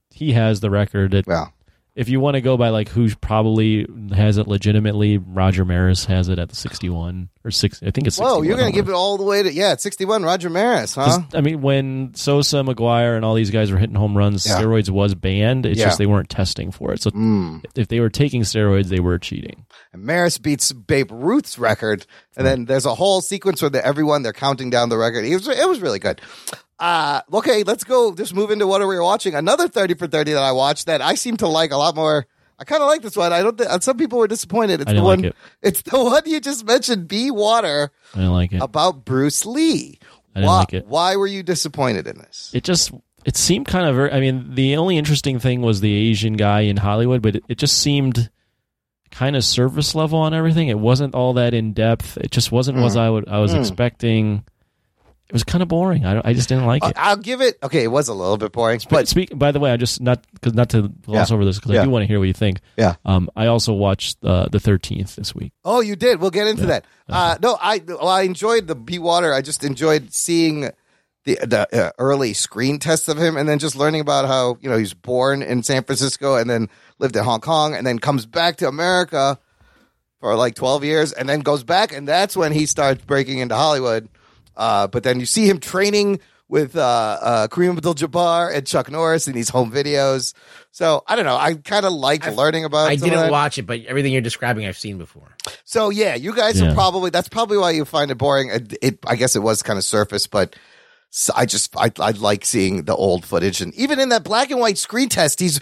he has the record. It,
yeah.
If you want to go by like who probably has it legitimately, Roger Maris has it at the sixty-one or six. I think it's. 61,
Whoa, you're going
I
to give it all the way to, yeah, it's 61, Roger Maris, huh?
'Cause, I mean, when Sosa, McGuire, and all these guys were hitting home runs,
Yeah.
steroids was banned. It's
Yeah. Mm.
just they weren't testing for it. So if they were taking steroids, they were cheating.
And Maris beats Babe Ruth's record, and then there's a whole sequence where the, everyone they're counting down the record. It was it was really good. Uh, okay, let's go. Just move into what are we watching? Another thirty for thirty that I watched that I seem to like a lot more. I kind of like this one. I don't. Th- some people were disappointed. It's
I
the
didn't
one.
like it.
It's the one you just mentioned. Be water
I didn't like it.
about Bruce Lee.
I didn't
why,
like it.
why were you disappointed in this?
It just it seemed kind of. very- I mean, the only interesting thing was the Asian guy in Hollywood, but it, it just seemed kind of service level on everything. It wasn't all that in depth. It just wasn't what I would I was
Mm.
expecting. It was kind of boring. I, don't- I just didn't like it.
I'll give it. Okay, it was a little bit boring, Uh, but
But speak. By the way, I just not cause not to gloss
Yeah.
over this because
Yeah.
I do want to hear what you think.
Yeah.
Um. I also watched uh, the Thirteenth this week.
Oh, you did. We'll get into that.
Uh-huh.
Uh, no, I well, I enjoyed the B water. I just enjoyed seeing the the uh, early screen tests of him, and then just learning about how you know he was born in San Francisco, and then lived in Hong Kong, and then comes back to America for like twelve years, and then goes back, and that's when he starts breaking into Hollywood. Uh, but then you see him training with uh, uh, Kareem Abdul-Jabbar and Chuck Norris in these home videos. So I don't know. I kind of liked learning about.
I
some of
didn't
that.
watch it, but everything you're describing, I've seen before.
So yeah, you guys are
Yeah.
probably that's probably why you find it boring. It, it I guess it was kind of surface, but s- I just I, I like seeing the old footage, and even in that black and white screen test, he's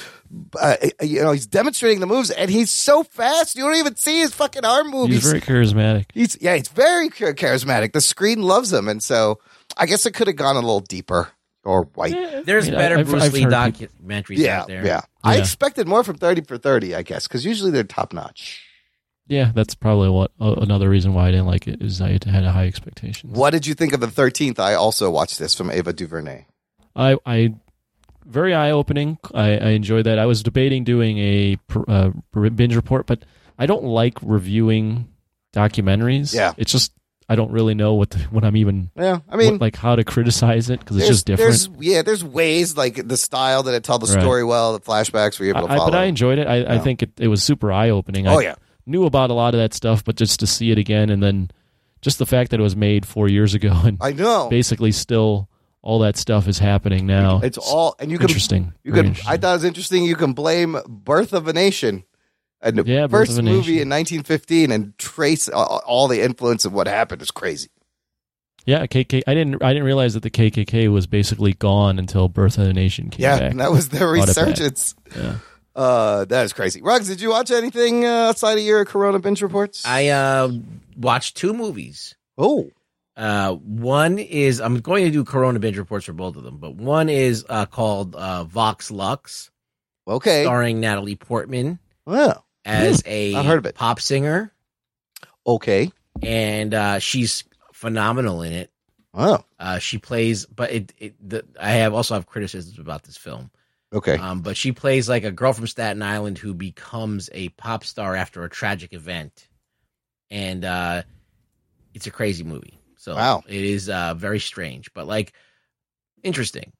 uh, you know he's demonstrating the moves, and he's so fast you don't even see his fucking arm move.
He's very charismatic.
he's- yeah, he's very char- charismatic. The screen loves him, and so I guess it could have gone a little deeper or white.
There's
I mean,
better
I've-
Bruce
I've
Lee
heard
documentaries
Yeah,
Eh, out
yeah,
there.
I
Yeah.
expected more from thirty for thirty, I guess, because usually they're top notch.
Yeah, that's probably what uh, another reason why I didn't like it is I had had high expectations.
What did you think of the thirteenth? I also watched this from Ava DuVernay.
I, I very eye opening. I, I enjoyed that. I was debating doing a pr- uh, pr- binge report, but I don't like reviewing documentaries.
Yeah.
it's just I don't really know what the, what I'm even.
Yeah, I mean-
what- like how to criticize it because it's just different.
There's, yeah, there's ways like the style that it tell the
Right.
story well, the flashbacks were able to
I, I-
follow.
but I enjoyed it. I, I
Yeah.
think it, it was super eye opening.
Oh,
I
yeah.
knew about a lot of that stuff, but just to see it again and then just the fact that it was made four years ago and
I know
basically still all that stuff is happening now.
it's all, and you can
interesting.
You
Very
can,
interesting.
I thought it was interesting. You can blame Birth of a Nation, and the
Yeah, Birth
first
of a
movie
Nation.
in 1915, and trace a- all the influence of what happened is crazy.
yeah, KK. I didn't. I didn't realize that the KKK was basically gone until Birth of the Nation came
Yeah,
back.
and that was their
Brought it back.
resurgence.
Yeah.
Uh, that is crazy. Ruggs, did you watch anything uh, outside of your Corona binge reports?
I uh, watched two movies.
Oh,
Uh, one is I'm going to do Corona binge reports for both of them, but one is uh, called uh, Vox Lux,
Okay.
Starring Natalie Portman
Well,
as
hmm,
a
I heard of it.
pop singer,
Okay.
and uh, she's phenomenal in it.
Wow.
Uh, she plays, but it, it the, I have also have criticisms about this film.
Okay.
Um, but she plays like a girl from Staten Island who becomes a pop star after a tragic event, and uh, it's a crazy movie. So
Wow.
it is uh, very strange, but like interesting,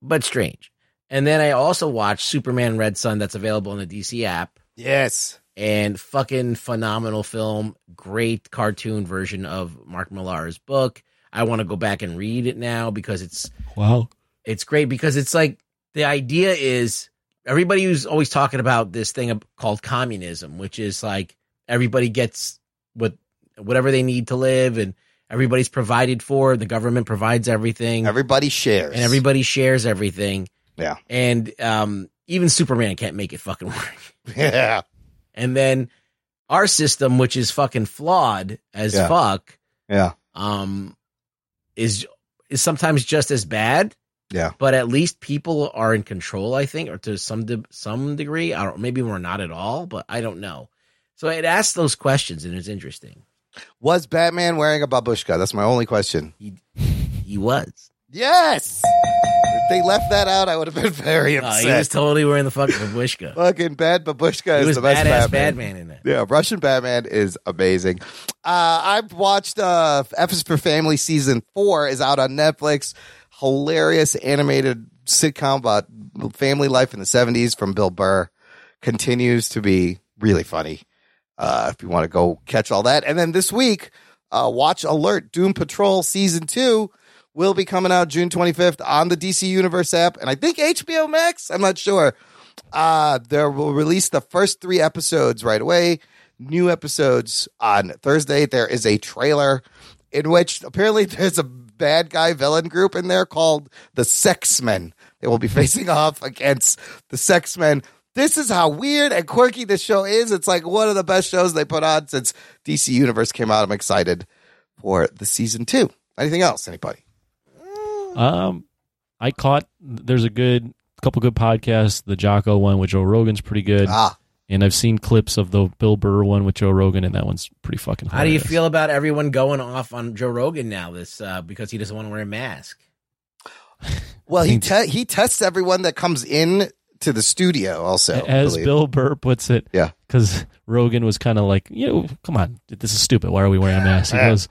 but strange. And then I also watched Superman Red Sun that's available on the DC app
yes.
and fucking phenomenal film. Great cartoon version of Mark Millar's book. I want to go back and read it now because it's
Wow.
it's great because it's like the idea is everybody who's always talking about this thing ab- called communism, which is like everybody gets what whatever they need to live and everybody's provided for, the government provides everything
Everybody shares.
Mm. and everybody shares everything.
Yeah.
And um even Superman can't make it fucking work.
Yeah.
And then our system, which is fucking flawed as
Yeah.
fuck,
Yeah.
um, is is sometimes just as bad.
Yeah.
But at least people are in control, I think, or to some de- some degree. I don't. Maybe we're not at all, but I don't know. So it asks those questions, and it's interesting.
Was Batman wearing a babushka? That's my only question.
He was.
Yes. If they left that out, I would have been very
No,
upset.
Uh, he was totally wearing the fucking babushka.
Fucking bad babushka
he
is
was
the best
badass Batman.
Batman.
in that.
Yeah, Russian Batman is amazing. Uh, I've watched uh, F is for Family season four is out on Netflix. Hilarious animated sitcom about family life in the seventies from Bill Burr continues to be really funny. Uh, if you want to go catch all that, and then this week, uh, watch Alert Doom Patrol season two will be coming out June twenty fifth on the DC Universe app, and I think HBO Max. I'm not sure. Uh, they will release the first three episodes right away. New episodes on Thursday. There is a trailer in which apparently there's a bad guy villain group in there called the Sex Men. They will be facing off against the Sex Men. This is how weird and quirky this show is. It's like one of the best shows they put on since DC Universe came out. I'm excited for the season two. Anything else, anybody?
Um, I caught there's a good couple good podcasts. The Jocko one with Joe Rogan's pretty good.
Ah.
And I've seen clips of the Bill Burr one with Joe Rogan, and that one's pretty fucking.
How do you
hilarious.
feel about everyone going off on Joe Rogan now? This uh, because he doesn't want to wear a mask.
Well, he te- he tests everyone that comes in to the studio. Also, I
As
believe.
Bill Burr puts it,
Yeah.
because Rogan was kind of like, you know, come on, this is stupid. Why are we wearing masks? He goes,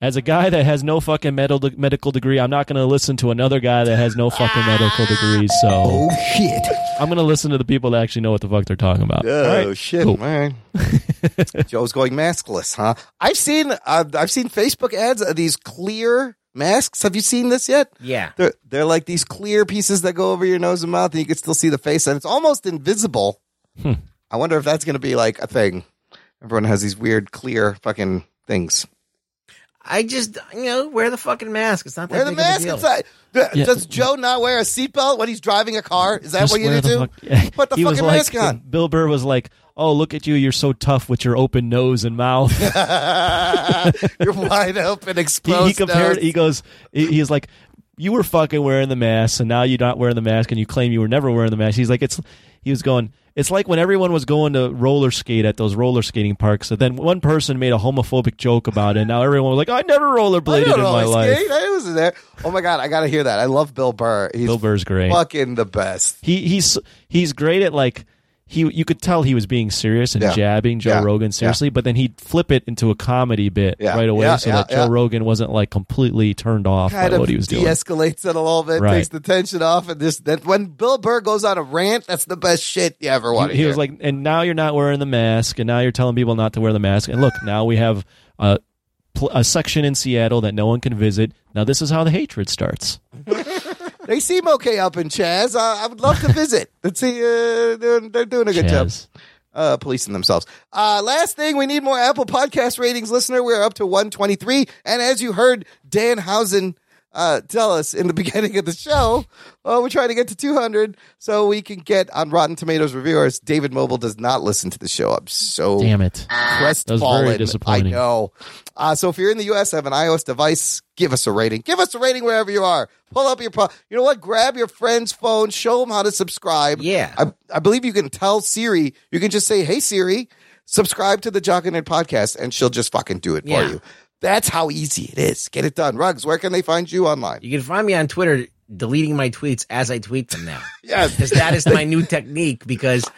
as a guy that has no fucking medical medical degree, I'm not going to listen to another guy that has no fucking medical degree.
Ah. Oh.
So
Shit.
I'm going to listen to the people that actually know what the fuck they're talking about.
Oh
All right,
shit,
cool.
man! Joe's going maskless, huh? I've seen uh, I've seen Facebook ads of these clear masks. Have you seen this yet?
Yeah.
They're they're like these clear pieces that go over your nose and mouth, and you can still see the face, and it's almost invisible.
Hmm.
I wonder if that's going to be like a thing. Everyone has these weird clear fucking things.
I just you know wear the fucking mask. It's not that
Wear the
big of a
mask
deal.
inside.
Yeah.
Does Joe not wear a seatbelt when he's driving a car? Is that
Just
what you
wear
need
the
to?
fuck- Yeah.
Put the
He was
fucking
like-
mask on.
Bill Burr was like, "Oh, look at you! You're so tough with your open nose and mouth."
You're wide open, exposed.
he, he compared.
nose.
He goes. He, he's like, you were fucking wearing the mask, and now you're not wearing the mask, and you claim you were never wearing the mask. He's like, it's. He was going. It's like when everyone was going to roller skate at those roller skating parks, and then one person made a homophobic joke about it, and now everyone was like, I never rollerbladed
I
in my life.
I was there. Oh my god, I gotta hear that. I love Bill Burr. He's
Bill Burr's great.
fucking the best.
He he's he's great at like he you could tell he was being serious and
Yeah.
jabbing Joe
Yeah.
Rogan seriously, but then he'd flip it into a comedy bit
Yeah.
right away
Yeah,
so
yeah,
that Joe
yeah.
Rogan wasn't like completely turned off
Kind
by
of
what he was doing.
de-escalates it a little bit,
Right.
takes the tension off, and this that when Bill Burr goes on a rant, that's the best shit you ever want
He,
to
he
hear.
was like, and now you're not wearing the mask, and now you're telling people not to wear the mask. And look, now we have a, pl- a section in Seattle that no one can visit. Now this is how the hatred starts.
they seem okay up in Chaz. I, I would love to visit. Let's see, uh, they're, they're doing a good job.
Chaz.
uh, policing themselves. Uh, last thing, we need more Apple Podcast ratings, listener. We're up to 123. And as you heard, Dan Housen uh, tell us in the beginning of the show. Well, we're trying to get to 200 so we can get on Rotten Tomatoes reviewers. David Mobile does not listen to the show. I'm so
Damn it.
crestfallen.
very disappointing.
I know. Uh, so if you're in the U.S. have an iOS device, give us a rating. Give us a rating wherever you are. Pull up your, po- you know what? Grab your friend's phone. Show them how to subscribe.
Yeah.
I, I believe you can tell Siri. You can just say, "Hey Siri, subscribe to the Jock and Nerd podcast," and she'll just fucking do it
Yeah.
for you. That's how easy it is. Get it done. Rugs, where can they find you online?
You can find me on Twitter deleting my tweets as I tweet them now.
Yes.
Because that is my new technique because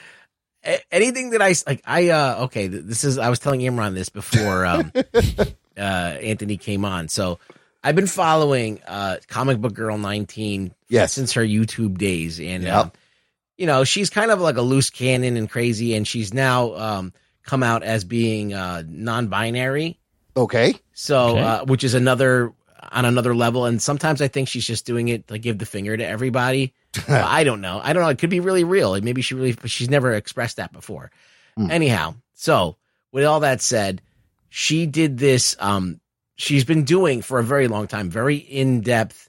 a- anything that I s- like I uh okay, th- this is I was telling Imran this before um uh Anthony came on. So I've been following uh Comic Book Girl 19
Yes.
since her YouTube days and um, you know, she's kind of like a loose cannon and crazy and she's now um come out as being uh non-binary.
Okay.
So,
Okay.
uh, which is another on another level. And sometimes I think she's just doing it to give the finger to everybody. But I don't know. I don't know. It could be really real. Like, Maybe she really, but she's never expressed that before. Anyhow, so with all that said, she did this. Um, she's been doing for a very long time, very in depth,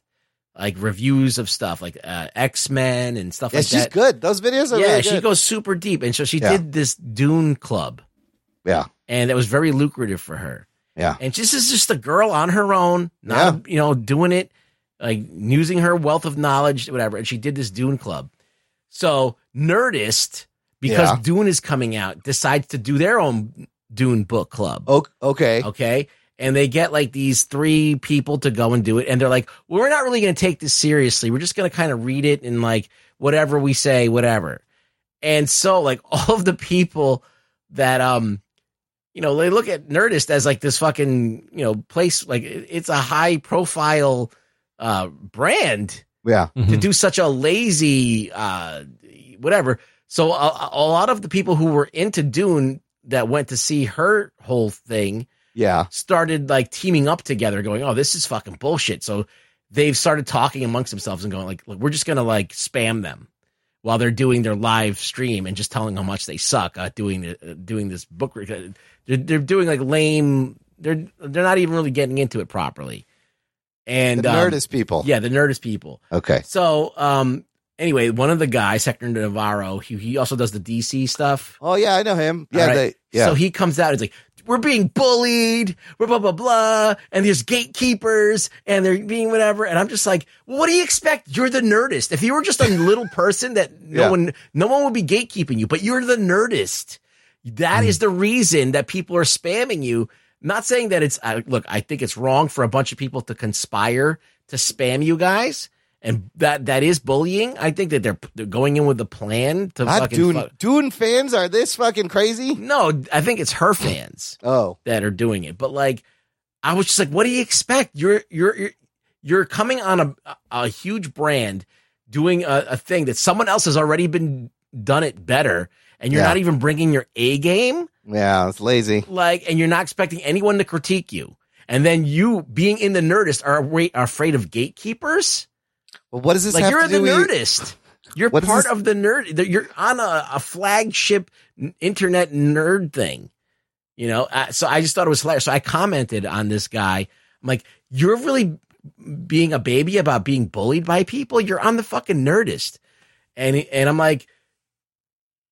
like reviews of stuff like uh, X Men and stuff
Yeah,
like
she's
that.
good. Those videos are
yeah,
really
she
good.
goes super deep, and so she
Yeah.
did this Dune Club,
yeah.
and that was very lucrative for her.
Yeah.
And this is just a girl on her own, not you know, doing it like using her wealth of knowledge, whatever. And she did this Dune Club. So Nerdist, because
Yeah.
Dune is coming out, decides to do their own Dune book club.
O- okay.
Okay. And they get like these three people to go and do it. And they're like, well, we're not really going to take this seriously. We're just going to kind of read it and like whatever we say, whatever. And so like all of the people that, um, you know, they look at Nerdist as like this fucking, you know, place, like it- it's a high profile, uh, brand
Yeah.
Mm-hmm. Hmm.
to do such a lazy uh whatever so a, a lot of the people who were into dune that went to see her whole thing
Yeah.
started like teaming up together going oh this is fucking bullshit so they've started talking amongst themselves and going like "Look, we're just gonna like spam them while they're doing their live stream and just telling how much they suck at doing the, uh, doing this book re- they're, they're doing like lame they're they're not even really getting into it properly and
the
um,
Nerdist people.
yeah the nerdist people
Okay.
so, um, anyway, one of the guys, Hector Navarro, he, he also does the DC stuff.
Oh yeah, I know him. Yeah.
All right?
They, yeah.
So he comes out and he's like, we're being bullied, we're blah, blah, blah, and there's gatekeepers and they're being whatever. And I'm just like, well, what do you expect? You're the nerdist. If you were just a little person that no
Yeah.
one, no one would be gatekeeping you, but you're the nerdist.
Hmm.
That is the reason that people are spamming you. Not saying that it's, I, look, I think it's wrong for a bunch of people to conspire to spam you guys. And that, that is bullying. I think that they're, they're going in with a plan to
God,
fucking
Ah, Dune,
fuck-
Dune fans are this fucking crazy.
no, I think it's her fans
Oh.
that are doing it. But like, I was just like, what do you expect? You're you're you're, you're coming on a a huge brand doing a, a thing that someone else has already been done it better, and you're
Yeah.
not even bringing your A game.
Yeah. It's lazy.
Like, and you're not expecting anyone to critique you. And then you being in the Nerdist are, wa- are afraid of gatekeepers.
Well, what does this
Like
have
you're
to do
the
with you-
Nerdist. You're
What does
part
this-
of the nerd. that You're on a, a flagship n- internet nerd thing. You know, Uh, so I just thought it was hilarious. So I commented on this guy. I'm like, you're really being a baby about being bullied by people. You're on the fucking nerdist, and and I'm like,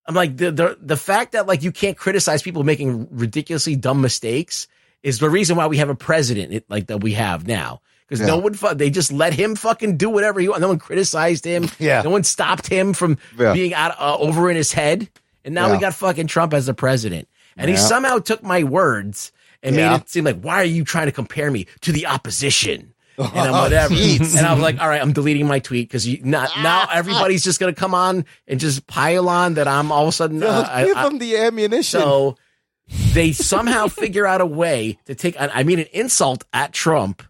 I'm like the the the fact that like you can't criticize people making ridiculously dumb mistakes is the reason why we have a president it, like that we have now because no
Yeah.
one fu- they just let him fucking do whatever he wanted. No one criticized him.
Yeah.
No one stopped him from
Yeah.
being out uh, over in his head. And now we
Yeah.
got fucking Trump as the president, and he
Yeah.
somehow took my words and
Yeah.
made it seem like why are you trying to compare me to the opposition? And I'm
Oh,
whatever.
jeez.
and I was like, all right, I'm deleting my tweet because you not
Ah.
now everybody's just gonna come on and just pile on that I'm all of a sudden. uh, I-
give
I-
them the ammunition.
so they somehow figure out a way to take, I I mean, an insult at Trump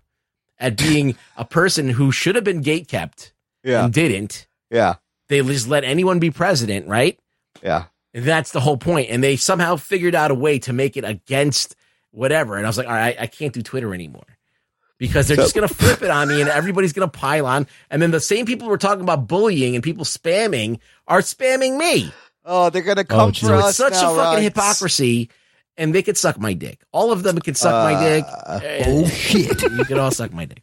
at being a person who should have been gatekept
yeah.
and didn't.
Yeah.
They just let anyone be president, right?
Yeah.
And that's the whole point. And they somehow figured out a way to make it against whatever. And I was like, all right, I can't do Twitter anymore because they're just going to flip it on me and everybody's going to pile on. And then the same people who were talking about bullying and people spamming are spamming me.
Oh, they're gonna come
geez.
for
So it's
us
such
now,
a fucking
Rugs.
hypocrisy, and they could suck my dick. All of them can suck my dick.
Uh,
And
Oh shit.
you can all suck my dick.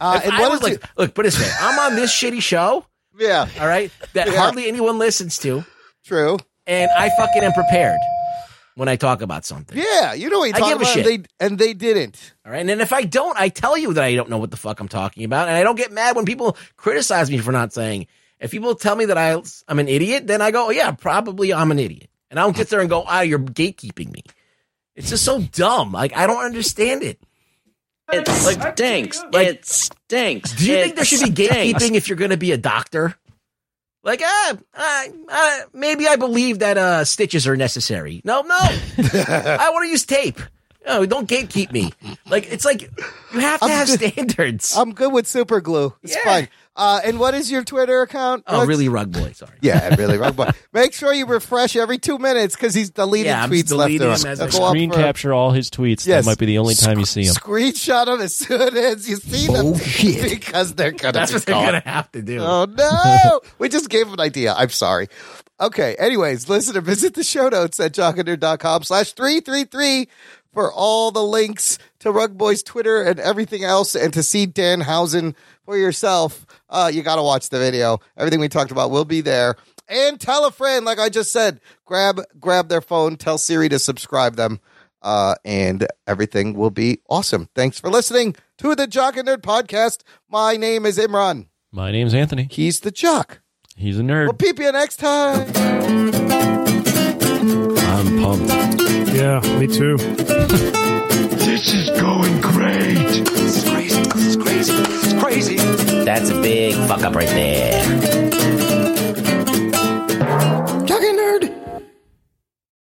Uh,
If
and
I
what
was
is
like,
it-
look, put it this way. I'm on this shitty show.
Yeah.
All right. That
Yeah.
hardly anyone listens to.
True.
And I fucking am prepared when I talk about something.
Yeah, you know what you're
I
talking
give a
about. and
shit.
They, and they didn't.
All right. And then if I don't, I tell you that I don't know what the fuck I'm talking about. And I don't get mad when people criticize me for not saying. If people tell me that I, I'm an idiot, then I go, oh, yeah, probably I'm an idiot. And I don't get there and go, ah, you're gatekeeping me. It's just so dumb. Like, I don't understand it. It stinks. it stinks. Do you think there should be gatekeeping if you're going to be a doctor? Like, ah, I, I, maybe I believe that uh, stitches are necessary. No, no. I want to use tape. No, don't gatekeep me. Like, it's like you have to
I'm
have
good-
standards.
I'm good with super glue. It's fine. Uh, and what is your Twitter account?
oh,
What's-
really, rug boy. Sorry.
Yeah, really. Wrong button. Make sure you refresh every two minutes because he's deleting
Yeah, I'm
tweets
deleting
left
them as
or
I
right. Go up
Screen
for-
capture all his tweets.
Yes.
That might be the only time you see him.
Screenshot them as soon as you see them because they're gonna.
That's
be
what they're
gone.
going to have to do.
Oh no! we just gave an idea. I'm sorry. Okay. Anyways, listen or visit the show notes at jockandnerd.com slash three three three for all the links to Rug Boy's Twitter and everything else, and to see Dan Housen for yourself. Uh, you got to watch the video. Everything we talked about will be there. And tell a friend, like I just said, grab grab their phone, tell Siri to subscribe them, uh, and everything will be awesome. Thanks for listening to the Jock and Nerd podcast. My name is Imran.
My name's Anthony.
He's the jock.
He's a nerd.
We'll peep you next time.
I'm pumped.
Yeah, me too.
This is going great. It's crazy. It's crazy. It's crazy.
That's a big fuck up right there.